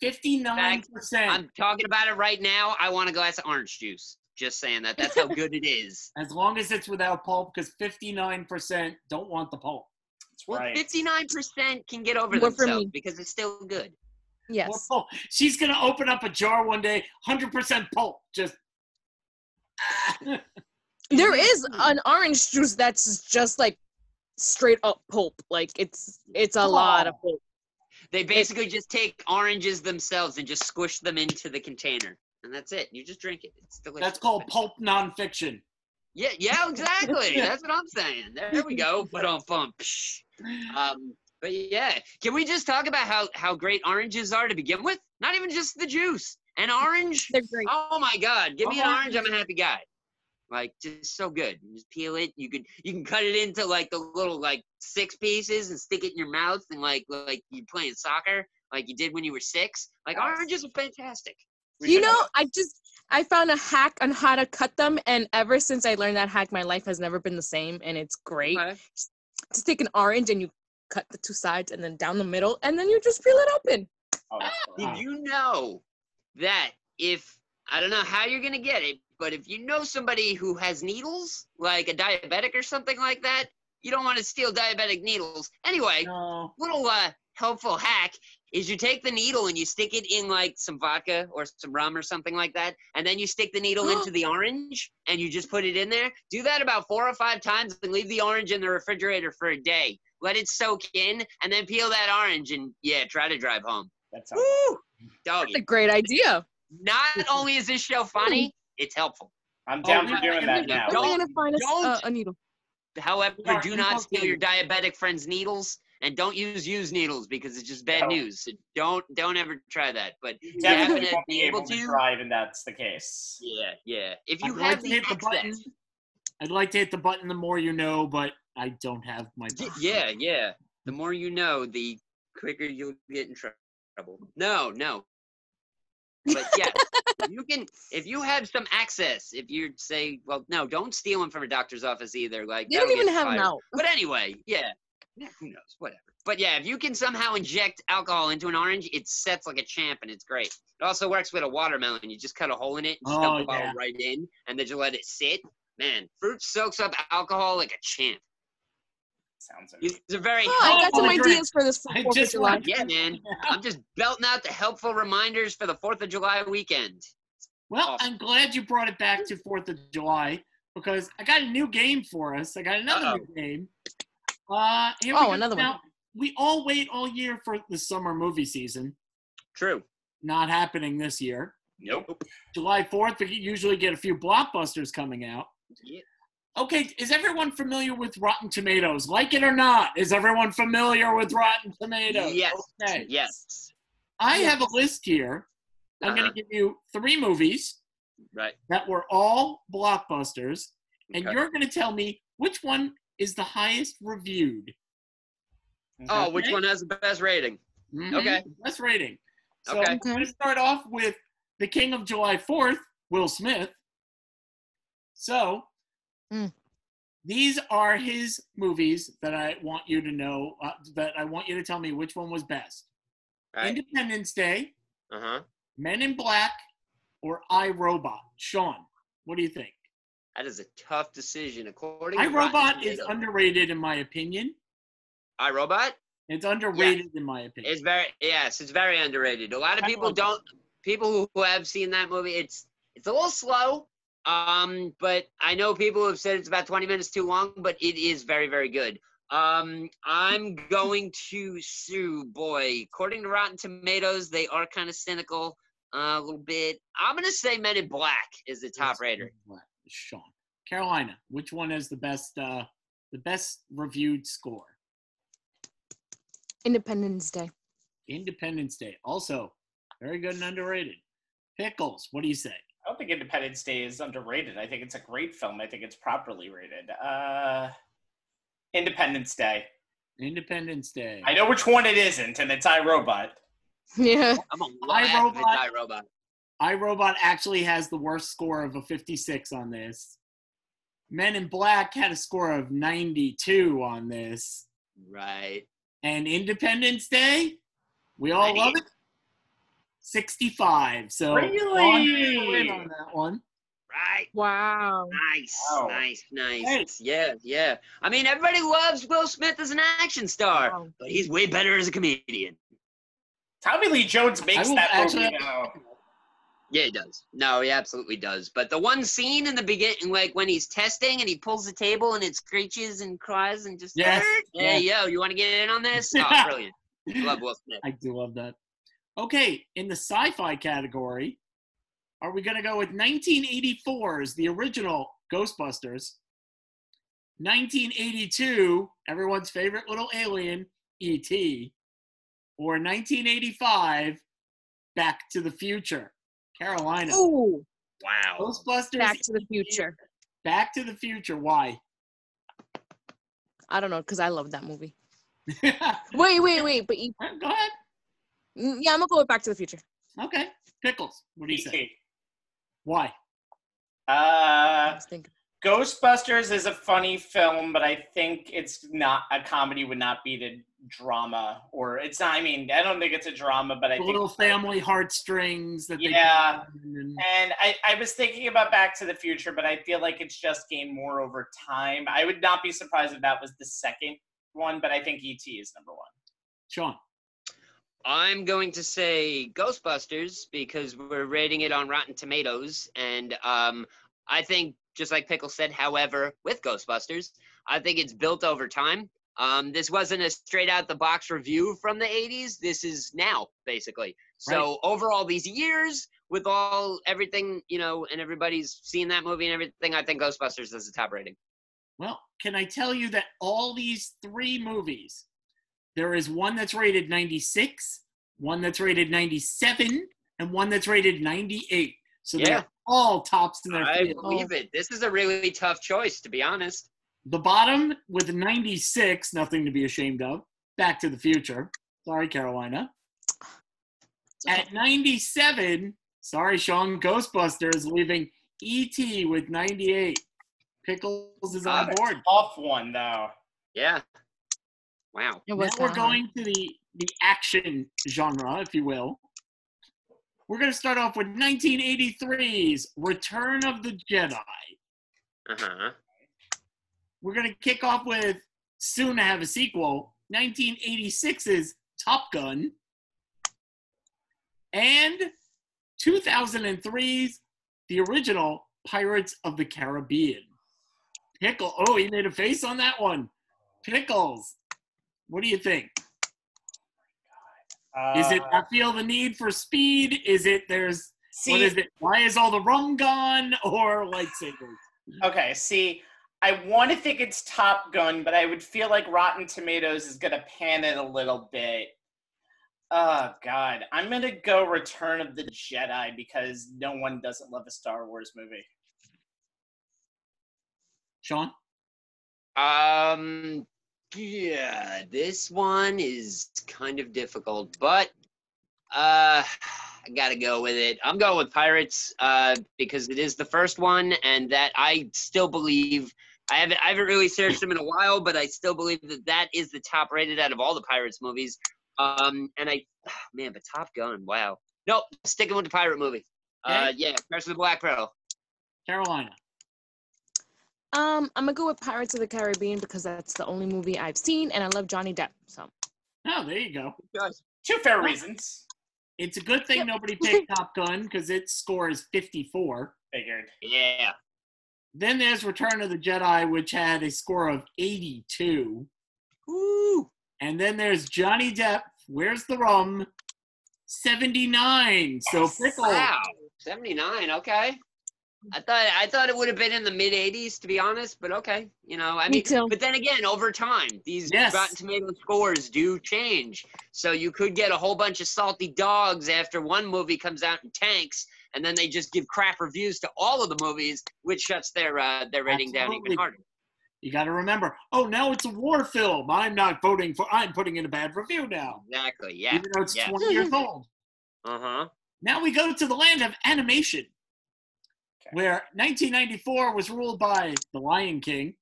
S1: Fifty-nine percent.
S2: I'm talking about it right now. I want a glass of orange juice. Just saying that. That's how good it is.
S1: As long as it's without pulp, because fifty-nine percent don't want the pulp.
S3: That's
S2: Well,
S3: right.
S2: 59% can get over
S4: More for
S2: themselves
S4: me.
S2: because it's still good.
S1: More
S4: Yes.
S1: pulp. She's gonna open up a jar one day, hundred percent pulp. Just
S4: There is an orange juice that's just like straight up pulp. Like it's it's a lot of pulp.
S2: They basically just take oranges themselves and just squish them into the container. And that's it. You just drink it. It's delicious.
S1: that's called pulp nonfiction.
S2: Yeah, yeah, exactly. that's what I'm saying. There we go. Put on pump. Um, but yeah, can we just talk about how, how great oranges are to begin with? Not even just the juice. An orange.
S4: They're great.
S2: Oh my God! Give me an
S1: Oh.
S2: orange. I'm a happy guy. Like just so good. You just peel it. You could you can cut it into like the little like six pieces and stick it in your mouth and like like you playing soccer like you did when you were six. Like
S3: Yes.
S2: oranges are fantastic.
S3: We
S4: You
S3: should-
S4: know, I just I found a hack on how to cut them, and ever since I learned that hack, my life has never been the same, and it's great.
S2: Okay.
S4: Just take an orange and you cut the two sides, and then down the middle, and then you just peel it open.
S3: Oh, that's
S2: Did
S1: Wow.
S2: you know that if I don't know how you're gonna get it, but if you know somebody who has needles, like a diabetic or something like that, you don't want to steal diabetic needles. Anyway,
S1: No.
S2: little uh, helpful hack is you take the needle and you stick it in like some vodka or some rum or something like that, and then you stick the needle into the orange and you just put it in there. Do that about four or five times and leave the orange in the refrigerator for a day. Let it soak in and then peel that orange and yeah, try to drive home.
S3: that sounds
S2: Woo! Dog.
S4: That's a great idea.
S2: Not only is this show funny, it's helpful.
S3: I'm down
S1: Oh,
S3: for doing that now.
S4: Where are we
S2: Don't-
S4: gonna find us,
S2: don't-
S4: uh, a needle?
S2: However,
S1: Yeah,
S2: do
S1: you
S2: not
S1: don't
S2: steal
S1: need
S2: your
S1: it.
S2: diabetic friend's needles and don't use used needles because it's just bad
S3: No.
S2: news. So don't don't ever try that. But
S3: You definitely
S2: Yeah,
S3: won't be
S2: be
S3: able
S2: able
S3: to
S2: to.
S3: drive, and that's the case.
S2: yeah, yeah. If you
S1: I'd
S2: have
S1: like to
S2: the,
S1: hit the button.
S2: access-
S1: I'd like to hit the button. The more you know, but I don't have my.
S2: Y- yeah, yeah. The more you know, the quicker you'll get in trou- trouble. No, no. But yeah, you can if you have some access. If you say, well, no, don't steal them from a doctor's office either. Like
S4: They don't
S2: that'll
S4: even
S2: get you
S4: have them
S2: fired.
S4: out.
S2: But anyway, yeah. Yeah, who knows? Whatever. But yeah, if you can somehow inject alcohol into an orange, it sets like a champ and it's great. It also works with a watermelon. You just cut a hole in it and
S1: Oh,
S2: dump the bottle
S1: yeah.
S2: right in, and then you let it sit. Man, fruit soaks up alcohol like a champ.
S3: Sounds amazing.
S2: These are very
S4: Oh, I got
S1: Oh,
S4: some
S1: my
S4: ideas for this for
S1: I
S4: Fourth of
S1: just
S4: July.
S1: want-
S2: Yeah, man. I'm just belting out the helpful reminders for the 4th of July weekend.
S1: Well,
S2: Awesome.
S1: I'm glad you brought it back to Fourth of July because I got a new game for us. I got another new game. Uh, here we
S4: Oh,
S1: go.
S4: another one.
S1: Now, we all wait all year for the summer movie season.
S2: True.
S1: Not happening this year.
S2: Nope.
S1: July 4th, we usually get a few blockbusters coming out.
S2: Yeah.
S1: Okay, is everyone familiar with Rotten Tomatoes? Like it or not, is everyone familiar with Rotten Tomatoes?
S2: Yes.
S1: Okay.
S2: Yes.
S1: I have a list here. I'm going
S2: Uh-huh.
S1: to give you three movies
S2: Right.
S1: that were all blockbusters, and
S2: Okay.
S1: you're going to tell me which one is the highest reviewed.
S2: Oh,
S3: Okay.
S2: which one has the best rating?
S1: Mhm.
S2: Okay.
S1: Best rating. So
S2: Okay.
S1: I'm going to start off with the King of July 4th, Will Smith. So
S4: Mm.
S1: these are his movies that I want you to know, uh, that I want you to tell me which one was best
S2: Right.
S1: Independence Day,
S2: Uh huh.
S1: Men in Black, or I Robot? Sean, what do you think?
S2: That is a tough decision. According
S1: I
S2: to Rotten
S1: Robot is
S2: Tomatoes-
S1: underrated in my opinion.
S2: iRobot
S1: It's underrated in my opinion.
S2: is very yes, it's very underrated. A lot of
S1: I
S2: people
S1: love it.
S2: don't. People who- who have seen that movie, it's it's a little slow. Um, but I know people have said it's about 20 minutes too long, but it is very very good. Um, I'm going to sue boy. According to Rotten Tomatoes, they are kind of cynical uh, a little bit. I'm gonna say Men in Black is the top rater.
S1: Sean. Carolina, which one has the best uh the best reviewed score?
S4: Independence Day.
S1: Independence Day. Also, very good and underrated. Pickles, what do you say?
S3: I don't think Independence Day is underrated. I think it's a great film. I think it's properly rated. Uh, Independence Day.
S1: Independence Day.
S3: I know which one it isn't, and it's iRobot.
S4: Yeah.
S2: I'm a laugh if
S1: iRobot-
S2: it's iRobot.
S1: iRobot actually has the worst score of a 56 on this. Men in Black had a score of 92 on this.
S2: Right.
S1: And Independence Day, we all love it. 65. So
S3: Really?
S1: Andre win on that one.
S2: Right.
S4: Wow.
S2: Nice,
S3: Wow.
S2: nice, nice.
S1: Thanks.
S2: Yeah, yeah. I mean, everybody loves Will Smith as an action star,
S4: Wow.
S2: but he's way better as a comedian.
S3: Tommy Lee Jones makes
S1: will
S3: that movie
S1: actually-
S3: now.
S2: Yeah, he does. No, he absolutely does. But the one scene in the beginning, like when he's testing and he pulls the table and it screeches and cries and just,
S1: Yes,
S2: hey, yo, you want to get in on this? Oh, brilliant. Love Will Smith.
S1: I do love that. Okay, in the sci-fi category, are we going to go with 1984's the original Ghostbusters, 1982 everyone's favorite little alien E.T., or 1985 Back to the Future, Carolina?
S4: Ooh,
S2: Wow.
S1: Ghostbusters, E
S4: Back to the Future.
S1: Back to the Future. Why?
S4: I don't know because I love that movie.
S1: go
S4: Wait, wait, wait. But you-
S1: ahead.
S4: mm, yeah, I'm gonna go with Back to the Future.
S1: Okay, pickles. What do you say?
S3: E.T.
S1: Why?
S3: Uh,
S4: Let's think.
S3: Ghostbusters is a funny film, but I think it's not a comedy. Would not be the drama, or it's not. I mean, I don't think it's a drama, but I think
S1: little family heartstrings that they
S3: Yeah.
S1: put on and-
S3: And I, I was thinking about Back to the Future, but I feel like it's just gained more over time. I would not be surprised if that was the second one, but I think ET is number one.
S1: Sean.
S2: I'm going to say Ghostbusters because we're rating it on Rotten Tomatoes, and um, I think just like Pickle said, however, with Ghostbusters, I think it's built over time. Um, this wasn't a straight out the box review from the '80s. This is now basically. So over all these years, with all everything you know, and everybody's seen that movie and everything, I think Ghostbusters is the top rating.
S1: Well, can I tell you that all these three movies, there is one that's rated 96, one that's rated 97, and one that's rated 98. So
S2: Yeah.
S1: they're all tops in their
S2: I
S1: field.
S2: believe it. This is a really tough choice, to be honest.
S1: The bottom with 96, nothing to be ashamed of. Back to the Future. Sorry, Carolina. At 97, sorry, Sean, Ghostbusters leaving ET with 98. Pickles is on
S2: Got it.
S1: board.
S3: Off one though.
S2: Yeah. Wow.
S4: It
S1: Now
S4: was
S1: we're
S4: that
S1: going to the, the action genre, if you will. We're going to start off with 1983's Return of the Jedi.
S2: Uh huh.
S1: We're going to kick off with soon to have a sequel 1986's Top Gun and 2003's the original Pirates of the Caribbean. Pickle. Oh, he made a face on that one. Pickles. What do you think?
S3: Uh,
S1: Is it I feel the need for speed? Is it there's
S3: see,
S1: what is it? Why is all the rum gone or lightsabers?
S3: Okay, see, I want to think it's Top Gun, but I would feel like Rotten Tomatoes is going to pan it a little bit. Oh, God. I'm going to go Return of the Jedi because no one doesn't love a Star Wars movie.
S1: Sean?
S2: Um, yeah, this one is kind of difficult, but uh, I gotta go with it. I'm going with Pirates, uh, because it is the first one, and that I still believe. I haven't, I haven't really searched them in a while, but I still believe that that is the top rated out of all the Pirates movies. Um, and I, man, but Top Gun, wow. Nope, sticking with the pirate movie. Uh, yeah, Curse of the Black Pearl.
S1: Carolina.
S4: one. Um, I'm gonna go with Pirates of the Caribbean because that's the only movie I've seen, and I love Johnny Depp. So
S1: Oh, there you go.
S3: Two fair reasons.
S1: It's a good thing nobody picked Top Gun because its score is 54.
S3: Figured.
S2: Yeah.
S1: Then there's Return of the Jedi, which had a score of 82.
S2: Ooh.
S1: And then there's Johnny Depp, Where's the Rum? 79. So Pickle.
S2: Wow, seventy nine. Okay, I thought I thought it would have been in the mid eighties to be honest, but okay, you know, I
S4: Me
S2: mean,
S4: too.
S2: but then again, over time, these
S1: Yes.
S2: Rotten Tomato scores do change, so you could get a whole bunch of salty dogs after one movie comes out and tanks, and then they just give crap reviews to all of the movies, which shuts their uh, their rating down
S1: Absolutely.
S2: even harder.
S1: You got to remember, oh, now it's a war film. I'm not voting for, I'm putting in a bad review now,
S2: Exactly. Yeah.
S1: even though it's
S2: yeah.
S1: 20 years old.
S2: Uh huh.
S1: Now we go to the land of animation, where 1994 was ruled by The Lion King,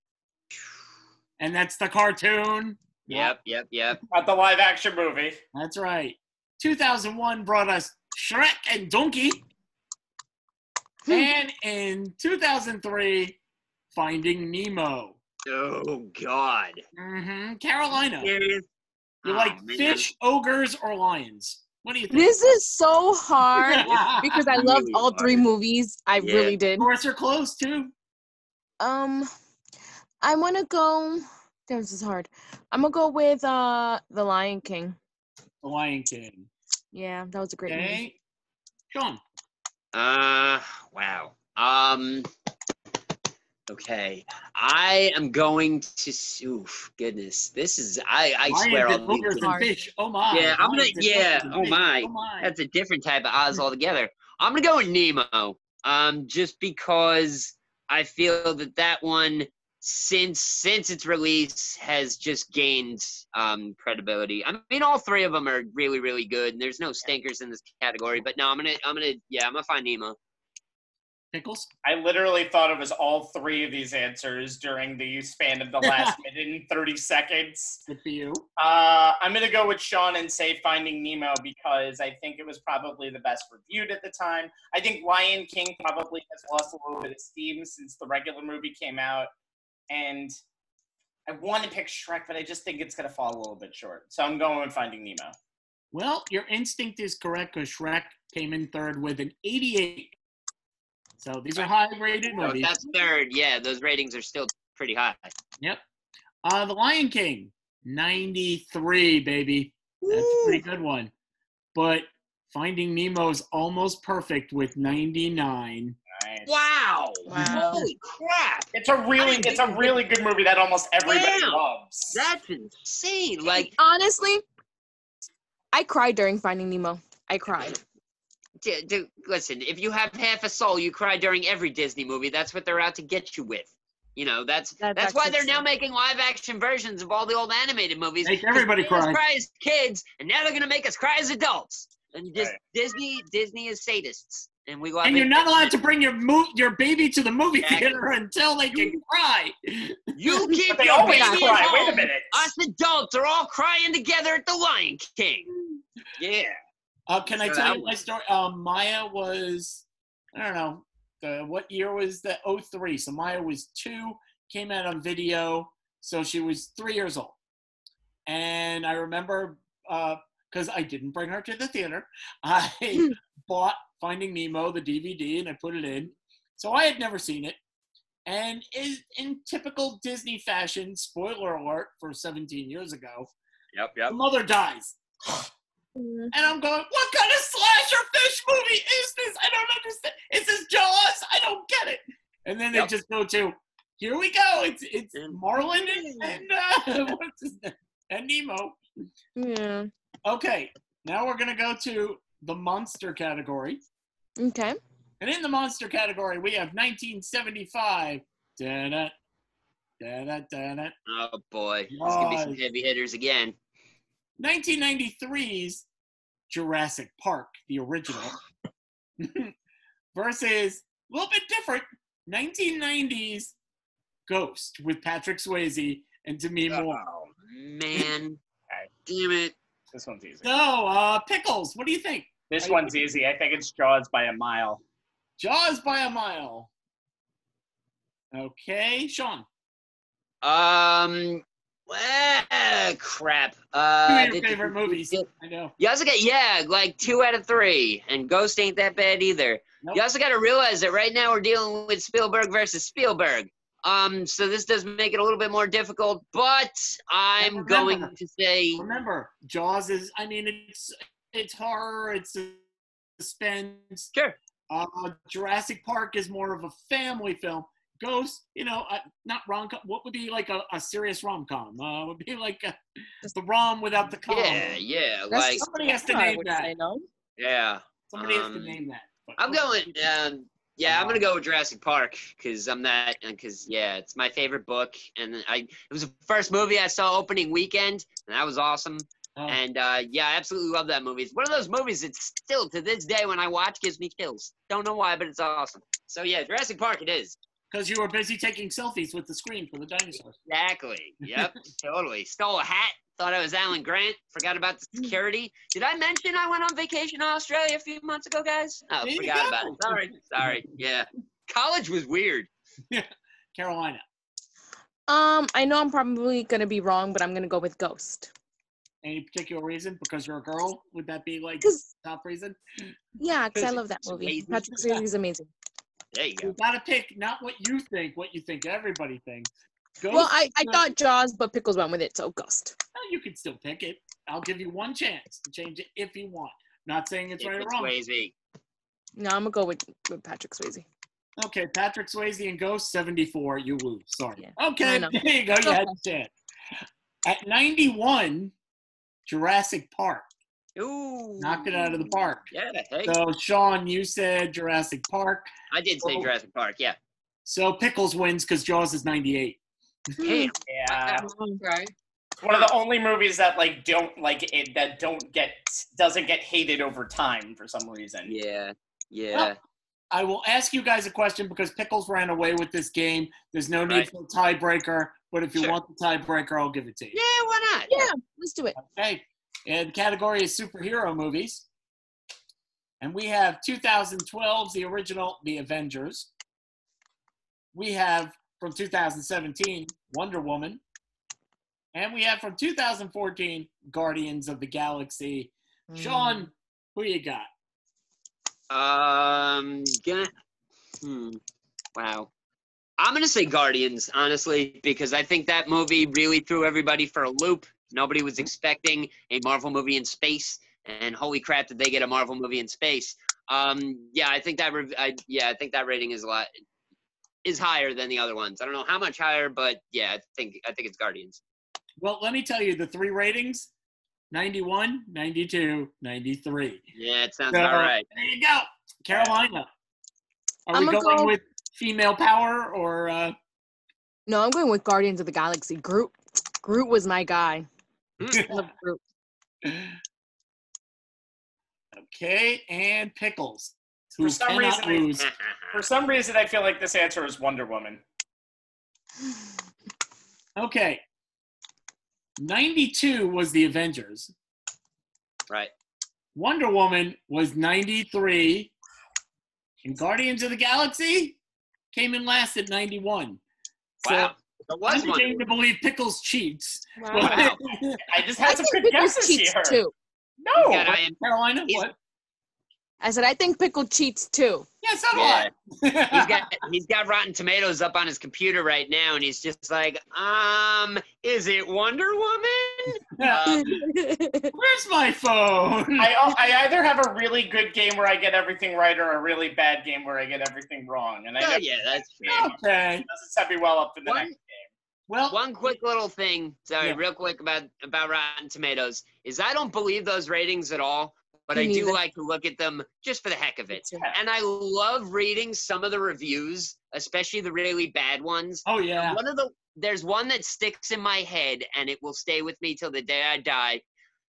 S1: and that's the cartoon.
S2: Yep. Yep. Yep.
S3: Not the live action movie.
S1: That's right. 2001 brought us Shrek and Donkey.
S4: Hmm.
S1: and in 2003, Finding Nemo.
S2: Oh God.
S1: hmm Carolina.
S2: Serious?
S1: You
S2: Oh,
S1: like
S2: man.
S1: fish, ogres, or lions? What do you think?
S4: This is so hard because I loved
S2: Really
S4: all three
S2: hard.
S4: movies. I
S2: Yeah.
S4: really did.
S1: Horse are close too.
S4: Um, I want to go. Damn, this is hard. I'm gonna go with uh the Lion King.
S1: The Lion King.
S4: Yeah, that was a great movie.
S1: Okay. Sean.
S2: Uh, wow. Um, okay. I am going to. s- Oof, goodness. This is. I. I swear.
S1: Lions and
S2: I'll
S1: ogres and
S4: Hard.
S1: fish. Oh my.
S2: Yeah, I'm gonna-
S1: Lions and
S2: yeah,
S1: ogres and
S2: oh
S1: fish.
S2: my.
S1: Oh my.
S2: That's a different type of Oz altogether. I'm gonna go with Nemo. Um, just because I feel that that one, since since its release, has just gained um credibility. I mean, all three of them are really really good, and there's no stinkers in this category. But no, I'm gonna I'm gonna yeah, I'm gonna find Nemo.
S1: Pickles.
S3: I literally thought it was all three of these answers during the span of the last minute and 30 seconds.
S1: Good for you.
S3: Uh, I'm going to go with Sean and say Finding Nemo because I think it was probably the best reviewed at the time. I think Lion King probably has lost a little bit of steam since the regular movie came out. And I want to pick Shrek, but I just think it's going to fall a little bit short. So I'm going with Finding Nemo.
S1: Well, your instinct is correct because Shrek came in third with an 88. So these are high rated
S2: So if
S1: movies.
S2: that's third. Yeah, those ratings are still pretty high.
S1: Uh, the Lion King, 93, baby. That's a pretty good one. But Finding Nemo is almost perfect with 99.
S3: Nice.
S2: Wow!
S4: Wow.
S2: Holy crap!
S3: It's a really, it's a really good movie that almost everybody
S2: Damn.
S3: loves.
S2: That's insane. Like,
S4: Honestly, I cried during Finding Nemo. I cried.
S2: d- d- listen, if you have half a soul, you cry during every Disney movie. That's what they're out to get you with. You know, that's
S4: That-
S2: that's
S4: that's
S2: why they're
S4: it.
S2: now making live action versions of all the old animated movies.
S1: Make
S2: 'cause
S1: everybody
S2: they made us
S1: cry.
S2: as kids, and now they're gonna make us cry as adults. And just
S3: Right.
S2: Disney, Disney is sadists, and we love
S1: And
S2: it.
S1: you're not allowed to bring your mo- your baby to the movie
S2: Exactly.
S1: theater until they can cry.
S2: You
S3: But
S2: keep
S3: they
S2: your
S3: always
S2: baby at
S3: cry. Wait a
S2: home.
S3: minute.
S2: Us adults are all crying together at the Lion King. Yeah.
S1: Uh, can I
S2: Sure,
S1: tell
S2: that
S1: you my
S2: one.
S1: story? Uh, Maya was, I don't know, the, what year was the 03. So Maya was two, came out on video. So she was three years old. And I remember, because I didn't bring her to the theater, I bought Finding Nemo, the DVD, and I put it in. So I had never seen it. And is in typical Disney fashion, spoiler alert for 17 years ago,
S2: Yep.
S1: the mother dies.
S4: Mm-hmm.
S1: And I'm going, what kind of slasher fish movie is this? I don't understand. Is this Jaws? I don't get it. And then they
S2: Yep.
S1: just go to, here we go. It's it's
S2: And-
S1: Marlin and, and uh, what's his name? And Nemo.
S4: Yeah.
S1: Okay, now we're gonna go to the monster category,
S4: Okay.
S1: and in the monster category we have 1975. Da-da, da-da, da-da.
S2: Oh boy, there's gonna be some heavy hitters again.
S1: 1993's Jurassic Park, the original, versus a little bit different 1990's Ghost with Patrick Swayze and Demi Moore.
S3: Oh,
S2: Man,
S3: Alright.
S2: damn it!
S3: this one's easy.
S1: So, uh, Pickles, what do you think?
S3: This one's easy. I think it's Jaws by a mile.
S1: Jaws by a mile. Okay, Sean.
S2: Um, ah, crap.
S1: Two
S2: Uh,
S1: of your
S2: did-
S1: favorite movies.
S2: did-
S1: I know.
S2: You also got yeah, like two out of three, and Ghost ain't that bad either.
S1: Nope.
S2: You also got to realize that right now we're dealing with Spielberg versus Spielberg. Um, so this does make it a little bit more difficult, but I'm
S1: And
S2: going
S1: remember-
S2: to say
S1: Remember, Jaws is, I mean, it's it's horror, it's suspense,
S2: sure.
S1: Uh, Jurassic Park is more of a family film. Ghost, you know, uh, not rom com. What would be like a, a serious rom com? Uh, would be like a, the rom without the com.
S2: Yeah, yeah,
S4: That's
S2: like
S4: just
S1: Somebody has to
S4: what I
S1: name
S4: would
S1: that.
S4: say, no?
S2: yeah.
S1: Somebody has to
S2: Um,
S1: name that. But-
S2: I'm going. Um, yeah, I'm gonna go with Jurassic Park because I'm that. Because yeah, it's my favorite book, and I it was the first movie I saw opening weekend, and that was awesome.
S1: Oh,
S2: And uh, yeah, I absolutely love that movie. It's one of those movies that still to this day when I watch gives me chills. Don't know why, but it's awesome. So yeah, Jurassic Park it is.
S1: because you were busy taking selfies with the screen for the dinosaurs.
S2: Exactly. Yep. totally. Stole a hat. Thought I was Alan Grant. Forgot about the
S1: Hmm.
S2: security. Did I mention I went on vacation to Australia a few months ago, guys? Oh,
S1: There you
S2: forgot about
S1: go.
S2: it. Sorry. Sorry. Yeah. College was weird.
S1: Carolina.
S4: Um, I know I'm probably gonna be wrong, but I'm gonna go with ghost.
S1: Any particular reason? Because you're a girl? Would that be like
S4: Cause
S1: top reason?
S4: yeah, cause I
S1: Because
S4: love that
S2: it's
S4: movie.
S2: amazing.
S4: Patrick Swayze is amazing.
S2: There you
S1: You
S2: go.
S1: gotta pick not what you think, what you think everybody thinks. Ghost,
S4: Well, I, I
S1: no,
S4: thought Jaws, but Pickles went with it, so ghost.
S1: no, you can still pick it. I'll give you one chance to change it if you want. Not saying it's right or
S2: It's
S1: wrong.
S2: crazy.
S4: No, I'm gonna go with, with Patrick Swayze.
S1: Okay, Patrick Swayze and Ghost, 74. You lose. Sorry. Okay,
S4: I know.
S1: there you go. You had a chance. At 91, Jurassic Park.
S2: Ooh.
S1: Knocked it out of the
S2: Mm.
S1: park.
S2: Yeah. Hey,
S1: So, Sean, you said Jurassic Park.
S2: I did say
S1: Oh.
S2: Jurassic Park. Yeah.
S1: So, Pickles wins because Jaws is 98.
S2: Damn.
S3: Yeah.
S5: Okay.
S3: It's one of the only movies that like don't like it that don't get doesn't get hated over time for some reason.
S2: Yeah. Yeah.
S1: I will ask you guys a question because Pickles ran away with this game. There's no need
S2: Right.
S1: for a tiebreaker, but if you
S2: Sure.
S1: want the tiebreaker, I'll give it to you.
S2: Yeah. Why not?
S4: Yeah, let's do it.
S1: Okay. And the category is superhero movies. And we have 2012's the original The Avengers. We have from 2017 Wonder Woman. And we have from 2014 Guardians of the Galaxy.
S4: Hmm.
S1: Sean, who you got?
S2: Um, gonna, hmm, wow. I'm gonna say Guardians, honestly, because I think that movie really threw everybody for a loop. Nobody was expecting a Marvel movie in space, and holy crap, did they get a Marvel movie in space? Um, yeah, I think that. Rev- I, yeah, I think that rating is a lot is higher than the other ones. I don't know how much higher, but yeah, I think I think it's Guardians.
S1: Well, let me tell you the three ratings 91, 92, 93.
S2: Yeah, it sounds
S1: So,
S2: about right.
S1: There you go. Carolina. Are we
S4: I'ma
S1: going
S4: go-
S1: with female power or uh,
S4: No, I'm going with Guardians of the Galaxy. Groot. Groot was my guy. Love Groot.
S1: Okay, and pickles.
S3: For
S1: who
S3: some
S1: cannot
S3: reason I-
S1: lose.
S3: For some reason, I feel like this answer is Wonder Woman.
S1: Okay. 92 was the Avengers.
S2: right.
S1: Wonder Woman was 93. And Guardians of the Galaxy came in last at 91. So
S2: Wow. It
S1: I'm
S2: was one.
S1: beginning to believe Pickles cheats.
S2: Wow.
S3: I just
S4: I
S3: had some
S4: think
S3: good
S4: Pickles
S3: guesses
S4: cheats
S3: here.
S4: too.
S3: No,
S2: Got I am-
S1: Carolina,
S2: He's-
S1: what?
S4: I said I think Pickle cheats too.
S1: Yeah, so do
S2: Yeah. he's
S1: I.
S2: got he's got Rotten Tomatoes up on his computer right now, and he's just like, um, is it Wonder Woman? Um,
S1: Where's my phone?
S3: uh, I, I either have a really good game where I get everything right or a really bad game where I get everything wrong. And I
S2: oh,
S3: guess
S2: yeah, that's fair.
S1: okay.
S3: it doesn't set me well up for the
S2: One-
S3: next
S1: Well,
S2: One quick little thing, sorry,
S1: Yeah.
S2: real quick about about Rotten Tomatoes is I don't believe those ratings at all, but
S4: Me
S2: I do
S4: neither.
S2: like to look at them just for the heck of it.
S3: game.
S2: And I love reading some of the reviews, especially the really bad ones.
S1: oh yeah.
S2: one of the there's one that sticks in my head and it will stay with me till the day I die.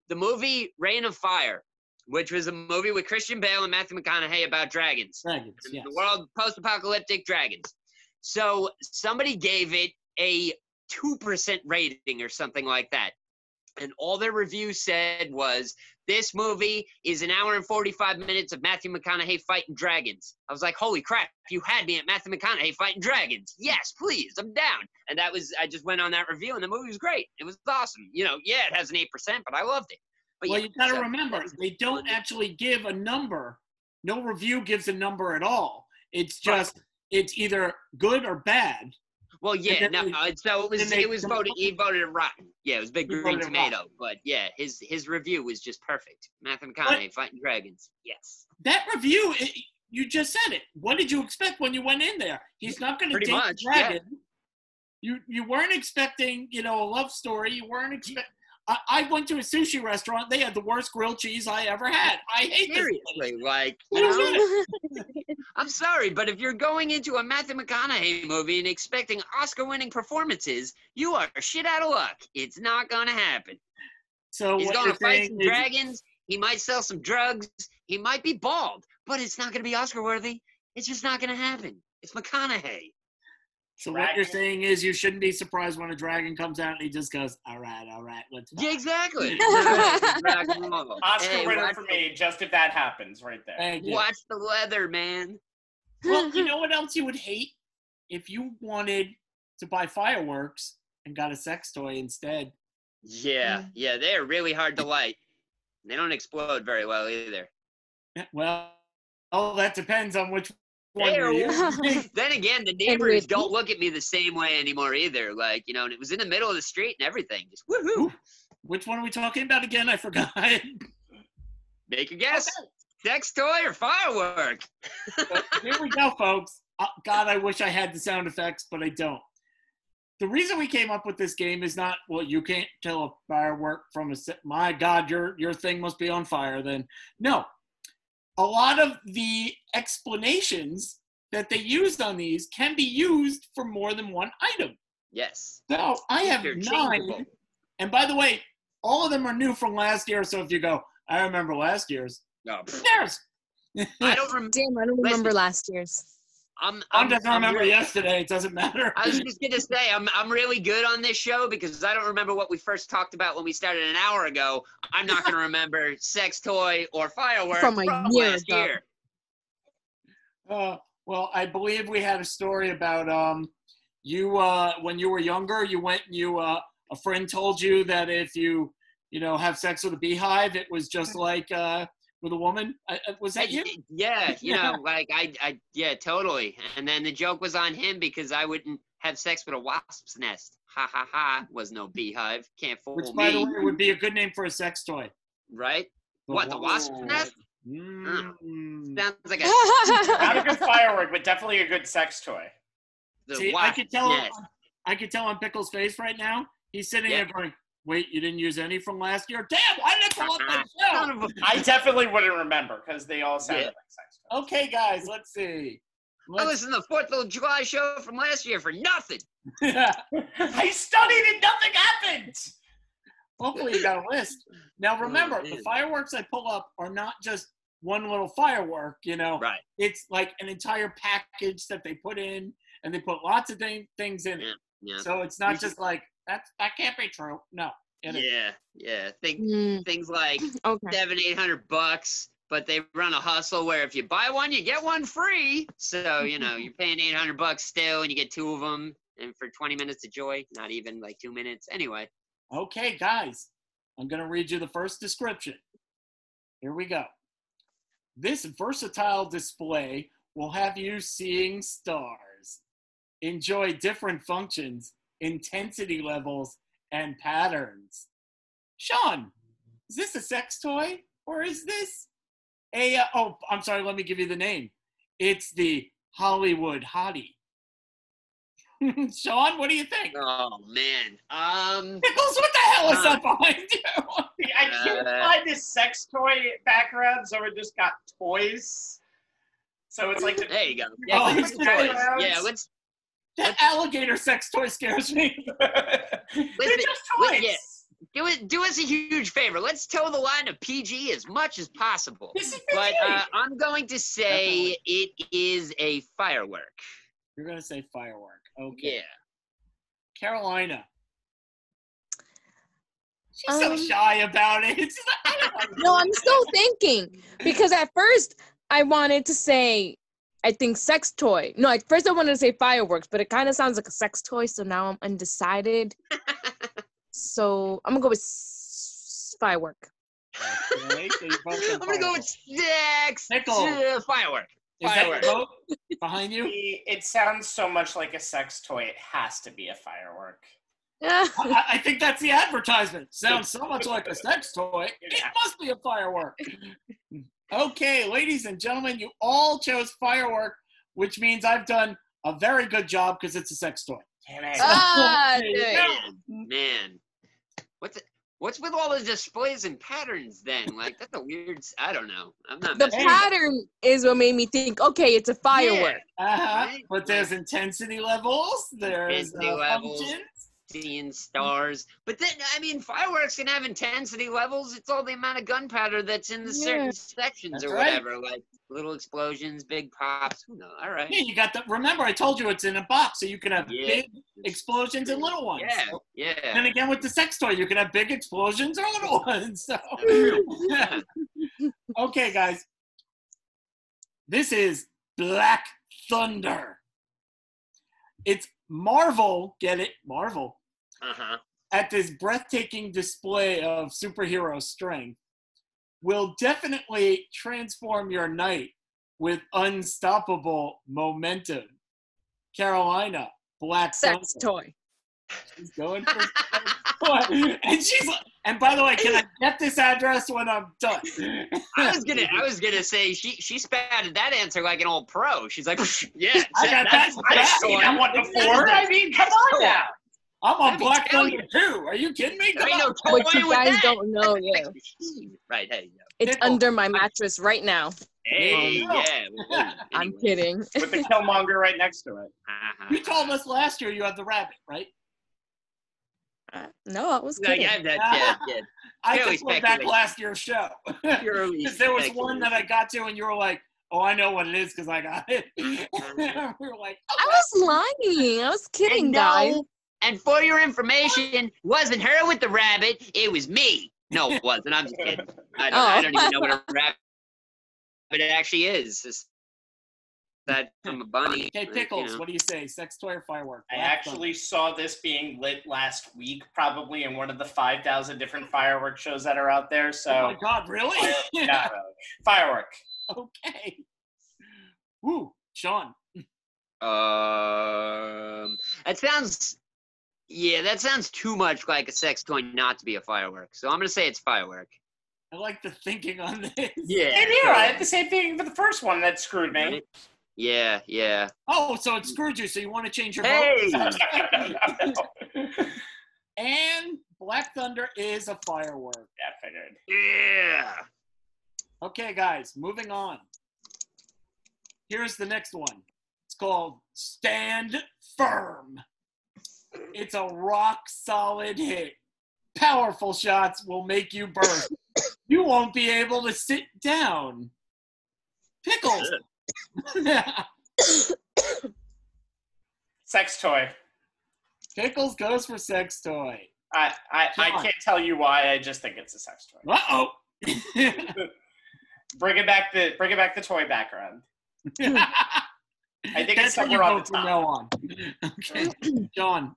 S2: The movie Reign of Fire, which was a movie with Christian Bale and Matthew McConaughey about dragons.
S1: Dragons, yes.
S2: The world post-apocalyptic dragons. So somebody gave it a two percent rating or something like that. And all their review said was, "This movie is an hour and forty-five minutes of Matthew McConaughey fighting dragons." I was like, "Holy crap! You had me at Matthew McConaughey fighting dragons. Yes, please, I'm down." And that was, I just went on that review, and the movie was great. It was awesome. You know, yeah, it has an eight percent, but I loved it. But
S1: Well,
S2: yeah,
S1: you got to
S2: so-
S1: remember, they don't actually give a number. No review gives a number at all. It's
S2: Right.
S1: just it's either good or bad.
S2: Well, yeah,
S1: then
S2: no.
S1: they-
S2: uh, So it was.
S1: then they-
S2: It was voted. He voted it rotten. Yeah, it was
S1: He
S2: big green
S1: voted it rotten.
S2: tomato. But yeah, his his review was just perfect. Matthew McConaughey fighting dragons. Yes,
S1: That review, it, you just said it. What did you expect when you went in there? He's not going to
S2: Pretty
S1: date the
S2: much, yeah.
S1: dragon. You you weren't expecting you know a love story. You weren't expect. I, I went to a sushi restaurant. They had the worst grilled cheese I ever had. I hate this. place.
S2: seriously. Like,
S1: I
S2: you
S1: don't
S2: know,
S1: get it.
S2: I'm sorry, but if you're going into a Matthew McConaughey movie and expecting Oscar-winning performances, you are shit out of luck. It's not gonna happen.
S1: So
S2: He's
S1: what
S2: gonna
S1: you're
S2: fight
S1: saying
S2: some
S1: is-
S2: dragons. He might sell some drugs. He might be bald, but it's not gonna be Oscar-worthy. It's just not gonna happen. It's McConaughey.
S1: So what you're saying is you shouldn't be surprised when a dragon comes out and he just goes, "All right, all right, let's."
S2: Yeah, exactly. Rock and roll.
S3: Oscar
S2: Hey,
S3: winner
S2: watch
S3: for
S2: the-
S3: me, just if that happens right there.
S1: Thank you.
S2: Watch the leather, man.
S1: Well, you know what else you would hate if you wanted to buy fireworks and got a sex toy instead.
S2: Yeah,
S4: Mm.
S2: yeah, they are really hard to light. They don't explode very well either.
S1: Well, oh, that depends on which one.
S2: They
S1: you
S2: are,
S1: use.
S2: then again, the neighbors
S4: with
S2: don't look at me the same way anymore either. Like, you know, and it was in the middle of the street and everything. Just woohoo!
S1: Which one are we talking about again? I forgot.
S2: Make a guess. Sex toy or firework?
S1: But here we go, folks. Uh, God, I wish I had the sound effects, but I don't. The reason we came up with this game is not well. You can't tell a firework from a. se- My God, your your thing must be on fire. Then no, a lot of the explanations that they used on these can be used for more than one item.
S2: Yes.
S1: So I have
S2: Interchangeable.
S1: nine. And by the way, all of them are new from last year. So if you go, I remember last year's.
S2: No, pff,
S1: There's.
S2: I don't remember.
S4: Damn, I don't remember last year's.
S2: I'm,
S1: Tom
S2: I'm-
S1: doesn't
S2: I'm
S1: remember
S2: really-
S1: yesterday. It doesn't matter.
S2: I was just gonna say I'm I'm really good on this show because I don't remember what we first talked about when we started an hour ago. I'm not gonna remember sex toy or fireworks
S4: From a year
S2: last
S4: ago.
S2: year.
S1: Uh, well, I believe we had a story about um, you uh, when you were younger. You went and you uh, a friend told you that if you you know have sex with a beehive, it was just like uh, with a woman. I, I- was that you?
S2: Yeah, Mm-hmm. you know, like I, I, yeah, totally. And then the joke was on him because I wouldn't have sex with a wasp's nest. Ha ha ha! Was no beehive. Can't fool
S1: Which, by the
S2: me,
S1: way, would be a good name for a sex toy.
S2: right? What the wasp's nest
S1: Mm.
S2: sounds like a
S3: Not a good firework, but definitely a good sex toy.
S2: the
S1: See, I
S2: wasp's
S1: could tell.
S2: nest.
S1: I could tell on Pickle's face right now. He's sitting
S2: Yeah.
S1: there going, "Wait, you didn't use any from last year? Damn! Why did I come up that show?"
S2: Son of a-
S3: I definitely wouldn't remember because they all sounded
S2: Yeah.
S3: like sex toys.
S1: Okay, guys, let's see.
S2: I
S1: Let's,
S2: listened to the Fourth of July show from last year for nothing.
S3: I studied and nothing happened.
S1: Hopefully, you got a list. Now,
S2: Oh,
S1: remember, the
S2: man.
S1: fireworks I pull up are not just one little firework, you know,
S2: Right.
S1: it's like an entire package that they put in and they put lots of thing, things in it.
S2: Yeah.
S1: So it's
S2: We
S1: not just like, that's, that can't be true. No. it is.
S2: Yeah, yeah. Think
S4: Mm,
S2: things like
S4: okay.
S2: seven, eight hundred bucks, but they run a hustle where if you buy one, you get one free. So you know you're paying eight hundred bucks still, and you get two of them, and for twenty minutes of joy, not even like two minutes. Anyway,
S1: Okay, guys, I'm going to read you the first description. Here we go. This versatile display will have you seeing stars. Enjoy different functions, intensity levels, and patterns. Sean, is this a sex toy or is this a. Uh, oh, I'm sorry, let me give you the name. It's the Hollywood Hottie. Sean, what do you think?
S2: oh man, um,
S1: Pickles, what the hell is up behind you?
S3: I can't
S2: Uh.
S3: find this sex toy background, so it just got toys. So it's like the
S2: there you go. Yeah,
S1: Oh, it's
S2: let's, do it.
S3: background.
S2: yeah, let's
S1: That alligator sex toy scares me.
S3: They're just
S2: wait,
S3: toys.
S2: yeah. do it. Do us a huge favor. Let's toe the line to PG as much as possible.
S1: This is
S2: But uh, I'm going to say it is a firework.
S1: You're gonna say firework. Okay.
S2: Yeah.
S1: Carolina. She's so
S4: Um,
S1: shy about it. She's like, I don't wanna
S4: No,
S1: do
S4: I'm
S1: it.
S4: still thinking because at first I wanted to say, I think sex toy. No, at first I wanted to say fireworks, but it kind of sounds like a sex toy, so now I'm undecided. so I'm gonna go with s- firework.
S1: Okay, so you both
S2: I'm
S1: said
S2: gonna go
S1: firework.
S2: with six.
S1: Pickle.
S2: uh, firework.
S1: Is that your
S2: firework.
S1: vote behind you?
S3: The- It sounds so much like a sex toy. It has to be a firework.
S1: I- I, I think that's the advertisement. Sounds so much like a sex toy. It must be a firework. Okay, ladies and gentlemen, you all chose firework, which means I've done a very good job because it's a sex toy.
S3: Damn it.
S2: Uh,
S4: ah,
S1: There you
S4: dude.
S1: go.
S2: Man, man. What's it? What's with all the displays and patterns then? Like that's a weird. s- I don't know. I'm not.
S4: The
S2: messing
S1: Hey.
S2: with it.
S4: pattern is what made me think, okay, it's a firework.
S1: Uh-huh.
S2: Right?
S1: But there's intensity levels. There's
S2: Intensity
S1: uh,
S2: levels.
S1: functions.
S2: seeing stars. But then, I mean, fireworks can have intensity levels. It's all the amount of gunpowder that's in the
S4: Yeah.
S2: certain sections
S3: That's
S2: or
S3: right.
S2: whatever, like little explosions, big pops. Who knows? All right.
S1: Yeah, you got the. Remember, I told you it's in a box, so you can have
S2: Yeah.
S1: big explosions and little ones.
S2: Yeah,
S1: And
S2: yeah.
S1: again, with the sex toy, you can have big explosions or little ones. So,
S2: yeah.
S1: okay, guys, this is Black Thunder. It's Marvel. Get it, Marvel.
S2: Uh-huh.
S1: at this breathtaking display of superhero strength will definitely transform your night with unstoppable momentum. Carolina, Black
S4: Sex
S1: Thunder.
S4: toy.
S1: She's going for what? And she's like- and by the way, can I get this address when I'm done?
S2: I was gonna, I was gonna say she she spouted that answer like an old pro. She's like, yeah,
S1: I got that.
S2: that's-
S3: I've
S2: that's
S3: seen
S2: one.
S3: that one before. I mean, come on now.
S1: I'm on
S2: Let me
S1: Black
S2: tell
S1: Thunder too. Are you kidding me?
S2: There
S1: Come
S2: ain't
S1: on.
S2: no toy
S4: What you
S2: with
S4: guys
S2: that.
S4: don't know, yeah.
S2: Right, hey,
S4: It's
S1: Nickel.
S4: under my mattress right now.
S2: hey,
S1: Oh, no.
S2: yeah. we love you.
S4: I'm
S2: Anyway.
S4: kidding.
S3: With the Killmonger right next to it.
S2: Uh-huh.
S1: You told us last year you had the rabbit, right?
S4: Uh, No, I was
S2: Like,
S4: kidding.
S2: I- that- yeah,
S1: I
S2: Purely
S1: just went back
S2: speculation.
S1: last year's show.
S2: yeah. Purely
S1: Because there was one that I
S2: speculative.
S1: got to, and you were like, "Oh, I know what it is because I got it." we
S3: Mm-hmm.
S1: were like,
S4: I was lying. I was kidding,
S2: And
S4: guys.
S2: no, and for your information, wasn't her with the rabbit. It was me. No, it wasn't. I'm just kidding. I don't, I
S4: Oh.
S2: don't even know what a rabbit but it actually is. It's- That from a bunny.
S1: "Okay,
S2: you
S1: pickles.
S2: know.
S1: What do you say? Sex toy or firework?"
S3: I
S1: Black
S3: actually saw this being lit last week, probably in one of the 5,000 different firework shows that are out there.
S1: Thunder. Oh my
S3: So,
S1: god, really?
S3: not really. Firework.
S1: okay. Woo, Sean.
S2: Um, that sounds. Yeah, that sounds too much like a sex toy not to be a firework. So I'm gonna say it's firework.
S1: I like the thinking on this.
S2: Yeah.
S3: Same here. I had the same thing for the first one that screwed me.
S2: Yeah, yeah.
S1: Oh, so it screwed you. So you want to change your vote?
S2: Hey,
S3: Oh,
S1: And Black Thunder is a firework.
S3: Yeah, I figured.
S2: yeah.
S1: Okay, guys, moving on. Here's the next one. It's called Stand Firm. It's a rock solid hit. Powerful shots will make you burst. You won't be able to sit down. Pickles.
S3: Sex toy.
S1: Pickles goes for sex toy.
S3: I, I, I
S1: John.
S3: can't tell you why. I just think it's a sex toy.
S1: Uh oh.
S3: Bring it back the bring it back the toy background. I think
S1: That's
S3: it's
S1: what you
S3: somewhere on
S1: go
S3: the
S1: from
S3: top.
S1: now on. Okay. John,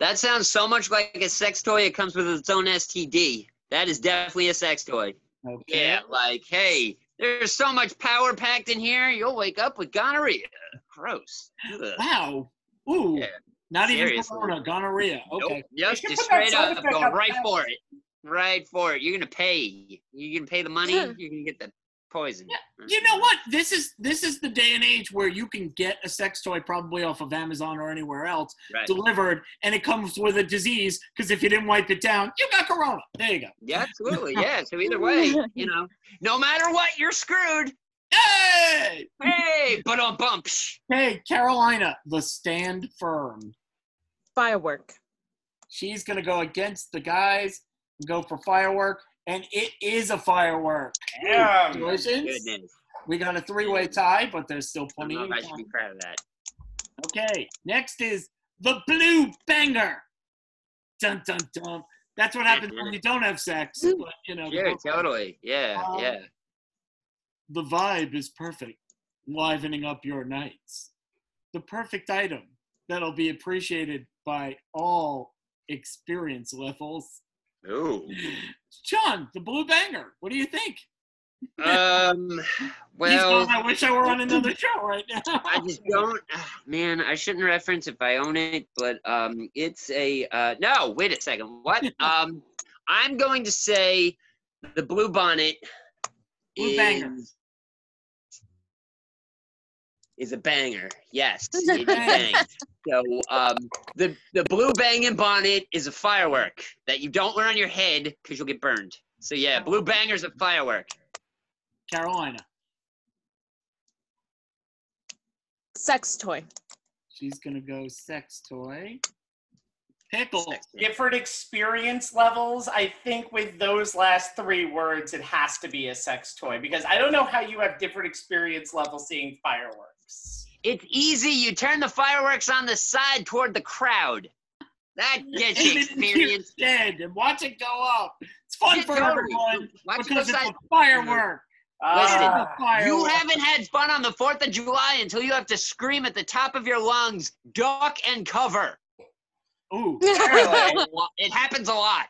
S2: That sounds so much like a sex toy. It comes with its own STD. That is definitely a sex toy.
S1: Okay.
S2: Yeah, like hey, there's so much power packed in here. You'll wake up with gonorrhea. Gross. Ugh.
S1: Wow. Ooh.
S2: Yeah.
S1: Not even
S2: Seriously.
S1: corona, gonorrhea.
S2: Nope.
S1: Okay.
S2: Yep,
S3: should
S2: just
S3: put that
S2: straight
S3: sound
S2: up
S3: effect
S2: go
S3: on
S2: right
S3: that.
S2: for it. Right for it. You're gonna pay. You're gonna pay the money. You're gonna get the poison.
S1: You know what? This is this is the day and age where you can get a sex toy probably off of Amazon or anywhere else
S2: Right.
S1: delivered, and it comes with a disease because if you didn't wipe it down, you got corona. There you go.
S2: Yeah, absolutely. Yeah. So either way, you know, no matter what, you're screwed.
S1: Hey,
S2: Hey, but on bumps.
S1: hey, Carolina, the stand firm.
S4: Firework.
S1: She's gonna go against the guys and go for firework, and it is a firework.
S3: Um,
S1: Congratulations.
S2: Goodness.
S1: We got a three-way tie, but there's still
S2: I don't
S1: plenty
S2: know
S1: of
S2: if I
S1: time.
S2: should be proud of that.
S1: Okay, next is the blue banger. Dun dun dun. That's what happens when you don't have sex, but you know the
S2: Sure,
S1: book-
S2: totally. Yeah,
S1: Um,
S2: yeah.
S1: the vibe is perfect, livening up your nights. The perfect item that'll be appreciated by all experience levels.
S2: Ooh.
S1: John, the blue banger. What do you think?
S2: Um.
S1: He's
S2: Well,
S1: going, I wish I were on another show right now.
S2: I just don't. ah, Man, I shouldn't reference if I own it, but um, it's a uh, no. Wait a second. What? Um, I'm going to say the blue bonnet.
S1: Blue banger.
S2: is- Is a banger. Yes, it bangs. So um, the the blue banging bonnet is a firework that you don't wear on your head because you'll get burned. So yeah, blue banger's a firework.
S1: Carolina.
S4: Sex toy.
S1: She's gonna go sex toy. Pickle.
S3: Different experience levels. I think with those last three words, it has to be a sex toy because I don't know how you have different experience levels seeing fireworks.
S2: It's easy. You turn the fireworks on the side toward the crowd. That gets you experience.
S1: Dead and watch it go up. It's fun
S2: Get
S1: for
S2: going.
S1: everyone
S2: Watch it
S1: because it's
S2: decide.
S1: a firework.
S2: Listen,
S1: It's
S3: Ah,
S1: a firework.
S2: You haven't had fun on the 4th of July until you have to scream at the top of your lungs, duck and cover.
S1: Ooh.
S3: Apparently.
S2: A lo- It happens a lot.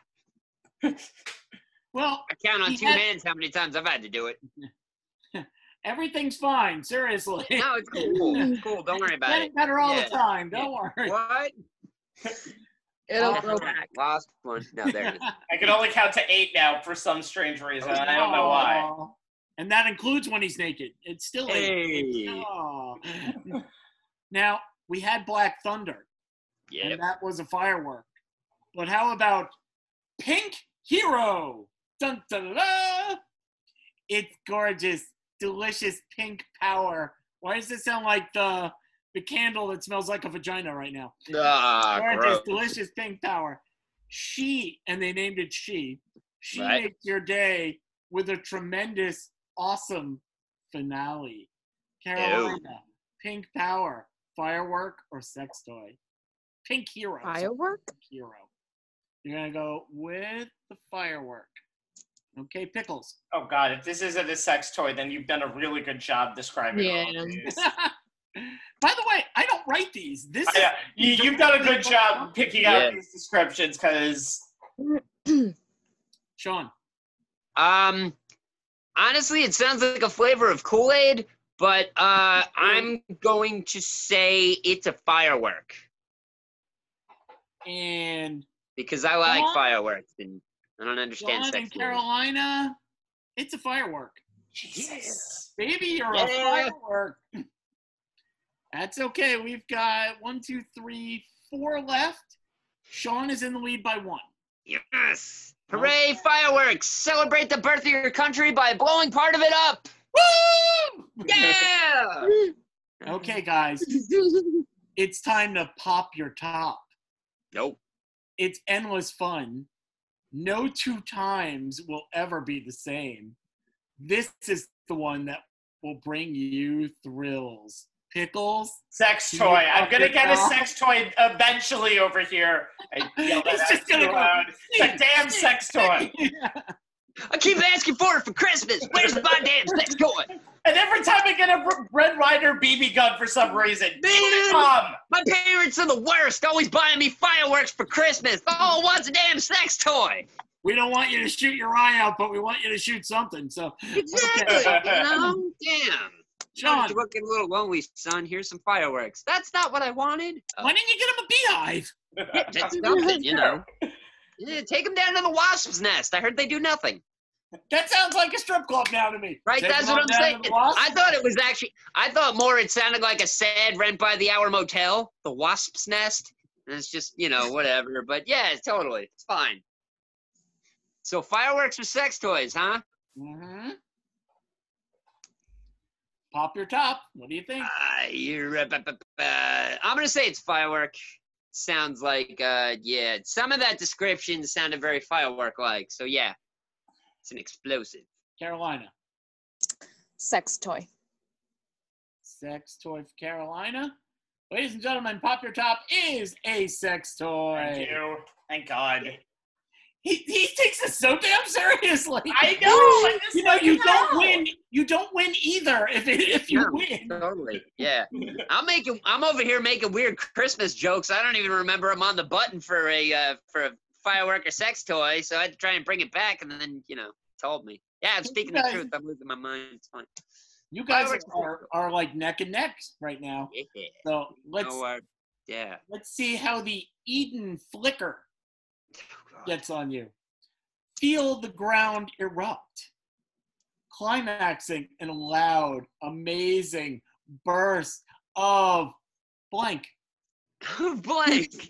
S1: Well,
S2: I count on
S1: He
S2: two
S1: had-
S2: hands how many times I've had to do it.
S1: everything's fine. Seriously.
S2: No, it's cool. It's cool. Don't worry about it.
S1: Getting better all
S2: Yeah.
S1: the time. Don't worry.
S2: What?
S4: It'll
S2: Oh,
S4: go back.
S2: Lost one. No, there it is.
S3: I can only count to eight now for some strange reason.
S1: Oh,
S3: I don't know why.
S1: Aw. And that includes when he's naked. It's still eight.
S2: Hey.
S1: Aw. Now, we had Black Thunder,
S2: Yep.
S1: and that was a firework. But how about Pink Hero? Dun, dun, da. It's gorgeous, delicious pink power. Why does it sound like the the candle that smells like a vagina right now?
S2: Ah,
S1: gorgeous,
S2: gross.
S1: delicious pink power. She, and they named it She, she
S2: Right.
S1: makes your day with a tremendous, awesome finale. Carolina, pink power, firework or sex toy? Pink hero. so
S4: Firework?
S1: Pink hero. You're going to go with the firework. Okay, pickles.
S3: Oh god, if this isn't a sex toy, then you've done a really good job describing all
S4: Yeah.
S3: of these.
S1: By the way, I don't write these. This is
S2: uh,
S3: Yeah, uh, you, you've done a good job picking out these descriptions because
S1: Sean.
S2: Um, honestly, it sounds like a flavor of Kool Aid, but uh, I'm going to say it's a firework
S1: And
S2: because I like
S1: What?
S2: fireworks and I don't understand
S1: John in
S2: sex. movies.
S1: Carolina, it's a firework.
S3: Jesus.
S1: Baby, you're a
S2: Yeah.
S1: firework. That's okay. We've got one, two, three, four left. Sean is in the lead by one.
S2: Yes! Hooray, fireworks! Celebrate the birth of your country by blowing part of it up!
S1: Woo!
S2: Yeah!
S1: Okay, guys, it's time to pop your top.
S2: Nope.
S1: It's endless fun. No two times will ever be the same. This is the one that will bring you thrills. Pickles.
S3: Sex toy. I'm gonna get a sex toy eventually over here. I yelled
S1: It's
S3: that
S1: just
S3: out too
S1: gonna go-
S3: loud. It's a damn sex toy.
S2: I keep asking for it for Christmas. Where's my damn sex toy?
S3: And every time I get a R- Red Rider BB gun for some reason, shoot it,
S2: Man.
S3: Mom.
S2: My parents are the worst, always buying me fireworks for Christmas. Oh, what's a damn sex toy?
S1: we don't want you to shoot your eye out, but we want you to shoot something. So,
S2: Exactly. you know? Damn.
S1: Sean,
S2: You're looking a little lonely, son. Here's some fireworks. That's not what I wanted. Oh,
S1: why didn't you get him a beehive?
S2: that's something, you know. Yeah, take them down to the wasp's nest. I heard they do nothing.
S1: That sounds like a strip club now to me.
S2: Right,
S1: Take
S2: that's
S1: him
S2: what
S1: on
S2: I'm
S1: down to
S2: saying.
S1: the Wasp.
S2: I thought it was actually. I thought more. It sounded like a sad rent by the hour motel, the Wasp's Nest. And it's just you know whatever. But yeah, it's totally, it's fine. So fireworks are sex toys, huh?
S1: Mhm. Pop your top. What do you think?
S2: Uh, you're, uh, bu- bu- bu- uh, I'm gonna say it's firework. Sounds like uh, yeah. Some of that description sounded very firework-like. So yeah, it's an explosive.
S1: Carolina.
S4: Sex toy.
S1: Sex toy for Carolina. Ladies and gentlemen, Pop Your Top is a sex
S3: Thank
S1: toy.
S3: you. Thank God.
S1: He, he takes this so damn seriously.
S3: I know. I just
S1: you know, you
S3: don't
S1: don't
S3: know.
S1: win. You don't win either if, it, if you
S2: No.
S1: win.
S2: Totally. Yeah. I'm making. I'm over here making weird Christmas jokes. I don't even remember I'm on the button for a uh, for a firework or sex toy. So I had to try and bring it back, and then you know, told me. Yeah, I'm speaking the
S1: guys-
S2: truth. I'm losing my mind. It's fine.
S1: You guys
S2: Fireworks.
S1: are, are like neck and neck right now.
S2: Yeah.
S1: So let's
S2: No, uh, yeah.
S1: let's see how the Eden flicker gets on you. Feel the ground erupt, climaxing in a loud, amazing burst of blank.
S2: Blank.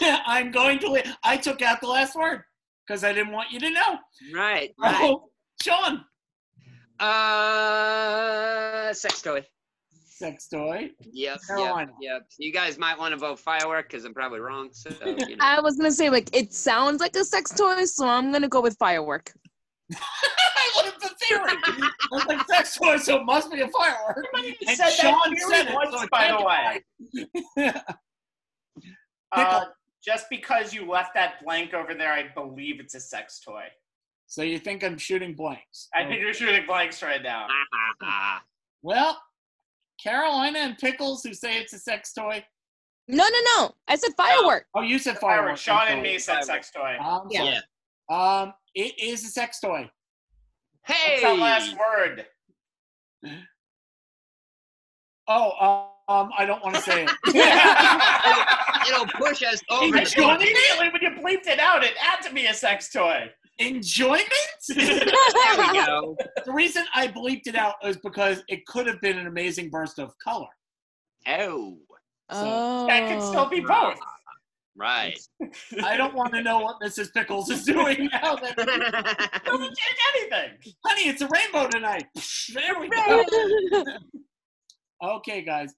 S1: I'm going to. Li- I took out the last word because I didn't want you to know.
S2: Right. Right.
S1: Oh, Sean,
S2: Uh, sex toy.
S1: sex toy.
S2: Yep, yep,
S1: Carolina.
S2: yep. You guys might want to vote firework because I'm probably wrong. So, you know.
S4: I was gonna say like it sounds like a sex toy, so I'm gonna go with firework.
S1: I wanted the theory. I was like, sex toy, so it must be a firework. And
S3: said that
S1: Sean
S3: theory
S1: said it,
S3: once,
S1: so it
S3: by
S1: can't
S3: the
S1: be
S3: way.
S1: right.
S3: Uh, just because you left that blank over there, I believe it's a sex toy.
S1: So you think I'm shooting blanks?
S3: I think you're shooting blanks right now.
S1: Well, Carolina and Pickles, who say it's a sex toy.
S4: No, no, no. I said firework.
S1: Oh, you said
S3: Firework.
S1: fireworks.
S3: Sean
S1: I'm
S3: and me
S1: sorry.
S3: said sex toy.
S1: I'm
S4: Yeah.
S1: sorry. Um, it is a sex toy.
S2: hey,
S3: What's that last word?
S1: Oh, um, I don't want to say it.
S2: it'll push us over.
S1: He's
S2: the-
S1: going in it?
S3: Immediately when you bleeped it out, it had to be a sex toy.
S1: Enjoyment? the
S2: There we go.
S1: reason I bleeped it out is because it could have been an amazing burst of color.
S2: Oh,
S4: oh.
S3: That could still be both.
S2: right.
S1: I don't want to know what Mrs. Pickles is doing now. That,
S3: Doesn't change anything.
S1: honey, it's a rainbow tonight. There we go. Okay, guys.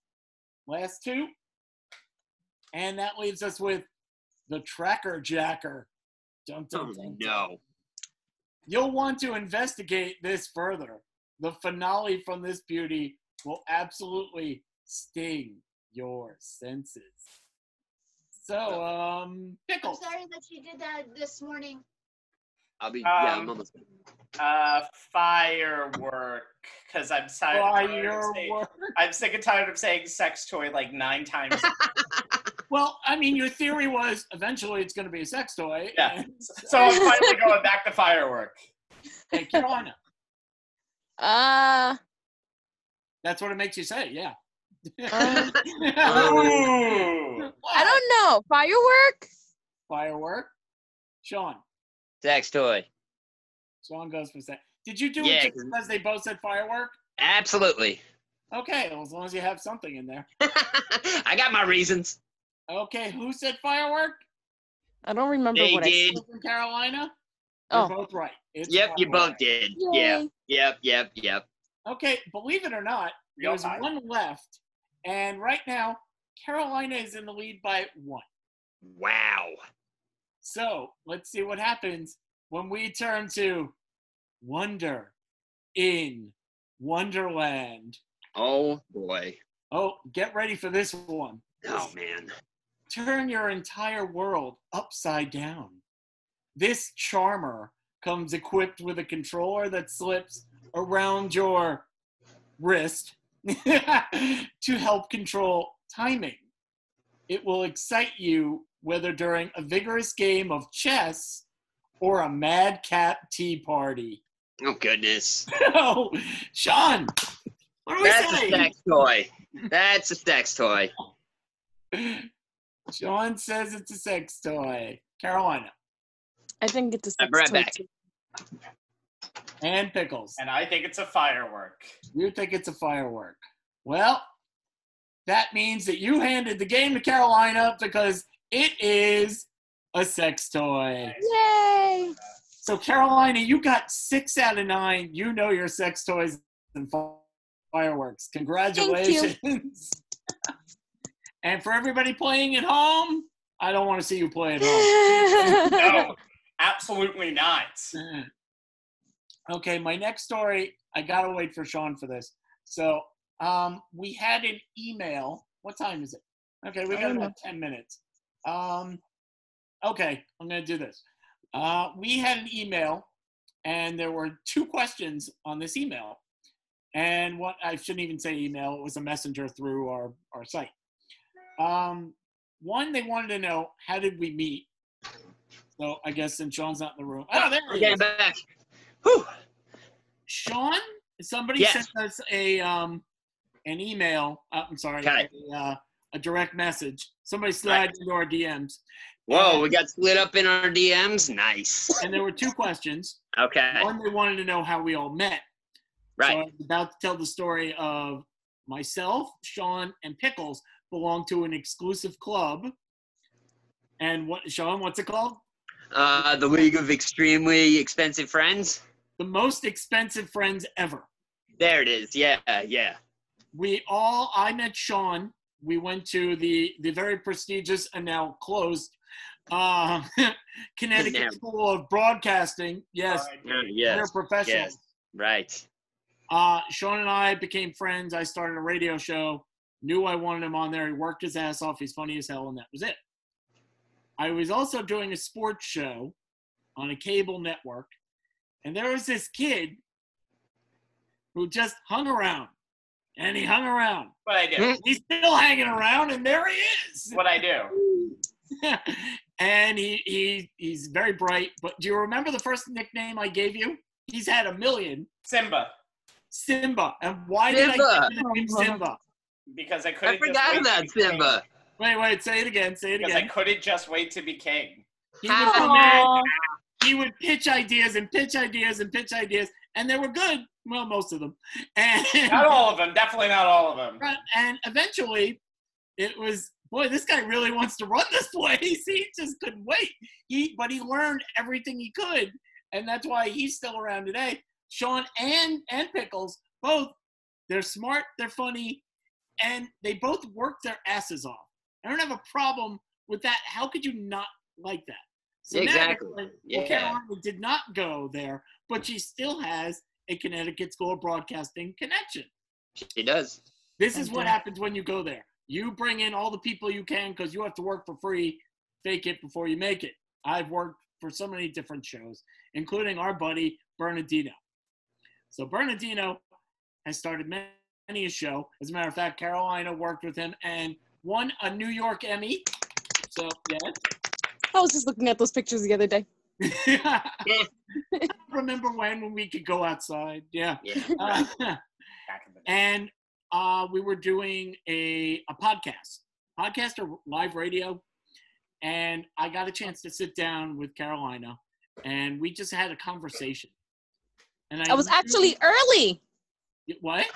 S1: Last two. And that leaves us with the tracker jacker. Dun, dun,
S2: oh,
S1: dun, dun.
S2: no.
S1: You'll want to investigate this further. The finale from this beauty will absolutely sting your senses. So, um,
S5: I'm
S1: pickles.
S5: sorry that you did that this morning.
S2: I'll be, yeah, I'm
S3: Um,
S2: almost.
S3: Uh, firework. Because I'm tired. of
S1: Fire
S3: saying-
S1: work.
S3: I'm sick and tired of saying sex toy like nine times.
S1: Well, I mean, your theory was eventually it's going to be a sex toy.
S3: Yeah.
S1: and-
S3: so I'm finally going back to firework.
S1: Hey, Carolina.
S4: Uh,
S1: That's what it makes you say, yeah.
S4: um,
S3: Ooh.
S4: I don't know. Firework?
S1: Firework. Sean.
S2: Sex toy.
S1: Sean goes for sex. Did you do
S2: Yeah,
S1: it just
S2: 'cause-
S1: because they both said firework?
S2: Absolutely.
S1: Okay, well, as long as you have something in there.
S2: I got my reasons.
S1: Okay, who said firework?
S4: I don't remember
S2: They
S4: what I
S2: did.
S1: People From Carolina?
S4: Oh.
S1: You're both right. It's
S2: Yep, you
S1: firework.
S2: both did.
S4: Yay.
S2: Yeah, yep, yep, yep.
S1: Okay, believe it or not,
S3: Real
S1: there's
S3: time.
S1: one left. And right now, Carolina is in the lead by one.
S2: Wow.
S1: So let's see what happens when we turn to Wonder in Wonderland.
S2: Oh, boy.
S1: Oh, get ready for this one.
S2: Oh, man.
S1: Turn your entire world upside down. This charmer comes equipped with a controller that slips around your wrist to help control timing. It will excite you whether during a vigorous game of chess or a madcap tea party.
S2: Oh, goodness.
S1: oh, Sean, what are we
S2: That's a
S1: saying?
S2: sex toy. That's a sex toy.
S1: Sean says it's a sex toy. Carolina
S4: I think it's a
S2: I'll
S4: sex
S2: be right
S4: toy.
S2: back.
S4: too.
S1: and Pickles.
S3: And I think it's a firework.
S1: You think it's a firework. Well, that means that you handed the game to Carolina because it is a sex toy.
S4: Yay!
S1: So, Carolina, you got six out of nine. You know your sex toys and fi- fireworks. Congratulations. and for everybody playing at home, I don't want to see you play at home.
S3: No, absolutely not.
S1: Okay, my next story, I gotta wait for Sean for this. So um, we had an email. What time is it? Okay, we
S4: I
S1: got
S4: don't
S1: about 10 minutes. Um, okay, I'm gonna do this. Uh, we had an email, and there were two questions on this email. And what I shouldn't even say email, it was a messenger through our, our site. Um, one, they wanted to know how did we meet? So I guess since Sean's not in the room. Oh, there
S2: I'm
S1: he is.
S2: getting back. Whew.
S1: Sean, somebody
S2: Yes.
S1: sent us a um an email. Uh, I'm sorry,
S2: Okay.
S1: a, uh, a direct message. Somebody slid into our DMs,
S2: Whoa, we got split up in our DMs. Nice.
S1: and there were two questions.
S2: Okay,
S1: One, they wanted to know how we all met. So I
S2: right.
S1: was about to tell the story of myself, Sean, and Pickles belong to an exclusive club. And what, Sean? What's it called?
S2: Uh, the League of Extremely Expensive Friends.
S1: The most expensive friends ever.
S2: There it is. Yeah, yeah.
S1: we all I met Sean. We went to the the very prestigious and now closed uh, Connecticut
S2: Yeah.
S1: School of Broadcasting. Yes,
S2: Yeah,
S1: they're
S2: yes,
S1: professionals.
S2: yes. right.
S1: Uh, Sean and I became friends. I started a radio show. Knew I wanted him on there. He worked his ass off. He's funny as hell, and that was it. I was also doing a sports show on a cable network, and there was this kid who just hung around, and he hung around.
S3: What I do.
S1: He's still hanging around, and there he is.
S3: What I do.
S1: and he, he he's very bright. But do you remember the first nickname I gave you? He's had a million.
S3: Simba.
S1: Simba. And why did I give him the name Simba?
S3: Because I couldn't.
S2: I forgot
S3: just wait to
S2: about
S3: be king.
S2: Simba.
S1: Wait, wait, say it again. Say it
S3: Because I
S1: again.
S3: couldn't just wait to be king.
S1: He would, come back, he would pitch ideas and pitch ideas and pitch ideas, and they were good. Well, most of them. And
S3: Not all of them. Definitely not all of them.
S1: Right, and eventually it was boy this guy really wants to run this place he just couldn't wait he but he learned everything he could and that's why he's still around today sean and and pickles both they're smart they're funny and they both work their asses off i don't have a problem with that how could you not like that so now you're
S2: Exactly,
S1: like, well,
S2: yeah.
S1: Carolina did not go there but she still has a connecticut school of broadcasting connection
S2: She does.
S1: this is
S4: Okay.
S1: what happens when you go there. You bring in all the people you can because you have to work for free. Fake it before you make it. I've worked for so many different shows, including our buddy Bernardino. So Bernardino has started ma- many a show. As a matter of fact, Carolina worked with him and won a New York Emmy. So yes.
S4: I was just looking at those pictures the other day.
S1: I remember when when we could go outside. Yeah.
S2: Yeah.
S1: Uh,
S3: Back in the day.
S1: and uh, we were doing a, a podcast, podcast or live radio. And I got a chance to sit down with Carolina, and we just had a conversation. And
S4: I was actually early.
S1: what?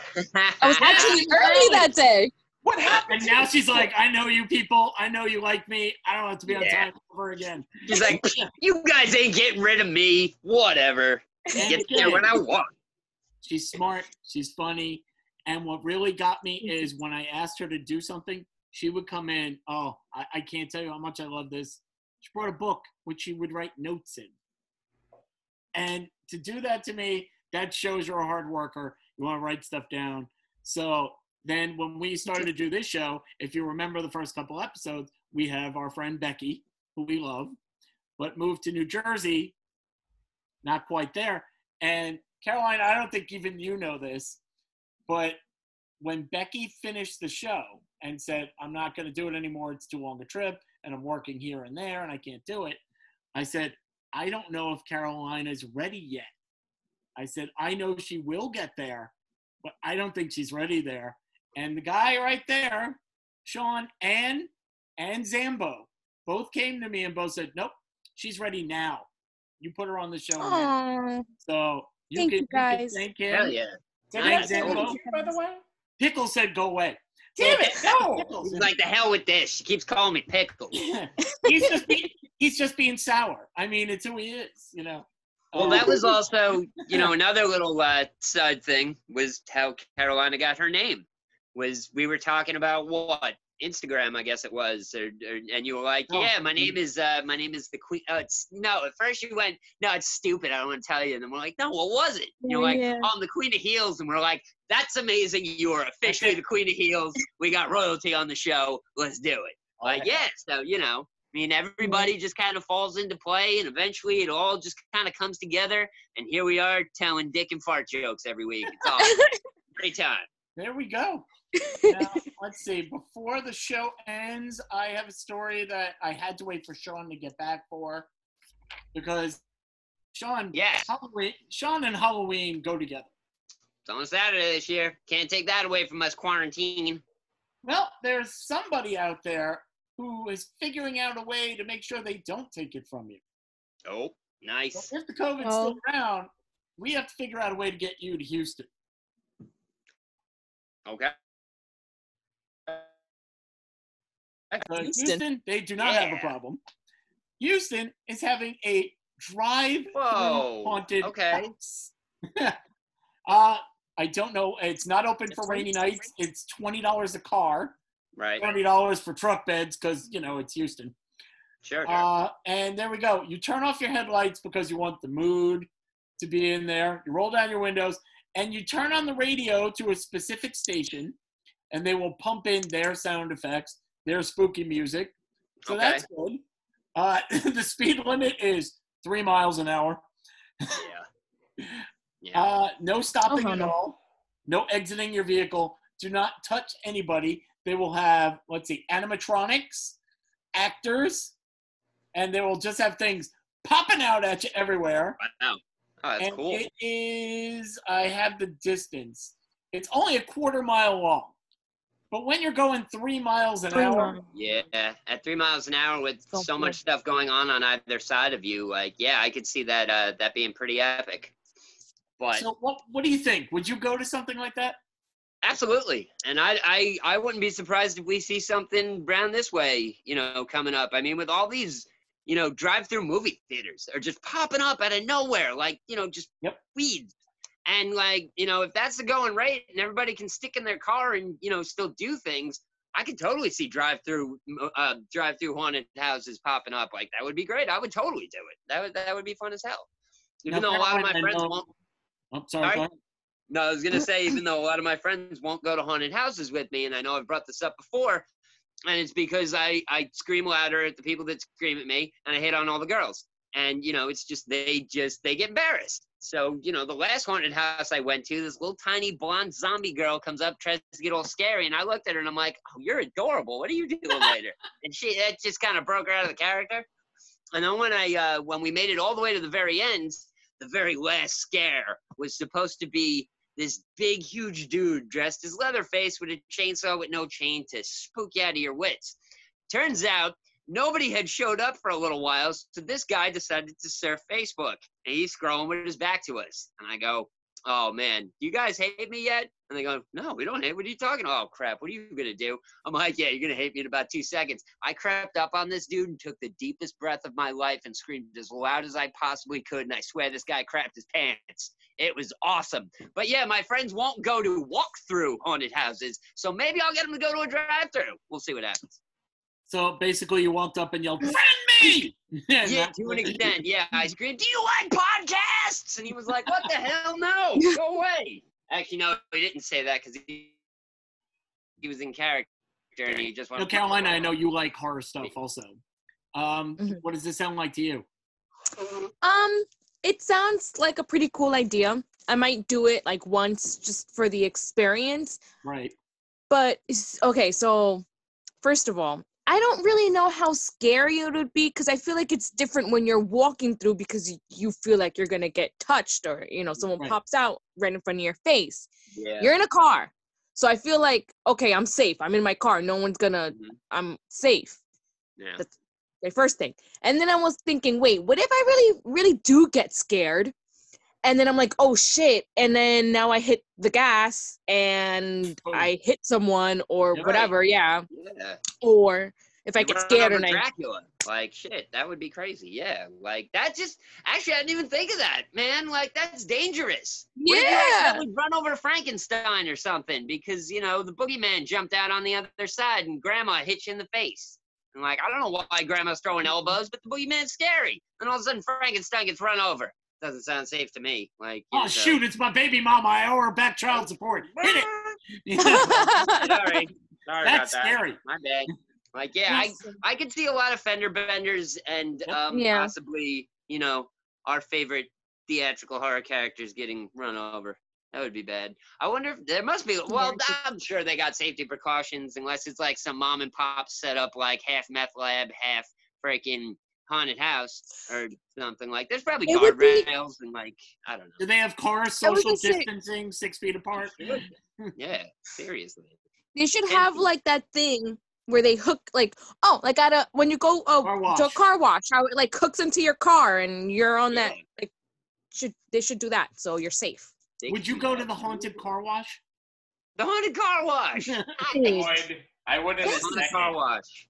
S4: I was actually early that day.
S3: What happened?
S1: And now she's like, I know you people. I know you like me. I don't have to be on
S2: Yeah.
S1: time ever again.
S2: He's like, you guys ain't getting rid of me. Whatever.
S1: And
S2: Get
S1: she
S2: there
S1: did.
S2: when I want.
S1: She's smart. She's funny. And what really got me is when I asked her to do something, she would come in. Oh, I, I can't tell you how much I love this. She brought a book, which she would write notes in. And to do that to me, that shows you're a hard worker. You want to write stuff down. So then when we started to do this show, if you remember the first couple episodes, we have our friend Becky, who we love, but moved to New Jersey, not quite there. And Caroline, I don't think even you know this, but when Becky finished the show and said, I'm not going to do it anymore, it's too long a trip, and I'm working here and there, and I can't do it, I said, I don't know if Carolina's ready yet. I said, I know she will get there, but I don't think she's ready there. And the guy right there, Sean and and Zambo, both came to me and both said, Nope, she's ready now. You put her on the show. now."
S4: Aww.
S1: So you
S4: Thank
S1: can,
S4: you,
S1: you can
S4: guys.
S1: thank
S2: Hell
S1: him.
S2: yeah.
S3: Did
S1: Nice.
S3: I say
S1: Hello.
S3: you, by the way?
S1: Pickle said go away.
S3: Damn it, no!
S1: Pickles.
S2: Oh, He's like, the hell with this. She keeps calling me pickle.
S1: he's just being, he's just being sour. I mean, it's who he is, you know.
S2: Well,
S1: Um,
S2: that was also, you know, another little uh, side thing was how Carolina got her name. Was we were talking about what Instagram, I guess it was, or, or, and you were like,
S1: Oh.
S2: "Yeah, my name is uh, my name is the Queen." Oh, it's, no, at first you went, "No, it's stupid. I don't want to tell you." And then we're like, "No, what was it?" And you're
S4: Yeah,
S2: like,
S4: yeah.
S2: "Oh, I'm the Queen of Heels," and we're like, "That's amazing. You are officially the Queen of Heels. We got royalty on the show. Let's do it." Like, yeah, so, you know, I mean, everybody
S1: Mm-hmm.
S2: just kind of falls into play, and eventually it all just kind of comes together. And here we are telling dick and fart jokes every week. It's awesome. Great time.
S1: there we go. Now, let's see. Before the show ends, I have a story that I had to wait for Sean to get back for because Sean,
S2: Yes.
S1: Halloween, Sean and Halloween go together.
S2: It's on Saturday this year. Can't take that away from us, quarantine.
S1: Well, there's somebody out there who is figuring out a way to make sure they don't take it from you.
S2: Oh,
S1: Well,
S2: nice.
S1: if the COVID's still around, we have to figure out a way to get you to Houston.
S2: Okay.
S1: So Houston,
S4: Houston?
S1: they do not have a
S2: Yeah.
S1: problem. Houston is having a drive
S2: Whoa,
S1: haunted
S2: okay.
S1: house. uh, I don't know. It's not open for rainy nights. It's twenty dollars a car,
S2: Right.
S1: twenty dollars for truck beds because you know it's Houston.
S2: Sure.
S1: Uh, and there we go. You turn off your headlights because you want the mood to be in there. You roll down your windows and you turn on the radio to a specific station, and they will pump in their sound effects, their spooky music. So
S2: Okay.
S1: that's good. Uh, the speed limit is three miles an hour.
S2: yeah. Yeah.
S1: Uh, no stopping
S4: hell
S1: at
S4: no.
S1: all. No exiting your vehicle. Do not touch anybody. They will have, let's see, animatronics, actors, and they will just have things popping out at you everywhere.
S2: wow. Oh, that's
S1: and
S2: cool.
S1: it is, I have the distance. It's only a quarter mile long. But when you're going three miles an
S4: Three
S1: hour,
S4: miles.
S2: yeah. At three miles an hour with
S4: So
S2: so
S4: cool.
S2: much stuff going on on either side of you, like yeah, I could see that uh, that being pretty epic. But
S1: so what, what do you think? Would you go to something like that?
S2: Absolutely, and I, I I wouldn't be surprised if we see something around this way, you know, coming up. I mean, with all these, you know, drive-through movie theaters are just popping up out of nowhere, like you know, just
S1: Yep.
S2: weeds. And like you know, if that's the going rate, and everybody can stick in their car and you know still do things, I could totally see drive-through mo- uh, drive-through haunted houses popping up. Like that would be great. I would totally do it. That would that would be fun as hell. Even
S1: Now,
S2: though a lot of my
S1: Caroline, I
S2: friends
S1: know-
S2: won't
S1: I'm Oh, sorry,
S2: Sorry?
S1: go ahead.
S2: no, I was gonna say, even though a lot of my friends won't go to haunted houses with me, and I know I've brought this up before, and it's because I I scream louder at the people that scream at me, and I hit on all the girls, and you know, it's just they just they get embarrassed. So you know, the last haunted house I went to, this little tiny blonde zombie girl comes up, tries to get all scary, and I looked at her and I'm like, "Oh, you're adorable. What are you doing later?" And she that just kind of broke her out of the character. And then when I uh, when we made it all the way to the very end, the very last scare was supposed to be this big, huge dude dressed as Leatherface with a chainsaw with no chain to spook you out of your wits. Turns out nobody had showed up for a little while, so this guy decided to surf Facebook and he's scrolling with his back to us. And I go, Oh man, you guys hate me yet? And they go, No, we don't hate. What are you talking? Oh crap, what are you gonna do? I'm like, Yeah, you're gonna hate me in about two seconds. I crept up on this dude and took the deepest breath of my life and screamed as loud as I possibly could. And I swear this guy crapped his pants. It was awesome. But yeah, my friends won't go to walk-through haunted houses, so maybe I'll get them to go to a drive-through. We'll see what happens.
S1: So basically, you walked up and yelled, "Friend me!" And
S2: Yeah,
S1: that's
S2: to
S1: what
S2: an
S1: you did.
S2: extent. Yeah, I screamed, "Do you like podcasts?" And he was like, "What the hell? No, go away." Actually, no, he didn't say that because he he was in character and he just
S1: No,
S2: wanted.
S1: Carolina, I know you like horror stuff also. Um,
S4: Mhm.
S1: What does this sound like to you?
S4: Um, it sounds like a pretty cool idea. I might do it like once just for the experience.
S1: Right.
S4: But it's- okay, so first of all, I don't really know how scary it would be because I feel like it's different when you're walking through because y- you feel like you're gonna get touched or you know someone
S1: Right.
S4: pops out right in front of your face.
S2: Yeah.
S4: You're in a car, so I feel like okay, I'm safe. I'm in my car. No one's gonna.
S2: Mhm.
S4: I'm safe.
S2: yeah.
S4: my first thing. And then I was thinking, wait, what if I really, really do get scared? And then I'm like, oh shit. And then now I hit the gas and
S2: Oh.
S1: Boom.
S4: I hit someone or
S1: Yeah.
S4: whatever, yeah.
S2: Yeah.
S4: Or if I
S2: You
S4: get
S2: run
S4: scared
S2: over
S4: and I
S2: Dracula. Like shit, that would be crazy. Yeah, like that just actually I didn't even think of that, man. Like that's dangerous. What if you
S4: Yeah.
S2: accidentally run over Frankenstein or something because you know the boogeyman jumped out on the other side and Grandma hit you in the face. And like I don't know why Grandma's throwing elbows, but the boogeyman's scary. And all of a sudden Frankenstein gets run over. Doesn't sound safe to me. Like you
S1: Oh
S2: know,
S1: shoot! It's my baby mama. I owe her back child support. Hit it.
S2: Sorry, sorry
S1: That's
S2: about that.
S1: scary.
S2: My bad. Like yeah, I I could see a lot of fender benders and
S1: Yep.
S2: um,
S4: Yeah.
S2: possibly, you know, our favorite theatrical horror characters getting run over. That would be bad. I wonder if there must be. Well,
S4: Yeah.
S2: I'm sure they got safety precautions, unless it's like some mom and pop set up like half meth lab, half freaking haunted house or something like. There's probably
S4: It would be-
S2: guardrails and like I don't
S1: Do they have cars
S4: I
S1: social
S4: was gonna say-
S1: distancing, six feet apart?
S2: know. Yeah, seriously.
S4: they should have like that thing where they hook like oh like at a when you go
S1: Car
S4: oh
S1: wash.
S4: to a car wash how it like hooks into your car and you're on that
S2: Yeah.
S4: like should they should do that so you're safe.
S2: They
S1: Would
S2: could
S1: you
S2: do
S1: go to
S2: that.
S1: the haunted car wash?
S2: The haunted car wash.
S1: Wow.
S3: Would. I would in a
S2: haunted car
S3: second.
S2: wash.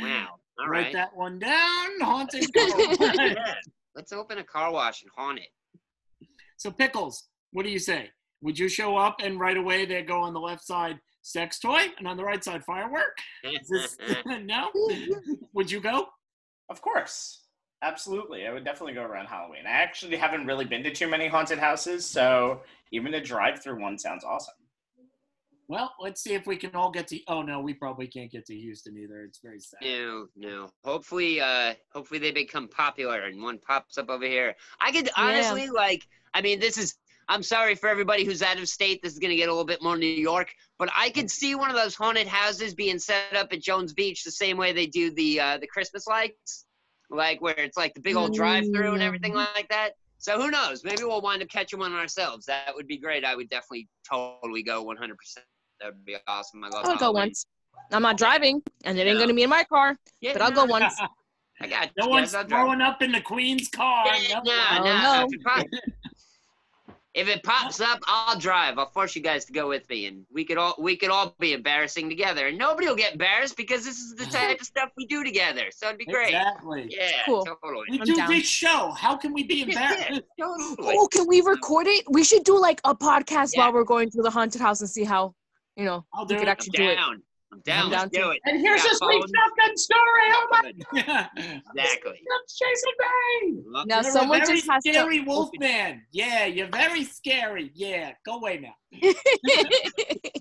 S2: Wow. All
S1: Write
S2: right.
S1: that one down. Haunted car wash.
S2: Yeah. Let's open a car wash and haunt it.
S1: so pickles. What do you say? Would you show up and right away they go on the left side sex toy and on the right side firework? Is this, no? Would you go?
S3: Of course. Absolutely. I would definitely go around Halloween. I actually haven't really been to too many haunted houses, so even a drive through one sounds awesome.
S1: Well, let's see if we can all get to. Oh no, we probably can't get to Houston either. It's very sad.
S2: No, no. Hopefully, uh, hopefully they become popular and one pops up over here. I could honestly like. I mean, this is. I'm sorry for everybody who's out of state. This is gonna get a little bit more New York, but I could see one of those haunted houses being set up at Jones Beach the same way they do the uh, the Christmas lights, like where it's like the big old drive-through and everything
S4: Mm.
S2: like that. So who knows? Maybe we'll wind up catching one ourselves. That would be great. I would definitely totally go 100. percent That would be awesome. I love
S4: I would go
S2: Halloween.
S4: once. I'm not driving, and it ain't gonna be in my car,
S2: Yeah,
S4: but I'll
S2: no,
S4: go once.
S2: I got
S1: No
S2: you
S1: one's
S2: guys, I'll drive.
S1: throwing up in the Queen's car.
S2: Yeah,
S1: No.
S2: nah,
S4: Oh,
S2: nah,
S4: no.
S2: If, it pop- if it pops up, I'll drive. I'll force you guys to go with me, and we could all we could all be embarrassing together, and nobody will get embarrassed because this is the type of stuff we do together. So it'd be great.
S1: Exactly.
S2: Yeah,
S4: Cool.
S2: totally.
S1: We
S4: I'm
S1: do
S4: down.
S1: this show. How can we be embarrassed?
S2: Yeah, totally.
S4: Oh, can we record it? We should do like a podcast
S2: Yeah.
S4: while we're going through the haunted house and see how, you know,
S1: I'll
S4: we
S1: do
S4: could
S1: it.
S2: I'm
S4: actually do it.
S2: down. I'm down.
S4: I'm
S2: Let's
S4: down
S2: do it.
S3: And here's
S2: Yeah,
S3: this week's
S2: following-
S3: shotgun story. Oh my God,
S1: Yeah.
S2: Exactly.
S3: it's Jason Bay!
S2: Love-
S4: Now
S1: You're a
S4: someone
S1: very
S4: just has to.
S1: scary wolfman. Yeah, you're very scary. Yeah, go away now.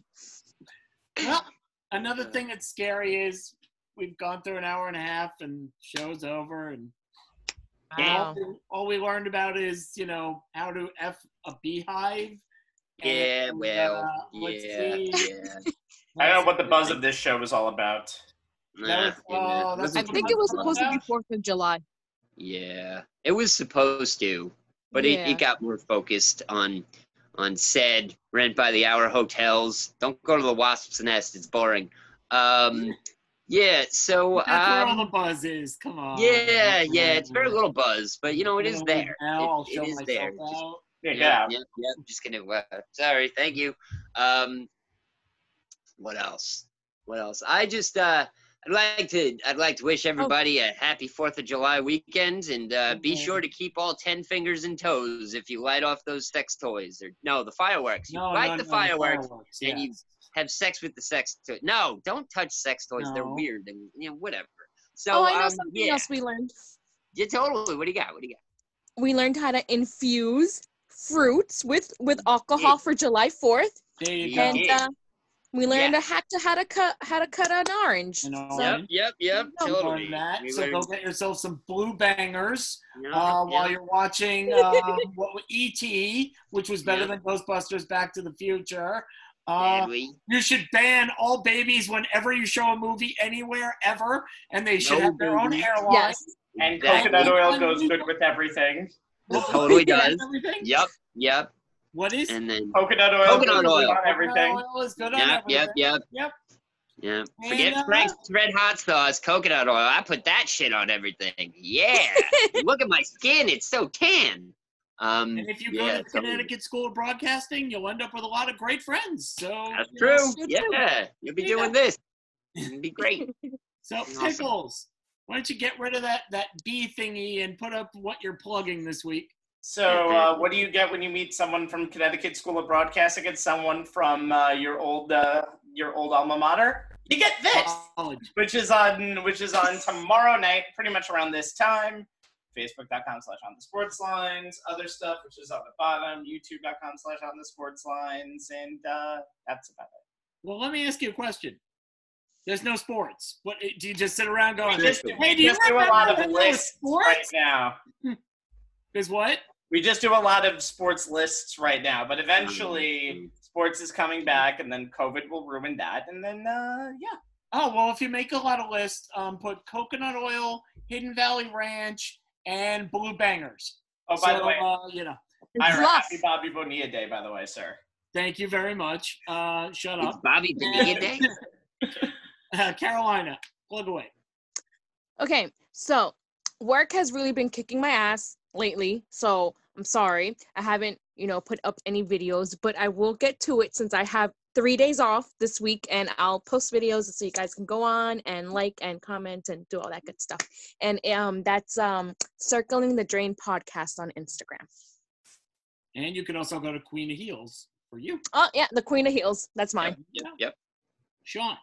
S1: Well, another thing that's scary is we've gone through an hour and a half and show's over and
S4: Wow.
S1: all, all we learned about is, you know, how to F a beehive.
S2: Yeah,
S1: And,
S2: well,
S1: uh, let's
S2: yeah,
S1: see.
S2: yeah.
S3: I don't know what the buzz of this show was all about.
S2: Nah,
S1: That was- oh, that's
S4: I
S1: what
S4: think it was
S1: I'm
S4: supposed to be
S1: about.
S4: Fourth of July.
S2: Yeah, it was supposed to, but it,
S4: Yeah.
S2: it got more focused on on said rent by the hour hotels. Don't go to the wasp's nest; it's boring. Um, yeah, so
S1: That's where all
S2: um,
S1: the buzz is. Come on.
S2: yeah, yeah, it's very little buzz, but you know it is
S1: Little
S2: there.
S1: Now I'll
S2: It,
S1: show
S2: it is
S1: myself
S2: there. Just-
S1: out.
S3: Yeah, get
S2: yeah,
S3: out.
S2: yeah, yeah. I'm just gonna. Uh, sorry, thank you. Um, what else? What else? I just uh, I'd like to I'd like to
S1: Oh.
S2: wish everybody a happy Fourth of July weekend, and uh, be
S1: Okay.
S2: sure to keep all ten fingers and toes if you light off those sex toys or no the fireworks. You
S1: No,
S2: light
S1: no,
S2: the
S1: no,
S2: fireworks.
S1: fireworks,
S2: and
S1: yeah.
S2: you have sex with the sex toy. No, don't touch sex toys. They're
S1: No.
S2: weird and you know whatever. So
S4: Oh, I know
S2: um,
S4: something
S2: yeah,
S4: else we learned.
S2: yeah, totally. What do you got? What do you got?
S4: We learned how to infuse fruits with with alcohol for July Fourth,
S1: There you
S2: Yeah.
S1: go.
S4: and uh, we learned how to how to cut how to cut an orange.
S1: An
S4: So-
S1: orange. Yep,
S2: yep, yep,
S4: Don't
S1: on that. So go get yourself some blue bangers uh, while you're watching um, what ET, E, which was better
S2: Yeah.
S1: than Ghostbusters: Back to the Future. Uh, you should ban all babies whenever you show a movie anywhere ever, and they should
S2: No
S1: have their own
S2: babies.
S1: airline.
S4: yes.
S3: And
S2: Exactly.
S3: coconut oil goes good with everything.
S1: What-
S2: Totally does.
S1: Everything?
S2: Yep, yep.
S1: What is
S2: And then
S3: Coconut oil
S2: Coconut
S3: goes good
S2: oil.
S3: on everything.
S1: Coconut oil is good on
S2: yep, yep,
S1: everything.
S2: yep,
S1: Yep.
S2: yep.
S1: And,
S2: Forget
S1: uh,
S2: Frank's red hot sauce, coconut oil. I put that shit on everything. Yeah. Look at my skin; it's so tan. Um,
S1: And if you go
S2: yeah,
S1: to
S2: so-
S1: Connecticut School of Broadcasting, you'll end up with a lot of great friends. So
S2: that's
S1: you know,
S2: true.
S1: should do.
S2: Yeah, you'll be
S1: Do
S2: doing this. It'd be great.
S1: So
S2: Awesome.
S1: pickles, why don't you get rid of that that bee thingy and put up what you're plugging this week?
S3: So, uh, what do you get when you meet someone from Connecticut School of Broadcasting and someone from uh, your old uh, your old alma mater? You get this,
S1: College.
S3: which is on which is on tomorrow night, pretty much around this time. Facebook.com slash on the sports lines, other stuff which is on the bottom, youtube.com slash on the sports lines, and uh, that's about it.
S1: Well, let me ask you a question. There's no sports. What eh, do you just sit around going?
S2: We just-
S1: hey, do
S3: we
S1: you
S3: just do a lot of
S1: remember when there was
S3: lists right
S1: sports?
S3: now.
S1: Is what?
S3: We just do a lot of sports lists right now, but eventually
S2: Mm-hmm.
S3: sports is coming back, and then COVID will ruin that, and then uh, yeah,
S1: Oh well, if you make a lot of lists, um, put coconut oil, Hidden Valley Ranch, and Blue Bangers.
S3: Oh, by
S1: so,
S3: the way,
S1: uh, you know,
S3: Ira,
S4: Fluff.
S3: happy Bobby Bonilla Day, by the way, sir.
S1: thank you very much. Uh, shut
S2: Um, It's
S1: up,
S2: Bobby Bonilla Day.
S1: Carolina. Plug away.
S4: Okay, so work has really been kicking my ass lately. So I'm sorry. I haven't, you know, put up any videos, but I will get to it since I have three days off this week and I'll post videos so you guys can go on and like and comment and do all that good stuff. And um that's um circling the drain podcast on Instagram.
S1: And you can also go to Queen of Heels for you.
S4: Oh yeah, the Queen of Heels. That's mine.
S2: Yep. Yep.
S1: Sean.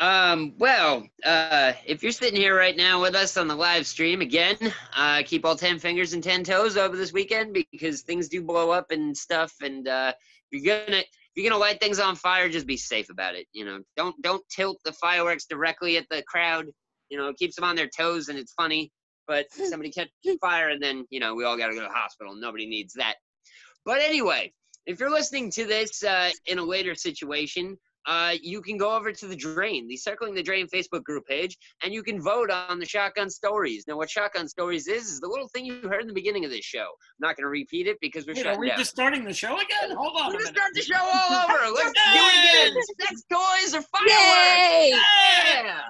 S2: Um, well, uh, if you're sitting here right now with us on the live stream, again, uh, keep all 10 fingers and 10 toes over this weekend because things do blow up and stuff. And uh, if you're going to. If you're gonna light things on fire, just be safe about it. You know, don't don't tilt the fireworks directly at the crowd. You know, it keeps them on their toes, and it's funny. But if somebody catches fire, and then you know we all gotta go to the hospital. Nobody needs that. But anyway, if you're listening to this uh, in a later situation, uh, you can go over to the Drain, the Circling the Drain Facebook group page, and you can vote on the Shotgun Stories. Now, what Shotgun Stories is, is the little thing you heard in the beginning of this show. I'm not going to repeat it because we're
S1: Wait,
S2: shutting
S1: are we
S2: down.
S1: just starting the show again? Hold on.
S2: We're
S1: a
S2: going to
S1: minute.
S2: start the show all over. Let's do it again. Sex toys or fireworks.
S4: Yay!
S2: Yeah.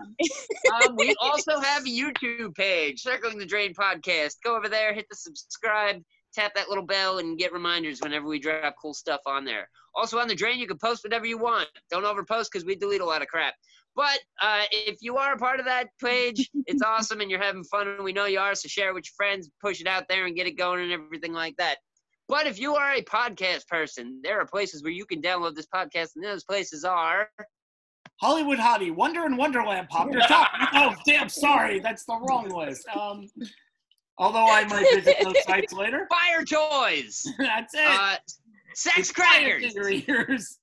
S2: um, we also have a YouTube page, Circling the Drain Podcast. Go over there, hit the subscribe, tap that little bell, and get reminders whenever we drop cool stuff on there. Also on the drain, you can post whatever you want. Don't overpost because we delete a lot of crap. But uh, if you are a part of that page, it's awesome and you're having fun, and we know you are. So share it with your friends, push it out there, and get it going and everything like that. But if you are a podcast person, there are places where you can download this podcast, and those places are
S1: Hollywood Hottie, Wonder in Wonderland popped your top. Oh, damn, sorry. That's the wrong list. Um, although I might visit those sites later.
S2: Fire Toys.
S1: That's it.
S2: Uh, sex
S1: It's fire
S2: crackers.
S1: in your ears.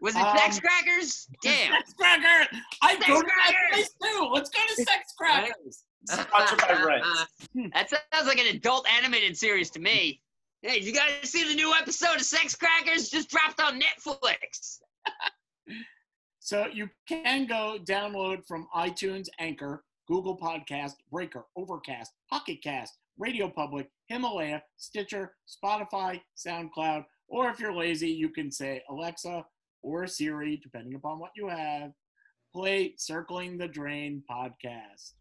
S2: Was it sex
S3: Um,
S2: crackers? Damn.
S1: Sex cracker. I
S2: Sex
S1: go to that place
S2: crackers.
S1: too. Let's go to sex crackers.
S3: Sponsored by Ritz.
S2: Uh, that sounds like an adult animated series to me. Hey, did you guys see the new episode of Sex Crackers just dropped on Netflix?
S1: So you can go download from iTunes, Anchor, Google Podcast, Breaker, Overcast, Pocket Cast, Radio Public, Himalaya, Stitcher, Spotify, SoundCloud, or if you're lazy, you can say Alexa or Siri, depending upon what you have. Play Circling the Drain podcast.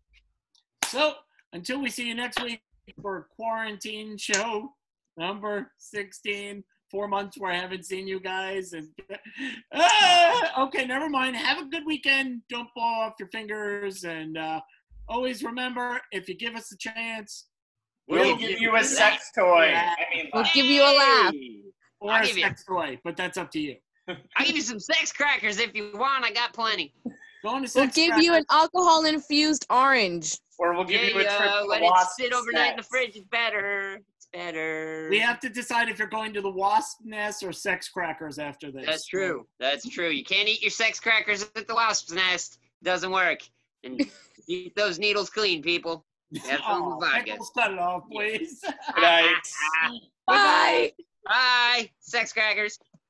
S1: So until we see you next week for quarantine show number 16 four months where I haven't seen you guys. And Ah, okay, never mind. Have a good weekend. Don't blow off your fingers, and uh, always remember if you give us a chance
S3: We'll give you a sex toy. I mean,
S4: We'll
S3: like,
S4: give you a laugh.
S1: or
S2: I'll
S1: a
S2: give you-
S1: sex toy, but that's up to you.
S2: I'll give you some sex crackers if you want. I got plenty.
S1: Go on to
S4: We'll
S1: sex.
S4: give
S1: crackers.
S4: you an alcohol infused orange.
S3: or we'll give
S2: yeah,
S3: you a trip
S2: yeah,
S3: to
S2: uh, let
S3: the
S2: it
S3: Wasp
S2: sit overnight in the
S3: Nest.
S2: fridge. It's better. It's better.
S1: We have to decide if you're going to the wasp nest or sex crackers after this.
S2: That's true. That's true. You can't eat your sex crackers at the wasp's nest. Doesn't work. And keep those needles clean, people. That's
S1: Oh,
S2: all the vodka.
S1: Pickles, cut it off, please.
S3: Good night.
S4: Bye.
S2: Bye, sex crackers.